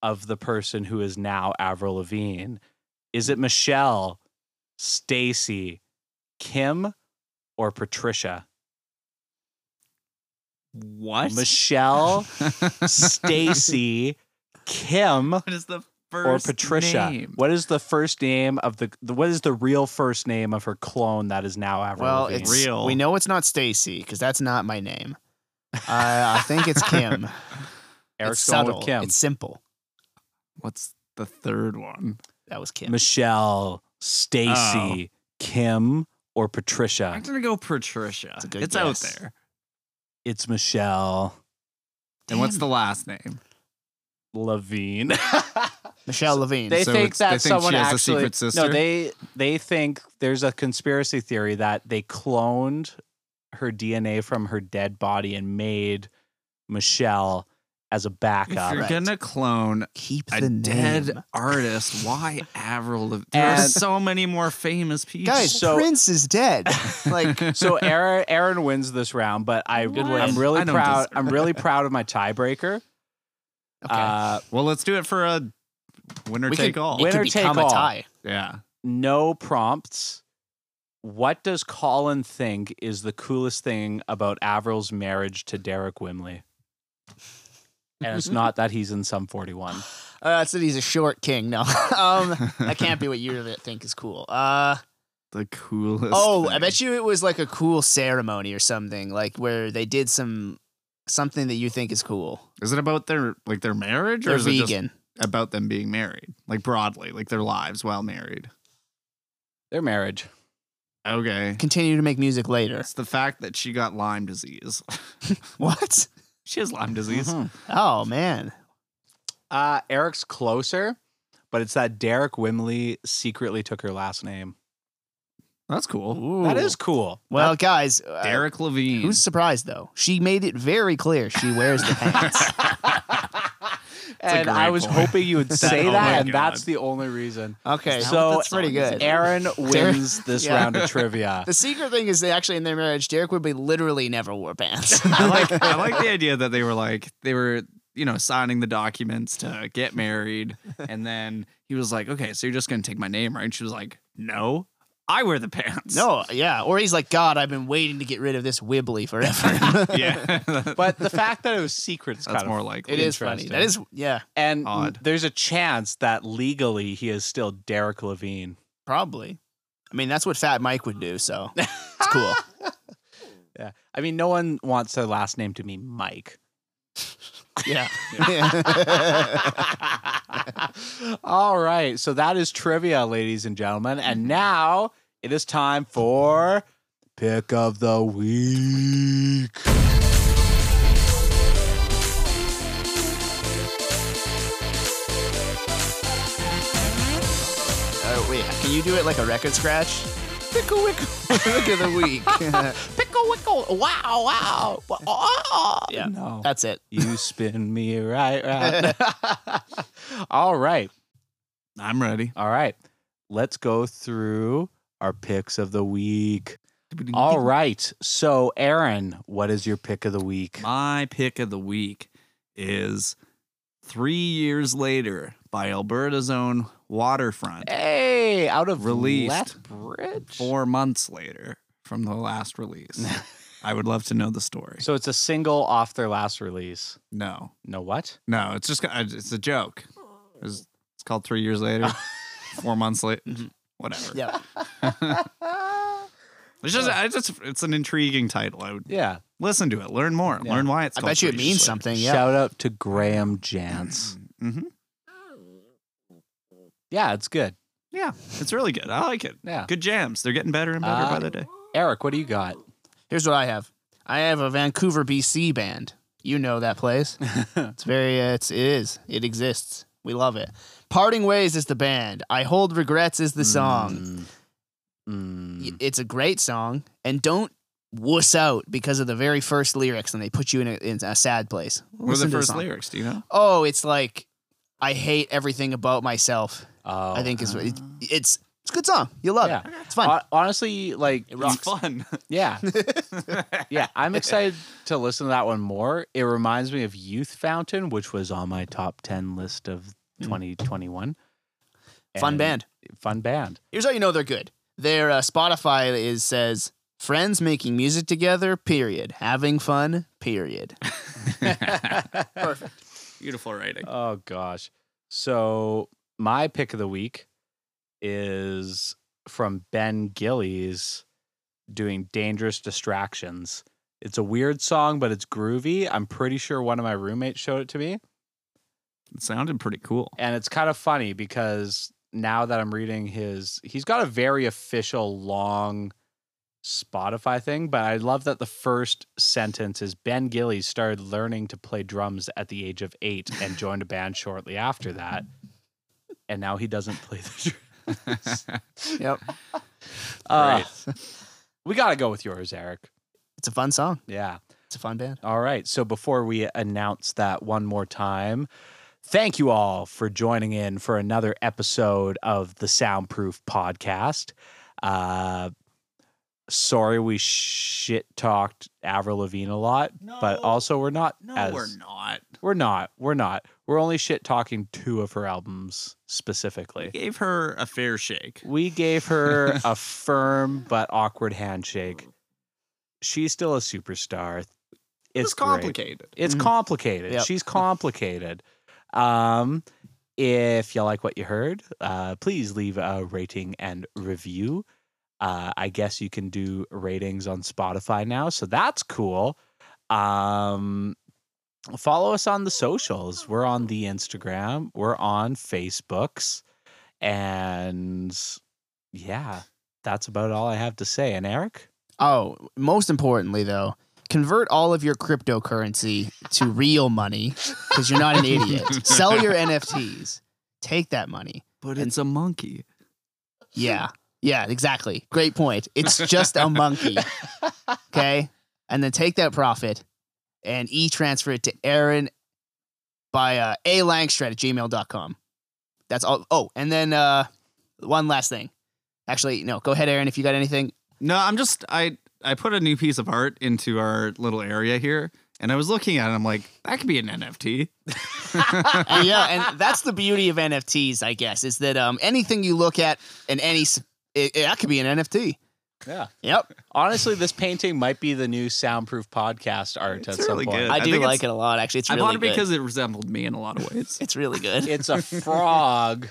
Speaker 1: of the person who is now Avril Lavigne? Is it Michelle, Stacy, Kim, or Patricia?
Speaker 3: what?
Speaker 1: Michelle,
Speaker 3: Stacy.
Speaker 1: Stacy, Kim,
Speaker 3: What is the
Speaker 1: or
Speaker 3: first
Speaker 1: Patricia.
Speaker 3: name?
Speaker 1: What is the first name of the, the what is the real first name of her clone that is now Avril
Speaker 2: Well,
Speaker 1: Lavigne?
Speaker 2: it's
Speaker 3: Real.
Speaker 2: We know it's not Stacy because that's not my name. Uh, I think it's Kim.
Speaker 1: Eric's
Speaker 2: it's
Speaker 1: going
Speaker 2: subtle.
Speaker 1: with Kim.
Speaker 2: It's simple.
Speaker 3: What's the third one?
Speaker 2: That was Kim.
Speaker 1: Michelle,
Speaker 3: Oh.
Speaker 1: Stacy, Kim, or Patricia?
Speaker 3: I'm gonna go Patricia. It's,
Speaker 2: a good
Speaker 3: out
Speaker 2: guess.
Speaker 3: there.
Speaker 1: It's Michelle
Speaker 3: And what's the last name?
Speaker 1: Levine.
Speaker 2: Michelle Levine.
Speaker 1: they
Speaker 3: So
Speaker 1: think
Speaker 3: it's-
Speaker 1: that
Speaker 3: they think
Speaker 1: someone
Speaker 3: she has a
Speaker 1: actually
Speaker 3: secret sister?
Speaker 1: no they they think there's a conspiracy theory that they cloned her DNA from her dead body and made Michelle as a
Speaker 3: If
Speaker 1: backup.
Speaker 3: you're
Speaker 2: Correct.
Speaker 3: gonna clone
Speaker 2: Keep
Speaker 3: a
Speaker 2: the name.
Speaker 3: dead artist, why Avril? Lav- There are
Speaker 1: And-
Speaker 3: so many more famous people.
Speaker 2: Guys,
Speaker 1: So-
Speaker 2: Prince is dead. Like
Speaker 1: So Aaron, Aaron wins this round, but I
Speaker 3: Good win.
Speaker 1: I'm really
Speaker 3: I don't
Speaker 1: proud.
Speaker 3: deserve
Speaker 1: I'm really proud of my tiebreaker. Uh,
Speaker 3: well, let's do it for a winner
Speaker 2: we
Speaker 3: take
Speaker 2: could,
Speaker 3: all.
Speaker 2: It
Speaker 1: Winner
Speaker 2: could become
Speaker 1: take all.
Speaker 2: a tie.
Speaker 3: yeah.
Speaker 1: no prompts. What does Colin think is the coolest thing about Avril's marriage to Derek Wimley? And
Speaker 3: Mm-hmm.
Speaker 1: it's not that he's in some 41.
Speaker 2: Uh, so he's a short king. No, um, that can't be what you think is cool. Uh,
Speaker 3: The coolest.
Speaker 2: oh, I
Speaker 3: thing.
Speaker 2: bet you it was like a cool ceremony or something, like where they did some something that you think is cool.
Speaker 3: Is it about their like their marriage or
Speaker 2: They're
Speaker 3: is it just
Speaker 2: vegan.
Speaker 3: about them being married? Like broadly, like their lives while married.
Speaker 1: Their marriage.
Speaker 3: Okay.
Speaker 2: Continue to make music later.
Speaker 3: It's the fact that she got Lyme disease.
Speaker 2: What?
Speaker 3: she has Lyme disease.
Speaker 2: Oh man,
Speaker 1: Mm-hmm. Uh, Eric's closer, but it's that Derek Wimley secretly took her last name.
Speaker 3: That's cool.
Speaker 1: That is cool.
Speaker 2: well, guys. uh,
Speaker 3: Derek Levine.
Speaker 2: Who's surprised though? She made it very clear she wears the pants.
Speaker 1: and
Speaker 3: great
Speaker 1: I was
Speaker 3: point.
Speaker 1: hoping you would say
Speaker 3: Oh my
Speaker 1: that, and
Speaker 3: God.
Speaker 1: that's the only reason.
Speaker 2: Okay,
Speaker 1: So-
Speaker 2: that's pretty good.
Speaker 1: Aaron wins this
Speaker 2: Yeah.
Speaker 1: round of trivia.
Speaker 2: the secret thing is that actually in their marriage, Derek Whibley literally never wore pants.
Speaker 3: I like I like the idea that they were like they were you know signing the documents to get married, and then he was like, "Okay, so you're just gonna take my name, right?" And she was like, "No, I wear the pants."
Speaker 2: No, yeah. Or he's like, God, I've been waiting to get rid of this wibbly forever.
Speaker 3: yeah,
Speaker 1: But the fact that it was secret is
Speaker 3: that's
Speaker 1: kind
Speaker 3: more
Speaker 1: of
Speaker 3: likely.
Speaker 2: it is funny. That is, yeah,
Speaker 1: And
Speaker 3: Odd.
Speaker 1: there's a chance that legally he is still Derek Levine.
Speaker 2: probably. I mean, that's what Fat Mike would do, so it's cool.
Speaker 1: Yeah. I mean, no one wants their last name to be Mike.
Speaker 2: Yeah.
Speaker 1: All right. So that is trivia, ladies and gentlemen. And now it is time for pick of the week.
Speaker 2: Uh, wait, can you do it like a record scratch? Pickle wickle. Pick of the week.
Speaker 1: Pickle wickle. Wow, wow. Wa- Oh,
Speaker 2: Yeah.
Speaker 1: No.
Speaker 2: that's it.
Speaker 1: You spin me right round. All right.
Speaker 3: I'm ready.
Speaker 1: All right. Let's go through our picks of the week. All right. So, Aaron, what is your pick of the week?
Speaker 3: My pick of the week is Three Years Later by Alberta's own Waterfront.
Speaker 1: Hey, out of
Speaker 3: Released.
Speaker 1: Lethbridge.
Speaker 3: Four months later from the last release. I would love to know the story.
Speaker 1: So it's a single off their last release.
Speaker 3: No,
Speaker 1: No, what?
Speaker 3: no, it's just I- it's a joke. It's, it's called Three Years Later, Four Months Later, whatever.
Speaker 2: Mm-hmm. Yeah.
Speaker 3: It's just I just it's an intriguing title. I would
Speaker 1: Yeah.
Speaker 3: listen to it, learn more, learn why it's.
Speaker 2: I
Speaker 3: called
Speaker 2: bet you it
Speaker 3: Three Years
Speaker 2: means
Speaker 3: Later.
Speaker 2: something. Yeah.
Speaker 1: Shout out to Graham Jantz.
Speaker 3: Mhm.
Speaker 1: Yeah, it's good.
Speaker 3: Yeah, it's really good. I like it.
Speaker 1: Yeah.
Speaker 3: good jams. They're getting better and better by
Speaker 2: Uh,
Speaker 3: the day.
Speaker 1: Eric, what do you got?
Speaker 2: Here's what I have. I have a Vancouver, BC band. You know that place. it's very. Uh, it's it is. It exists. We love it. Parting ways is the band. I hold regrets is
Speaker 1: Hmm.
Speaker 2: the song.
Speaker 1: Mm.
Speaker 2: Y- It's a great song, and don't wuss out because of the very first lyrics, and they put you in a, in a sad place.
Speaker 3: What are
Speaker 2: Listen
Speaker 3: the
Speaker 2: to
Speaker 3: first
Speaker 2: song.
Speaker 3: lyrics? Do you know?
Speaker 2: Oh, it's like I hate everything about myself.
Speaker 1: Oh.
Speaker 2: I think is what- it, it's it's a good song. You'll love
Speaker 1: Yeah.
Speaker 2: it. It's fun.
Speaker 1: Hon- Honestly, like
Speaker 3: It's fun.
Speaker 1: Yeah. yeah, I'm excited to listen to that one more. It reminds me of Youth Fountain, which was on my top 10 list of 2021.
Speaker 2: fun
Speaker 1: And-
Speaker 2: band.
Speaker 1: Fun band.
Speaker 2: Here's how you know they're good. Their uh, Spotify is says friends making music together. Period. Having fun. Period.
Speaker 3: Beautiful writing.
Speaker 2: Uh,
Speaker 1: Oh, gosh. So, my pick of the week is from Ben Gillies doing Dangerous Distractions. It's a weird song, but it's groovy. I'm pretty sure one of my roommates showed it to me.
Speaker 3: It sounded pretty cool.
Speaker 1: and it's kind of funny because now that I'm reading his, he's got a very official long Spotify thing, but I love that the first sentence is Ben Gillies started learning to play drums at the age of eight and joined a band shortly after that, and now he doesn't play the drums.
Speaker 2: Yep.
Speaker 1: Uh, we got to go with yours, Eric.
Speaker 2: It's a fun song.
Speaker 1: Yeah.
Speaker 2: It's a fun band.
Speaker 1: All right. So before we announce that one more time, thank you all for joining in for another episode of the Soundproof Podcast. Uh, sorry we shit talked Avril Lavigne a lot, but
Speaker 3: No.
Speaker 1: also we're not.
Speaker 3: No,
Speaker 1: as,
Speaker 3: we're not.
Speaker 1: We're not. We're not. We're only shit talking two of her albums specifically.
Speaker 3: Gave her a fair shake.
Speaker 1: We gave her a firm but awkward handshake. She's still a superstar.
Speaker 3: It's
Speaker 1: It's great.
Speaker 3: complicated.
Speaker 1: It's
Speaker 2: Mhm.
Speaker 1: complicated.
Speaker 2: Yep.
Speaker 1: She's complicated. Um, if you like what you heard, uh, please leave a rating and review. Uh, I guess you can do ratings on Spotify now, so that's cool. Um, follow us on the socials. We're on the Instagram. We're on Facebooks, and yeah, that's about all I have to say. And Eric,
Speaker 2: Oh, most importantly though, convert all of your cryptocurrency to real money because you're not an idiot. Sell your NFTs. Take that money.
Speaker 3: But it's a monkey.
Speaker 2: Yeah. Yeah, exactly. Great point. It's just a monkey. Okay? And then take that profit and e transfer it to Aaron by uh, alangstrat at gmail.com. That's all. Oh, and then uh, one last thing. Actually, no, go ahead, Aaron, if you got anything.
Speaker 3: No, I'm just I I put a new piece of art into our little area here, and I was looking at it. and I'm like, that could be an NFT.
Speaker 2: Uh, yeah, and that's the beauty of NFTs, I guess, is that um, anything you look at in any, s- it, it, that could be an NFT.
Speaker 1: yeah.
Speaker 2: Yep.
Speaker 1: Honestly, this painting might be the new soundproof podcast art
Speaker 3: It's
Speaker 1: at some
Speaker 3: really
Speaker 1: point.
Speaker 3: good.
Speaker 2: I,
Speaker 3: I
Speaker 2: do
Speaker 3: think
Speaker 2: like
Speaker 3: it's-
Speaker 2: it a lot, actually. It's
Speaker 3: I
Speaker 2: really
Speaker 3: bought it
Speaker 2: good.
Speaker 3: because it resembled me in a lot of ways.
Speaker 2: it's really good.
Speaker 1: It's a frog.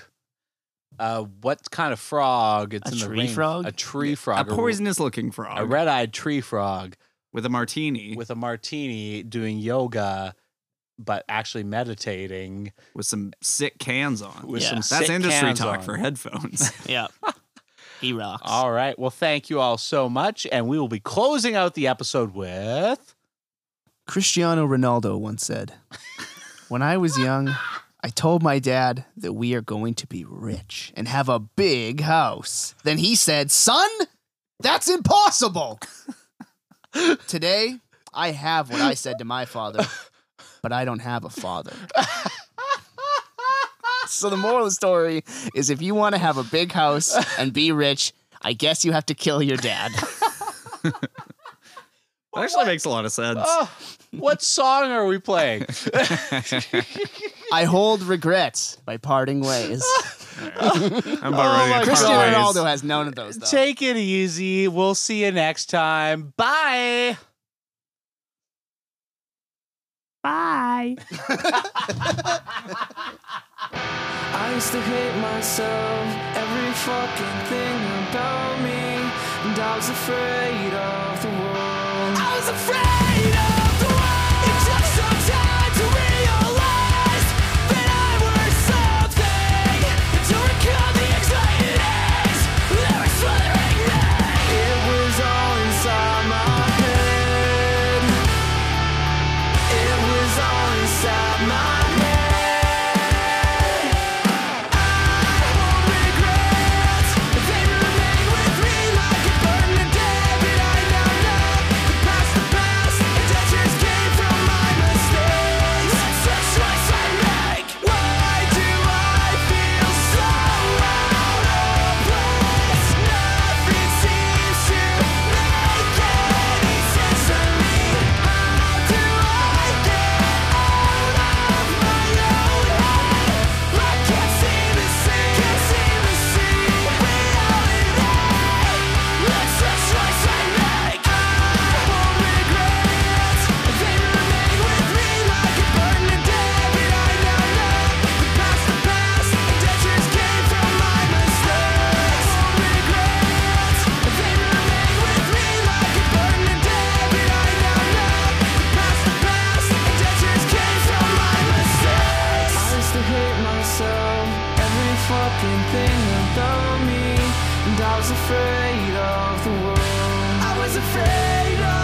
Speaker 1: uh, what kind of frog? It's
Speaker 2: A
Speaker 1: in the
Speaker 2: tree
Speaker 1: rain-
Speaker 2: frog?
Speaker 1: A tree
Speaker 3: a
Speaker 1: frog. a-
Speaker 3: poisonous looking
Speaker 1: A
Speaker 3: frog
Speaker 1: red-eyed tree frog
Speaker 3: with a martini with,
Speaker 1: with a martini doing yoga, but actually meditating.
Speaker 3: some sick cans on.
Speaker 1: With
Speaker 2: Yeah. some
Speaker 3: That's
Speaker 1: sick
Speaker 3: industry
Speaker 1: cans
Speaker 3: talk
Speaker 1: on.
Speaker 3: for headphones.
Speaker 2: yeah. He rocks.
Speaker 1: All right. Well, thank you all so much, and we will be closing out the episode with.
Speaker 2: Cristiano Ronaldo once said, When I was young, I told my dad that we are going to be rich and have a big house. Then he said, Son, that's impossible. Today, I have what I said to my father, but I don't have a father. So the moral of the story is if you want to have a big house and be rich, I guess you have to kill your dad.
Speaker 3: That actually makes a lot of sense.
Speaker 1: Oh, what song are we playing?
Speaker 2: I hold regrets by parting ways.
Speaker 3: I'm already
Speaker 1: Oh my Christian
Speaker 2: Cristiano
Speaker 3: at
Speaker 1: God.
Speaker 3: Parlays.
Speaker 2: Ronaldo has none of those though.
Speaker 1: Take it easy. We'll see you next time. Bye.
Speaker 5: I used to hate myself, every fucking thing about me, and I was afraid of the world. I was afraid of the world. It took some time to realize that I was something, and to recall the anxieties that were smothering me. It was all inside my head. It was all inside my head. Past the past, And I was afraid of the world. I was afraid of